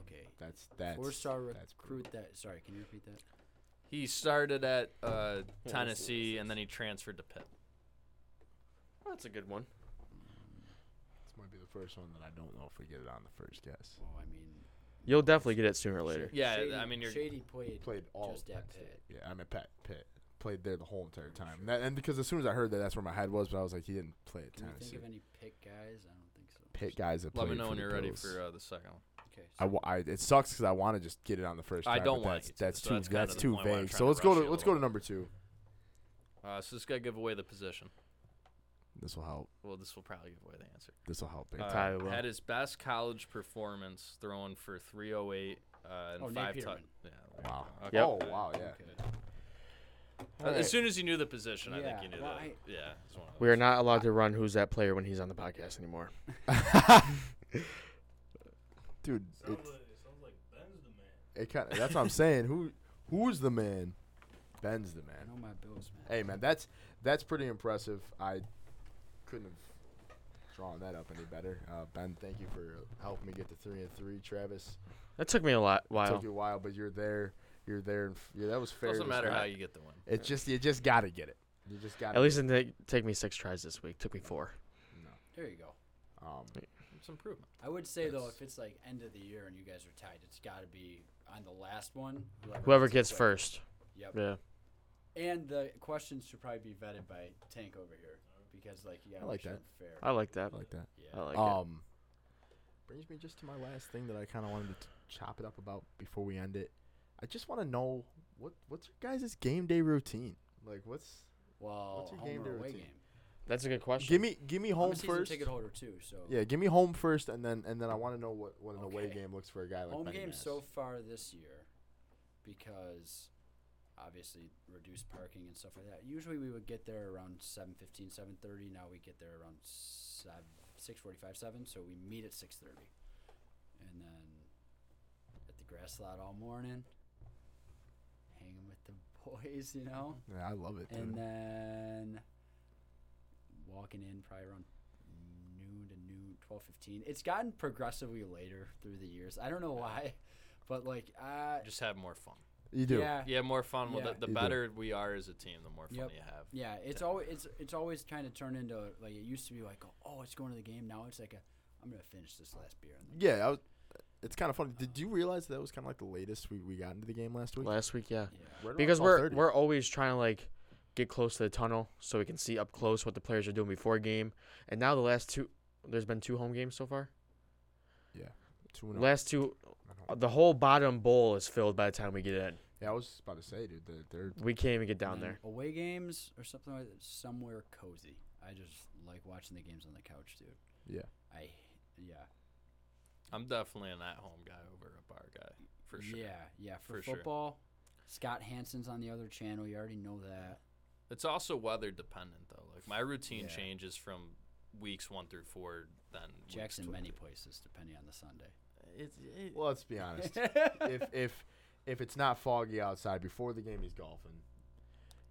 Okay. that's that's Four star that's pretty- recruit that. Sorry, can you repeat that? He started at uh, Tennessee and then he transferred to Pitt. That's a good one. This might be the first one that I don't know if we get it on the first guess. Oh, I mean. You'll definitely get it sooner or later. Yeah, Shady- I mean you're. Shady played. Played all Just of at Penn State. Pitt. Yeah, I mean Pat Pitt played there the whole entire time. And, that, and because as soon as I heard that, that's where my head was. But I was like, he didn't play at Can you think Tennessee. of any pick guys? I don't think so. Pitt guys that Let played me know for when the you're ready Bills. for uh, the second one. Okay. I, wa- I- it sucks because I want to just get it on the first. I try, don't but wanna That's, get to that's it, so too. that's kinda that's the too point why I'm vague. trying So to let's go rush to you a let's go little to number two. Uh, so this guy give away the position. This will help. Well, this will probably give away the answer. This will help. big Uh, time. Tyler will. Had his best college performance throwing for 308 uh, and Oh, Nate five touchdowns. Peterman. Yeah. wow. Okay. Oh wow. Yeah. Okay. Uh, As soon as you knew the position, I think Yeah, you knew well, that. I- yeah. It's one of We are not allowed to run who's that player when he's on the podcast anymore. Dude, it, Sounds like, it sounds like Ben's the man. it kind of. That's what I'm saying. Who who's the man? Ben's the I man. know my Bills, man. Hey man, that's that's pretty impressive. I couldn't have drawn that up any better. Uh, ben, thank you for helping me get to three and three. Travis, That took me a lot took while. you a while, but you're there. You're there. and f- Yeah, that was fair. Doesn't to matter start. how you get the win. It's just you just gotta get it. You just gotta. At least it didn't take me six tries this week. Took me four. There you go. Um, It's improvement. I would say though, That's- if it's like end of the year and you guys are tied, it's got to be on the last one. Whoever it gets quick. first. Yep. Yeah. And the questions should probably be vetted by Tank over here because like yeah, I like Fair. I like that. I like that. yeah. I like it. Um, brings me just to my last thing that I kind of wanted to chop it up about before we end it. I just want to know what what's your guys' game day routine? Like, what's well, your home game or day away routine? game. That's a good question. give me give me I'm home a season first. ticket holder too, so Yeah, give me home first, and then and then I want to know what what an away Okay. game looks for a guy like home Benny game Mass. so far this year because obviously reduced parking and stuff like that usually we would get there around 7.15 7.30 now we get there around 7, 6.45 7 so we meet at 6.30 and then at the grass lot all morning hanging with the boys you know Yeah, I love it. and dude. then walking in probably around noon to noon, twelve fifteen. It's gotten progressively later through the years. I don't know why, but like, uh, Just have more fun. you do. yeah, Yeah, more fun. Well, Yeah. the, the You do. better we are as a team, the more fun Yep. you have. yeah. It's always it's it's always kind of turned into like it used to be like oh it's going to the game now it's like a I'm gonna finish this last beer. And Yeah, I was, it's kind of funny. Did you realize that was kind of like the latest we, we got into the game last week? Last week, yeah. yeah. Right around Because we're 12:30. we're always trying to like get close to the tunnel so we can see up close what the players are doing before game. And now the last two, there's been two home games so far. two and oh. Last two, I don't- the whole bottom bowl is filled by the time we get in. Yeah, I was just about to say, dude, they're, they're We can't even get down And there. then away games or something like that, somewhere cozy. I just like watching the games on the couch, dude. yeah. I yeah I'm definitely an at home guy over a bar guy. for sure. Yeah, yeah. For, For sure. football, Scott Hansen's on the other channel. You already know that. It's also weather dependent though. Like my routine Yeah. changes from weeks one through four. Then weeks Jack's in tw- many places depending on the Sunday. It's it, Well, let's be honest. if if if it's not foggy outside before the game, he's golfing.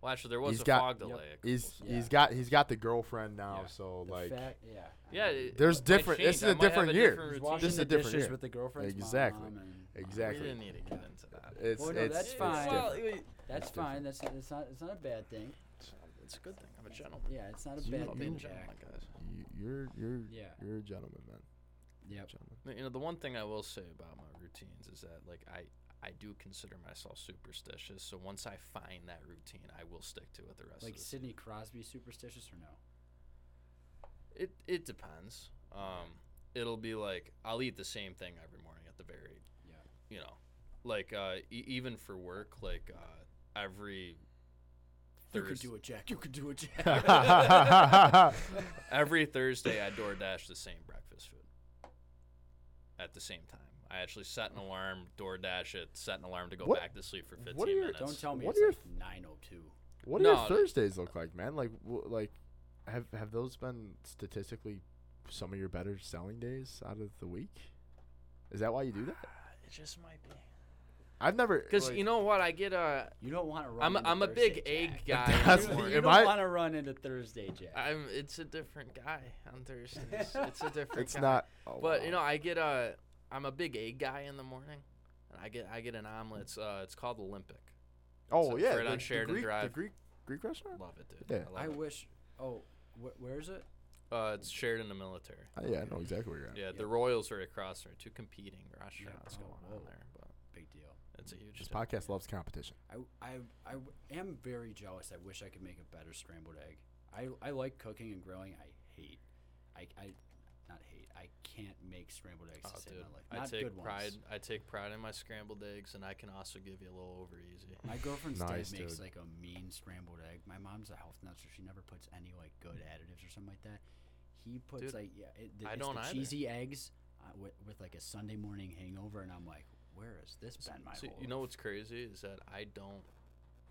well, actually, there was he's a got- fog yep. delay. a couple He's s- Yeah. he's got he's got the girlfriend now, Yeah. so The like fact- yeah. I yeah. mean, it- There's it might different- this change. is I a might have different a year. different he's routine. washing is the a different dishes year. with the girlfriend's Exactly. mom and- exactly. We didn't need to get into that. It's Well, no, it's, that's it's fine. different. Well, it- That's It's fine. That's it's not it's not a bad thing. it's a good thing. I'm a gentleman. Yeah, it's not a You- bad I'll be a thing, gentleman, Jack. guys. You, you're you're Yeah. you're a gentleman, man. Yep. Gentleman. You know, the one thing I will say about my routines is that like I I do consider myself superstitious. So once I find that routine, I will stick to it the rest Like of the Sidney Crosby, superstitious or no? It it depends. Um, it'll be like I'll eat the same thing every morning at the very, Yeah. you know, like uh, e- even for work, like uh, every Thursday, it, Jack. You could do it, Jack. every Thursday I DoorDash the same breakfast food at the same time. I actually set an alarm, DoorDash it, set an alarm to go What- back to sleep for 15 what are your- minutes. Don't tell me What it's are like nine oh two. what do No, your Thursdays look like, man? Like wh- like have have those been statistically some of your better selling days out of the week? Is that why you do that? it just might be I've never because like- you know what I get uh, a You don't want to run. I'm a, into I'm a Thursday, big Jack. egg guy. in the That's- You, morning. you am don't I- want to run into Thursday, Jack. I'm it's a different guy on Thursdays. it's a different it's guy. not. oh, But you know, wow. I get a I'm a big egg guy in the morning, and I get I get an omelet. It's, uh, it's called Olympic. oh so yeah, right the, on the Sheridan Greek, Drive. the Greek Greek restaurant. Love it, dude. Yeah. I I love wish. Oh, wh- where is it? it. Uh, it's shared in the military. Oh, yeah, I know exactly where you're at. Yeah, the Royals are across there. Two competing restaurants oh, going on whoa. there, but Big deal. it's a huge. This deal. podcast loves competition. I, I, I w- am very jealous. I wish I could make a better scrambled egg. I, I like cooking and grilling. I hate. I, I not hate. I can't make scrambled eggs Oh, to save dude, my life. I Not good take pride. ones. I take pride in my scrambled eggs, and I can also give you a little over easy. My girlfriend's Nice, dad makes dude. like a mean scrambled egg. My mom's a health nut, so she never puts any like good additives or something like that. He puts Dude, like yeah, it, the, I it's don't the either. cheesy eggs uh, with, with like a Sunday morning hangover, and I'm like, where has this So- been my so whole you know life? what's crazy is that I don't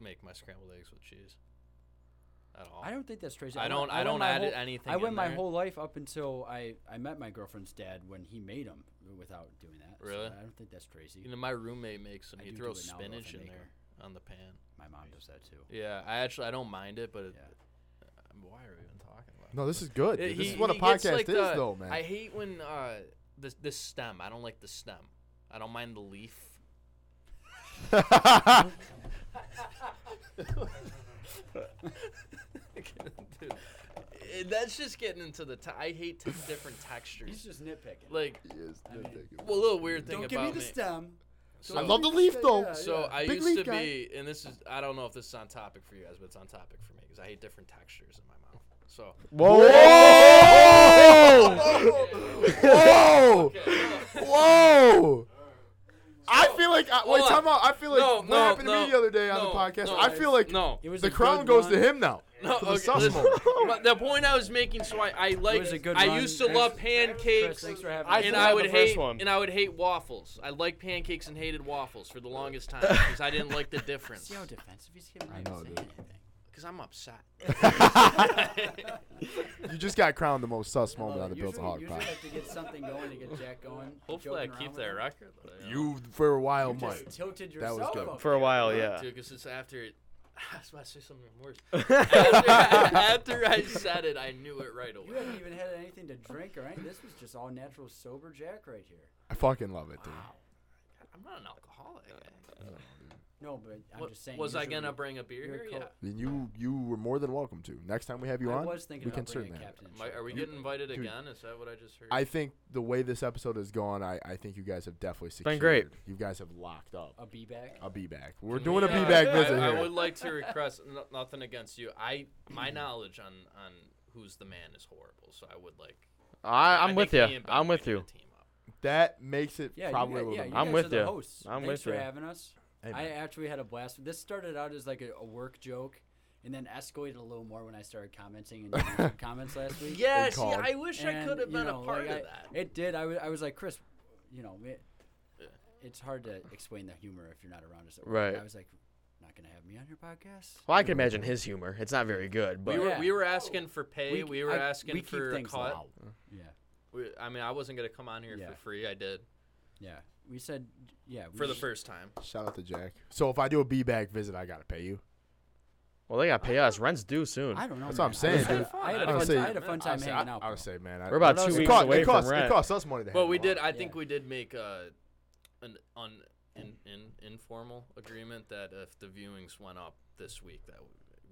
make my scrambled eggs with cheese at all. I don't think that's crazy. I went- don't. I, went don't my add whole- it anything. I went in my there. whole life up until I, I met my girlfriend's dad when he made them without doing that. so Really? I don't think that's crazy. You know, my roommate makes them. I He do do throws it now, though, if I spinach in make there on the pan. my mom does that too. Yeah, I actually I don't mind it, but it, Yeah. why are we even talking about? No, this is good. it? dude. this He- is what a he gets, podcast like, uh, is, the- though, man. I hate when uh the the stem. I don't like the stem. I don't mind the leaf. Dude, eh, that's just getting into the. T- I hate t- different He's textures. just nitpicking. Like, Yes, I mean, ridiculous. well, a little weird thing don't give me about the stem. So, I love the leaf, though. Yeah, So I Big used leaf to guy. be, and this is I don't know if this is on topic for you guys, but it's on topic for me because I hate different textures in my mouth. So Whoa! Whoa! Whoa! I feel like I, wait, Hold time on. out. I feel like No, what no, happened to no, me the other day on no, the podcast. no. I feel like no, It was the a good crown goes run. to him now. no. to the Okay, sus listen, mode. my- the point I was making. So I, I like. was a good I run. used to Thanks- love Chris, pancakes. thanks for having I me. and I still have would the first hate one. and I would hate waffles. I liked pancakes and hated waffles for the longest time because I didn't like the difference. See how defensive he's getting? I I know, know, saying dude. anything. Because I'm upset. You just got crowned the most sus I moment love on it. the Bills usually, Hog usually I podcast. have to get something going to get Jack going. Hopefully, I joking keep around that with record. Though, know. You for a while, him. You Mike. just tilted Oh That was yourself good. up For a there. while, yeah. Dude, because it's after. I was about to say something worse. after, after I said it, I knew it right You away. haven't even had anything to drink or anything. This was just all natural, sober Jack right here. I fucking love it, dude. I'm not an alcoholic. No, but I'm What- just saying. was I usually gonna we- bring a beer you're here? co- Yeah. Then you you were more than welcome to. Next time we have you I on, was thinking we about can bringing certainly. a have captain. Am I- are we Jack. getting invited dude. again? Is that what I just heard? I think the way this episode has gone, I, I think you guys have definitely secured. Been great. You guys have locked up. a B back? I'll be back. We're Can doing we, a uh, be back I- visit I, here. would like to request no, nothing against you. I my knowledge on on who's the man is horrible, so I would like. I, I'm I with think you. me and Ben I'm with might need you. to Team up. that makes it Yeah, probably you, guys- yeah, a little you bit. I'm guys with are the you. Hosts. I'm Thanks with for you. having us. Hey, I man. actually had a blast. This started out as like a, a work joke, and then escalated a little more when I started commenting in the YouTube comments last week. Yes, call. yeah, I wish I And, could have you been know, a part like, I- of that. It did. I wa- I was like, Chris, you know, it, it's hard to explain the humor if you're not around us. Right. I was like, not gonna have me on your podcast. Well, I can imagine his humor. It's not very good, We but were Yeah. we were asking for pay. c- We were I- asking we keep for a things cut. loud. Yeah, We, I mean, I wasn't gonna come on here Yeah. for free. I did yeah. We said, yeah. We for the sh- first time. Shout out to Jack. So if I do a B bag visit, I gotta pay you. well, they got to pay us. Rent's due soon. I don't know. That's what I'm man. saying, I, dude. was- I, had I a would fun, say- I had a fun I time would say, hanging I, out. I bro. would say, man, I, We're about Well, two it it weeks cost, away it costs, from rent. It costs us money to. Well, hang we out. did. I Yeah. think we did make uh, an on an, an informal agreement that if the viewings went up this week, that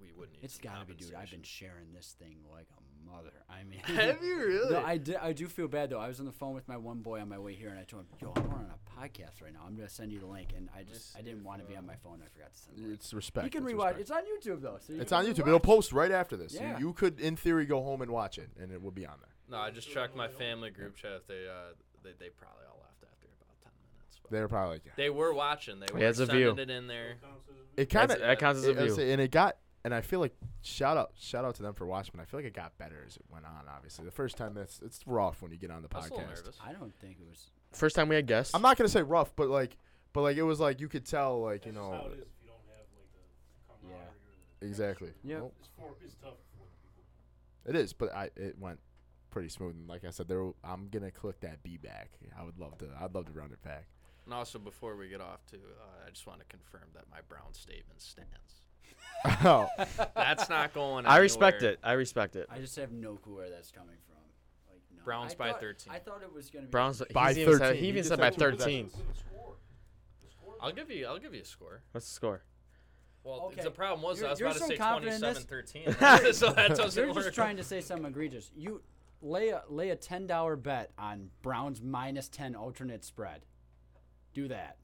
we, we would need. It's some gotta be, dude. I've compensation. been sharing this thing like a mother. I mean, Have you really? No, I, di- I do feel bad though. I was on the phone with my one boy on my way here, and I told him, "Yo, I'm on a podcast right now. I'm gonna send you the link." And I just I didn't want to be on my uh, phone. I forgot to send the link. It's respect. You can it's rewatch. respect. It's on YouTube though. So you It's can on YouTube. rewatch. It'll post right after this. You- Yeah. You, could, in theory, go home and watch it, and it will be on there. No, I just checked my family group chat. If they uh, they they probably all left after about ten minutes. But They're probably like, yeah. they were watching. They were it's a sending view. it in there. It kind That's- of. that counts as a view. And it got, and I feel like shout out, shout out to them for watching. But I feel like it got better as it went on. Obviously, the first time that's it's rough when you get on the I was a little podcast. nervous. I don't think it was. First time we had guests. I'm not gonna say rough, but like, but like it was like you could tell, like you That's just how know, it is if you don't have like the camaraderie or the- exactly. Yeah. Well, It's for it's tough for people. It is, but I it went pretty smooth. And like I said, there I'm gonna click that B back. I would love to. I'd love to round it back. And also, before we get off, too, uh, I just want to confirm that my Brown statement stands. oh, That's not going. I respect anywhere. it. I respect it. I just have no clue where that's coming from. Like, no. Browns I by thought- 13. I thought it was gonna be Browns. By he's even said, 13. he He even just said said by two possessions. 13. With the score. The score I'll give you. I'll give you a score. What's the score? Well, Okay. the problem was You're- I was you're about to so say confident in 27 this. 13. so that doesn't You're work. just trying to say something egregious. You lay a lay a ten dollar bet on Browns minus ten alternate spread. Do that.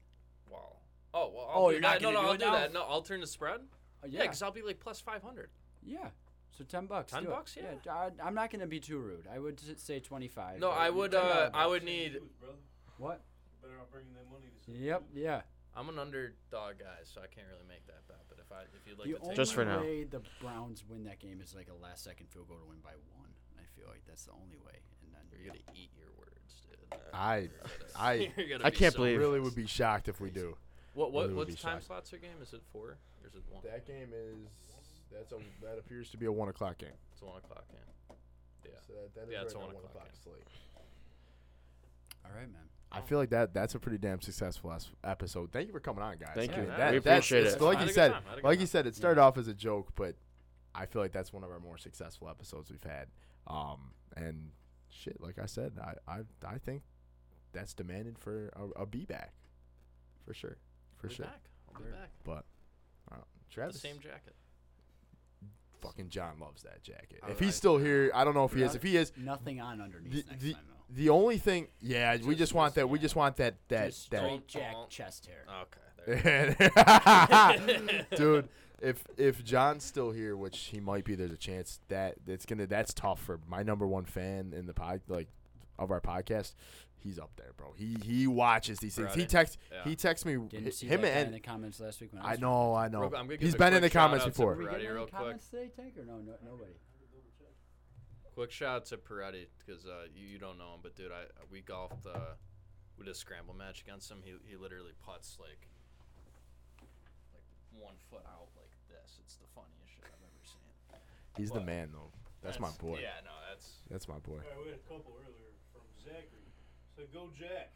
Wow. Oh, well, I'll Oh, do you're not that. No, gonna no, do I'll it do now? that. No, I'll turn the spread. Uh, Yeah, yeah, because I'll be like plus 500. yeah. So ten bucks. 10 do it. bucks? Yeah. I, am not gonna be too rude. I would s- say twenty five. No, I would. Uh, I would need. Dude, brother, What? you better off bringing that money to save Yep. Yeah. I'm an underdog guy, so I can't really make that bet. But if I, if you'd like the to only take Just for it, now. way the Browns win that game is like a last second field goal to win by one. I feel like that's the only way. And then you're gonna eat your words, dude. I, I You're gonna I be can't so- believe- really would be shocked if we do. What Really what would what be time shocked. slots your game? Is it four or is it one? That game is that's a that appears to be a one o'clock game. It's a one o'clock game. So that, that is Yeah, right it's a now one one o'clock o'clock game. slate. All right, man. I feel like that that's a pretty damn successful as- episode. Thank you for coming on, guys. Thank I you. mean, Yeah, that- we that's- appreciate it's it. Like I had you a good said, time. I had a good like you time. said, it started off as a joke, but I feel like that's one of our more successful episodes we've had. Um, and shit, like I said, I I, I think that's demanded for a, a B back, for sure, for I'll be sure. back. I'll be back. But I don't- The Travis, same jacket. fucking John loves that jacket. I If li- he's still here, I don't know if he Yeah. is. If he is, Nothing on the underneath next the, time though. the only thing, yeah, we just want that. We yeah. just want that that Just that straight jack Don't- Uh, chest hair. Okay. There. dude if if john's still here which he might be there's a chance that it's gonna that's tough for my number one fan in the pod like of our podcast he's up there bro he he watches these things he Right. texts Yeah. he texts me Didn't see him that guy in and the comments last week when I i was know i Real know quick, I'm gonna give he's a been quick in the comments shout-out to before Did we get Ready, any real quick. comments today, Tank, or no, no, nobody? Quick shout out to Peretti because uh, you, you don't know him, but dude, I we golfed. Uh, we did a scramble match against him. He, he literally puts like like one foot out like this. It's the funniest shit I've ever seen. he's What? the man though that's, my boy Yeah, no, that's that's my boy All right, we had a couple earlier from Zachary. So go Jack.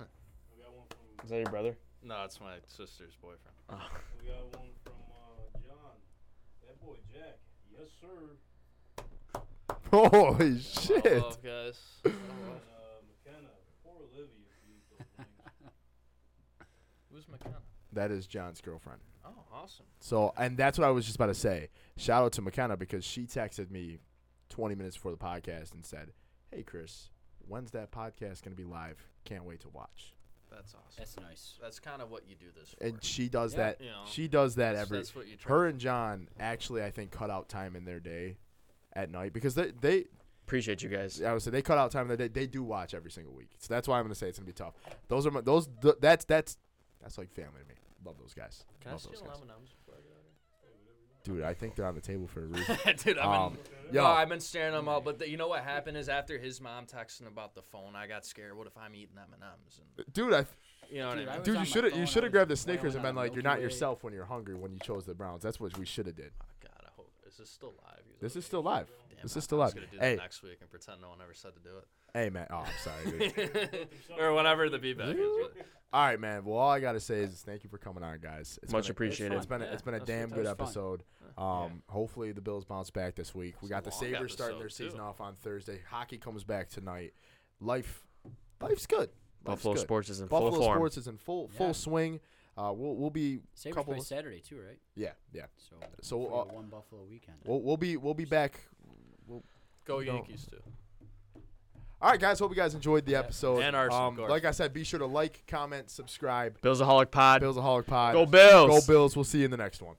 we got one from Is that your brother? no, it's my sister's boyfriend. we got one from uh, John. That boy Jack. Yes sir. holy Well, shit love, guys. And, uh, McKenna. Poor Olivia. if you use those names. Who's McKenna? that is john's girlfriend Oh, awesome. So, and that's what I was just about to say. Shout out to McKenna because she texted me 20 minutes before the podcast and said, "Hey, Chris, when's that podcast going to be live? Can't wait to watch." That's awesome. That's nice. That's kind of what you do this for. And she does Yeah. that. Yeah. She does that That's- every. that's what you try her to- and John actually, I think, cut out time in their day at night because they they Appreciate you guys. I would say they cut out time that they, they do watch every single week. So that's why I'm gonna say it's gonna be tough. Those are my, those th- that's that's that's like family to me. Love those guys. Can I Love steal those guys. M&M's before I Dude, I think they're on the table for a reason. go out Dude, I've been um, No, yo, I've been staring them up, but the, you know what happened is after his mom texting about the phone, I got scared. What if I'm eating M and M's? dude, I You know what Dude, I I mean? was Dude, on you my should have phone, I you should have grabbed the was Snickers and wailing on been a like, "You're Milky not Way." yourself when you're hungry." When you chose the Browns, that's what we should have did. Oh, God, I hope this is still live. You This little is still bitch. live. Damn, This I- is still I was live. gonna do that Hey, next week and pretend no one ever said to do hey, man. Oh, I'm sorry. dude. it, or whenever the be back is. but- All right, man. Well, all I gotta say is thank you for coming on, guys. It's Much been a- appreciated. It's been a, Yeah, it's been a that's what- damn that good was fun. episode. Um, hopefully the Bills bounce back this week. we It's a got the long Sabers starting their episode, season too. off on Thursday. Hockey comes back tonight. Life, life's good. Life's Buffalo good. Sports is in Buffalo full form. sports is in full Yeah. full swing. Uh, we'll we'll be Sabres couple. play Saturday too, right? yeah, yeah. So, So, hopefully uh, a one Buffalo weekend. We'll we'll be we'll be back. Go No. Yankees too. All right, guys. Hope you guys enjoyed the episode. And Arsenal, um, of course. like I said, be sure to like, comment, subscribe. Billsaholic Pod. Billsaholic Pod. Go Bills. Go Bills. We'll see you in the next one.